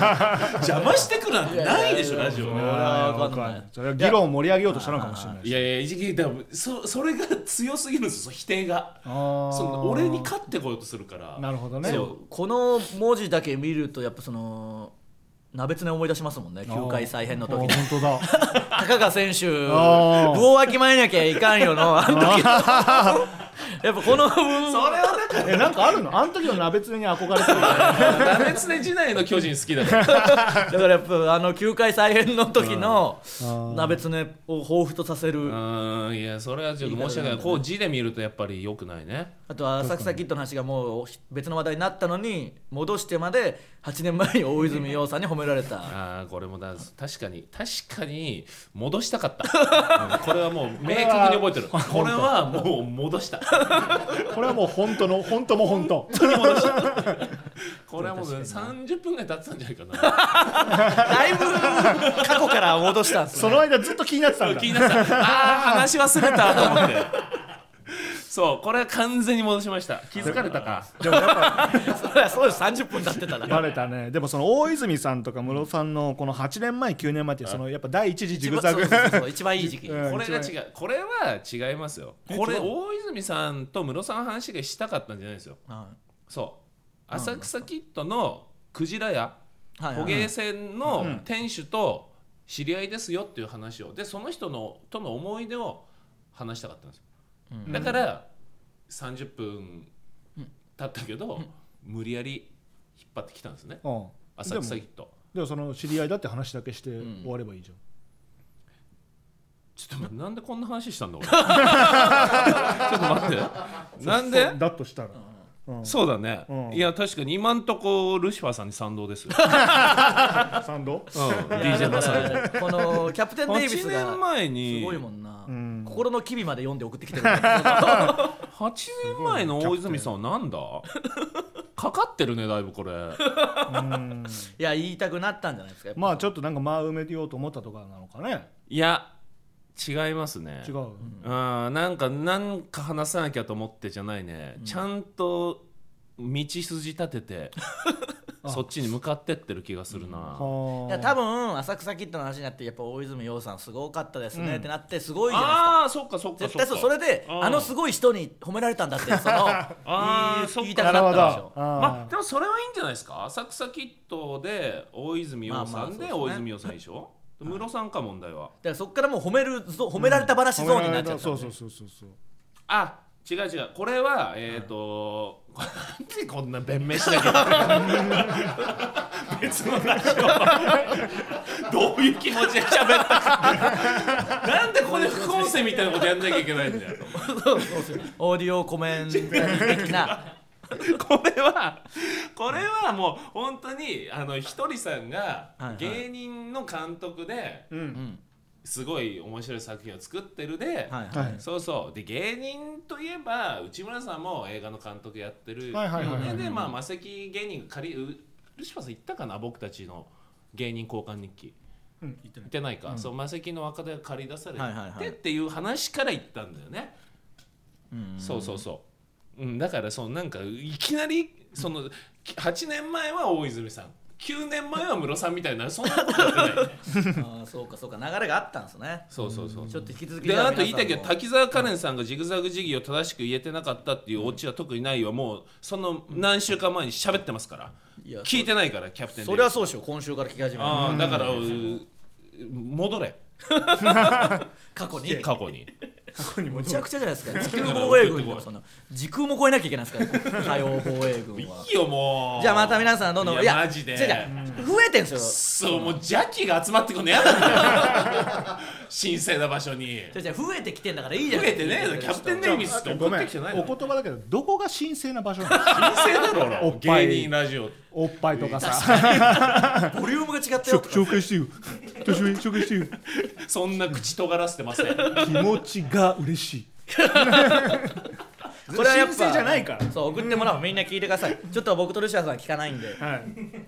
Speaker 1: 邪魔してくるなんてないでしょラジオ
Speaker 3: これ
Speaker 1: ね
Speaker 3: は
Speaker 4: わ
Speaker 3: 分かんない
Speaker 4: それは議論を盛り上げようとしたのかもしれない
Speaker 1: いやいやいじきだからそそれが強すぎるんですよ否定が
Speaker 4: あ
Speaker 1: そ
Speaker 4: ー
Speaker 1: の俺に勝ってこようとするから
Speaker 4: なるほどね
Speaker 1: そう
Speaker 3: この文字だけ見るとやっぱその鍋つね思い出しますもんね9回再編の時
Speaker 4: あ
Speaker 3: に
Speaker 4: ー本当だ
Speaker 3: 高川選手
Speaker 4: あー
Speaker 3: 棒わきまえなきゃいかんよのあの時の [LAUGHS] やっぱこの
Speaker 1: それはだから
Speaker 4: [LAUGHS] えなんかあるのあの時の鍋つねに憧れて
Speaker 3: [LAUGHS]
Speaker 4: る
Speaker 1: ダメつね時代の巨人好きだ [LAUGHS] から
Speaker 3: だからやっぱあの9回再編の時の
Speaker 4: ー
Speaker 3: 鍋つねを彷彿とさせる
Speaker 1: うーんいやそれはちょっと申し訳ないこう字で見るとやっぱり良くないね
Speaker 3: あとは浅草キッドの話がもう別の話題になったのに戻してまで8年前に大泉洋さんに褒められ
Speaker 4: [LAUGHS]
Speaker 3: た
Speaker 1: ああこれもだ確かに確かに戻したかった、うんこれは [LAUGHS] もう明確に覚えてるこれはもう戻した
Speaker 4: これはもう本当の本当も本当
Speaker 1: これはもう30分ぐらい経ってたんじゃないか
Speaker 3: だいぶ過去から戻したんです
Speaker 4: その間ずっと気になってたん
Speaker 1: な [LAUGHS]
Speaker 4: だ
Speaker 1: 気になったああ話忘れたと思ってそうこれは完全に戻しました気づかれたか
Speaker 3: そりゃそうです30分経ってたら
Speaker 4: バレたねでもその大泉さんとか室さんのこの8年前9年前っていうそのやっぱ第一次ジグザグ
Speaker 3: 一番そうそうそう一番いい時期
Speaker 4: うん
Speaker 1: これが違うこれは違いますよこれ大泉さんと室さんの話がしたかったんじゃないですよ
Speaker 3: はい
Speaker 1: そう浅草キッドのクジラ屋
Speaker 3: はい
Speaker 1: 捕鯨船の店主と知り合いですよっていう話をでその人のとの思い出を話したかったんですよ、だから30分経ったけど、無理やり引っ張ってきたんですね
Speaker 4: [LAUGHS] うん
Speaker 1: 浅草キッド
Speaker 4: でもその知り合いだって話だけして終わればいいじゃん
Speaker 1: ちょっと待ってなんでこんな話したん
Speaker 3: [LAUGHS]
Speaker 1: だ俺ちょっと待ってなんで
Speaker 4: だとしたら
Speaker 1: そうだね、
Speaker 4: うん
Speaker 1: いや確かに今んとこルシファーさんに賛同ですよ、
Speaker 4: 賛同
Speaker 1: うん、DJ マ
Speaker 3: だ
Speaker 1: サ
Speaker 3: か
Speaker 1: ル
Speaker 3: らこのキャプテン・デイビス
Speaker 1: 8年
Speaker 3: が
Speaker 1: 前に
Speaker 3: すごいもんな、
Speaker 4: ん
Speaker 3: 心の機微まで読んで送ってきてるから
Speaker 1: 8年前の大泉さんはなんだかかってるねだいぶこれ
Speaker 3: いや言いたくなったんじゃないですかやっぱ
Speaker 4: まあちょっとなんか間埋めようと思ったとかなのかね
Speaker 1: いや違いますね
Speaker 4: 違う
Speaker 1: あーなんかなんか話さなきゃと思ってじゃないね、ちゃんと道筋立て [LAUGHS] てそっちに向かってってる気がするな、
Speaker 4: はい
Speaker 3: や多分浅草キッドの話になってやっぱ大泉洋さんすごかったですねってなってすごいじゃないですか
Speaker 1: ああそっかそっか
Speaker 3: 絶
Speaker 1: そっ
Speaker 3: 対
Speaker 1: か
Speaker 3: そうそれで
Speaker 1: うん
Speaker 3: あのすごい人に褒められたんだってその
Speaker 1: あー
Speaker 3: 言い
Speaker 1: そっか
Speaker 3: 言いたくなったんでしょ
Speaker 1: まあ
Speaker 4: あ
Speaker 1: でもそれはいいんじゃないですか浅草キッドで大泉洋
Speaker 3: まあ
Speaker 1: さ
Speaker 3: まあそ
Speaker 1: ん
Speaker 3: うです
Speaker 1: で
Speaker 3: ね
Speaker 1: 大泉洋さんでしょ、ムロさんか問題は
Speaker 3: だからそっからもう褒めるぞ褒められた話ゾーンになっちゃったんで、
Speaker 4: そうそうそうそうそう
Speaker 1: あ違う違うこれはえっ、ー、と、なんでこんな弁明しなきゃいけない [LAUGHS] 別のラジオどういう気持ちで喋ったかなんでここで副音声みたいなことやんなきゃいけないんだよ
Speaker 3: オーディオコメント的な
Speaker 1: これはこれはもう本当にあのひとりさんが
Speaker 3: はいはい
Speaker 1: 芸人の監督で
Speaker 4: うん
Speaker 1: すごい面白い作品を作ってるで、
Speaker 3: はいはい、
Speaker 4: はい
Speaker 1: そうそうで芸人といえば内村さんも映画の監督やってるよね、
Speaker 4: はいはいはいはい
Speaker 1: でまあ魔石芸人が仮うルシファーさん行ったかな僕たちの芸人交換日記
Speaker 2: うん、言ってな
Speaker 1: 行
Speaker 2: い
Speaker 1: ってないか、そう魔石の若手が借り出されて、
Speaker 3: はいはいはい
Speaker 1: っていう話から行ったんだよね、
Speaker 3: うん
Speaker 1: そうそうそう、うん、だからそうなんかいきなりそのき8年前は大泉さん9年前はムロさんみたいなそんなことやってないよね
Speaker 3: ああそうかそうか流れがあったんですね
Speaker 1: そうそうそう
Speaker 3: ちょっと引き続き
Speaker 1: で
Speaker 3: じゃ
Speaker 1: あと言い
Speaker 3: 皆
Speaker 1: た
Speaker 3: さ
Speaker 1: い
Speaker 3: ん
Speaker 1: けど
Speaker 3: も
Speaker 1: 滝沢カレンさんがジグザグジギーを正しく言えてなかったっていうオチは特にないはもうその何週間前に喋ってますから
Speaker 3: いや
Speaker 1: 聞いてないからキャプテン
Speaker 3: それはそうでしょ今週から聞き始め
Speaker 1: あ
Speaker 3: る
Speaker 1: あだからうー戻れ
Speaker 3: 過去に
Speaker 1: 過去に
Speaker 2: 過去にも
Speaker 3: むちゃくちゃじゃないですか地球防衛軍のその時空も超えなきゃいけないですから火曜防衛軍はい
Speaker 1: いよもう
Speaker 3: じゃあまた皆さんどんどん
Speaker 1: いやマジで
Speaker 3: 違う違う増えてんすよ
Speaker 1: そうもうジャッキーが集まってくんの嫌なんだよ神聖な場所に
Speaker 3: 違う違う増えてきてんだからいいじゃ
Speaker 1: 増
Speaker 3: ん
Speaker 1: えてねえのキャプテンネイビスって
Speaker 2: ご
Speaker 1: 送っ
Speaker 2: め
Speaker 1: て
Speaker 2: ん
Speaker 1: きてない
Speaker 2: お
Speaker 1: の神
Speaker 2: 言葉だけどどこが [LAUGHS] 神聖な場所なの
Speaker 1: 聖だろ
Speaker 2: お
Speaker 1: 俺
Speaker 2: っぱい
Speaker 1: 芸人ラジオ
Speaker 2: おっぱいとかさ
Speaker 3: ボリュームが違ったよとか
Speaker 4: 紹介してよ年上紹介してよ
Speaker 1: そんな口尖らせてません
Speaker 4: 気持ちが嬉しい
Speaker 3: これはやっぱ
Speaker 2: 神聖じゃないから
Speaker 3: そう送ってもらおうみんな聞いてくだ
Speaker 2: [LAUGHS]
Speaker 3: さいちょっと僕とルシアさん聞かないんで
Speaker 2: はい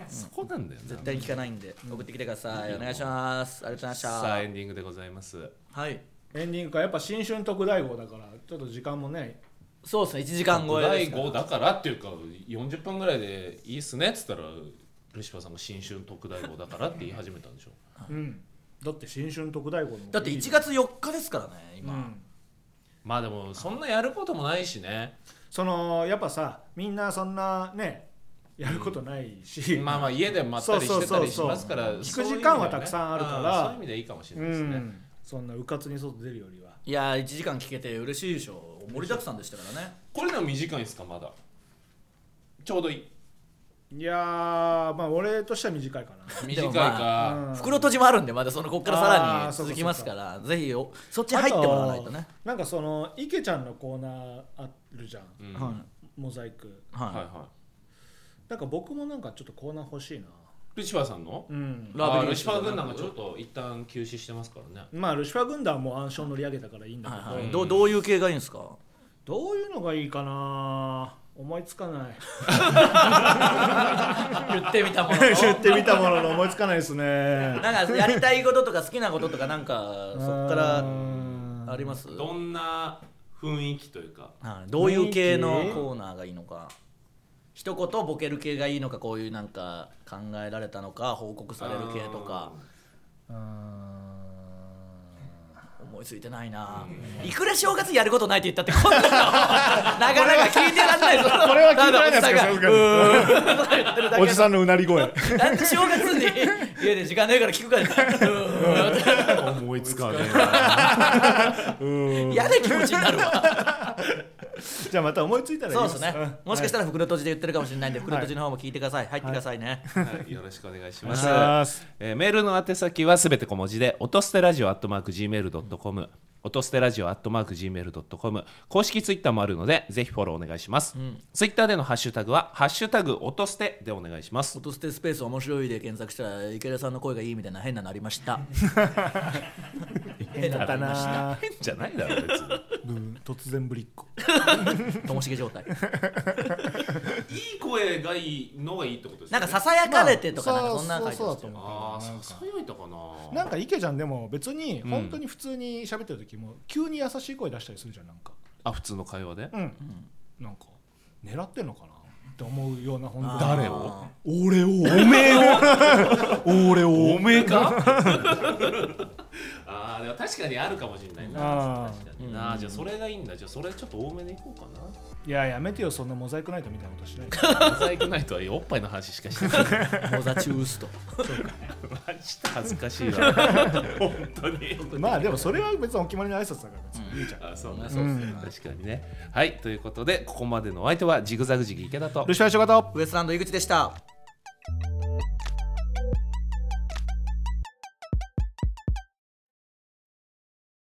Speaker 1: そうなんだよ
Speaker 3: 絶
Speaker 1: な
Speaker 3: 対に聞かないんで送ってきてくださいお願いしますありがとうござい
Speaker 1: さあ
Speaker 3: ま
Speaker 1: エ
Speaker 3: し
Speaker 1: ンディングでございます
Speaker 3: たはい
Speaker 2: エンディングかやっぱ新春特大号だからちょっと時間もね
Speaker 3: そうですね1時間超えで
Speaker 1: 第
Speaker 3: すから
Speaker 1: 5だからっていうか40分ぐらいでいいっすねっつったらルシファーさんが新春特大号だからって言い始めたんでしょ
Speaker 2: うんだって新春特大号の
Speaker 3: だって1月4日ですからね
Speaker 2: う
Speaker 3: 今、
Speaker 2: ん
Speaker 1: [LAUGHS] まあでもそんなやることもないしね
Speaker 2: そのやっぱさみんなそんなねやることないし、
Speaker 1: まあまあ家でまったりしてたりしますから
Speaker 2: そう
Speaker 1: そ
Speaker 2: そうそう
Speaker 1: ういう意味ではね
Speaker 2: 聞く時間はたくさんあるから
Speaker 1: うんそういう意味でいいかもしれ
Speaker 2: う
Speaker 1: ないですね、
Speaker 2: ん、そんなうかつに外出るよりはい
Speaker 3: やー1時間聞けて嬉しいでしょ盛りだくさんでしたからね
Speaker 1: これでも短いんですかまだちょうどいい
Speaker 2: いやーまあ俺としては短いか
Speaker 1: 短いか、
Speaker 3: でも
Speaker 2: な、うん
Speaker 3: 袋閉じもあるんでまだそのこっからさら
Speaker 2: あー
Speaker 3: に
Speaker 2: そうか
Speaker 3: 続きますからぜひおそっち入ってもらわないとね
Speaker 2: あなんかその池ちゃんのコーナーあるじゃん、
Speaker 1: うん
Speaker 3: はい
Speaker 1: は
Speaker 2: モザイク
Speaker 1: い
Speaker 3: はい
Speaker 1: は
Speaker 2: なんか僕もなんかちょっとコーナー欲しいな
Speaker 1: ルシファーさんの
Speaker 2: うん
Speaker 3: ラ
Speaker 1: ラ
Speaker 3: ブリーズ
Speaker 1: ルシファー軍団がちょっと一旦休止してますからね
Speaker 2: まあルシファー軍団はもう暗唱乗り上げたからいいんだけど、
Speaker 3: はいは
Speaker 1: う
Speaker 3: い
Speaker 1: ん
Speaker 3: どうどういう系がいいんですか
Speaker 2: どういうのがいいかな思いつかない
Speaker 3: [LAUGHS] 言ってみたも
Speaker 2: [LAUGHS]
Speaker 3: の
Speaker 2: 言ってみたものの思いつかないですね
Speaker 3: なんかやりたいこととか好きなこととかなんかそっから
Speaker 2: ら
Speaker 3: あります
Speaker 1: どんな雰囲気というか
Speaker 3: はいどういう系のコーナーがいいのか一言ボケる系がいいのかこういうなんか考えられたのか報告される系とか思いついてないな、いくら正月やることないって言ったってこんなのなかなか聞いてらんないぞこ
Speaker 4: れは聞いてられないですよ
Speaker 3: うーんとか言ってるだけ
Speaker 4: おじさんのうなり声
Speaker 3: なんで正月に家で時間ないから聞くかね
Speaker 4: 思いつかね
Speaker 3: 嫌な気持ちになるわ
Speaker 2: じゃあまた思いついたらいい
Speaker 3: そ
Speaker 2: ま
Speaker 3: うですねもしかしたら袋閉じで言ってるかもしれないんで袋閉じの方も聞いてください入ってくださいね
Speaker 1: はいよろしくお願いします
Speaker 4: お願いします
Speaker 1: えーメールの宛先はすべて小文字で音捨てラジオアットマーク Gmail.com 音捨てラジオアットマーク Gmail.com 公式ツイッターもあるのでぜひフォローお願いします、ツイッターでのハッシュタグは「ハッシュタグ音捨て」でお願いします
Speaker 3: 音捨てスペース面白いで検索したら池田さんの声がいいみたいな変なのありました変なのありました
Speaker 1: 変じゃないだろ別に
Speaker 4: 突然ぶりっ子
Speaker 3: ともしげ状態
Speaker 1: [LAUGHS] いい声がいいのがいいってことです
Speaker 3: なんか
Speaker 1: ね
Speaker 3: ささやかれてとかなんか
Speaker 2: まあ
Speaker 3: そんなの書いて
Speaker 2: そう
Speaker 3: ま
Speaker 2: そうだ
Speaker 3: した
Speaker 2: と
Speaker 3: よ
Speaker 2: 思
Speaker 1: ああささやいたかな
Speaker 2: なんか池ちゃんでも別に本当に普通に喋ってる時も急に優しい声出したりするじゃんなんか
Speaker 1: あ普通の会話で
Speaker 2: うん、なんか狙ってんのかなって思うような本当
Speaker 3: あー
Speaker 2: に
Speaker 1: 誰を
Speaker 4: 俺をおめえを俺をおめえか
Speaker 1: [LAUGHS] ああでも確かにあるかもしれない
Speaker 2: あ
Speaker 1: な
Speaker 2: ー
Speaker 1: 確かになじゃあそれがいいんだじゃあそれちょっと多めでいこうかない
Speaker 2: ややめてよそんなモザイクナイトみたいなことしないで
Speaker 1: モザイクナイトはおっぱいの話しかして [LAUGHS] ない
Speaker 3: モザチュースと
Speaker 1: マジで恥ずかしいわ本当に
Speaker 2: まあでもそれは別にお決まりの挨拶だから別に、ゆうちゃん
Speaker 1: あそうね、そうですね確かにねはいということでここまでのお相手はジグザグジギ池田と
Speaker 2: ルシファー仕事
Speaker 3: ウエストランド井口でした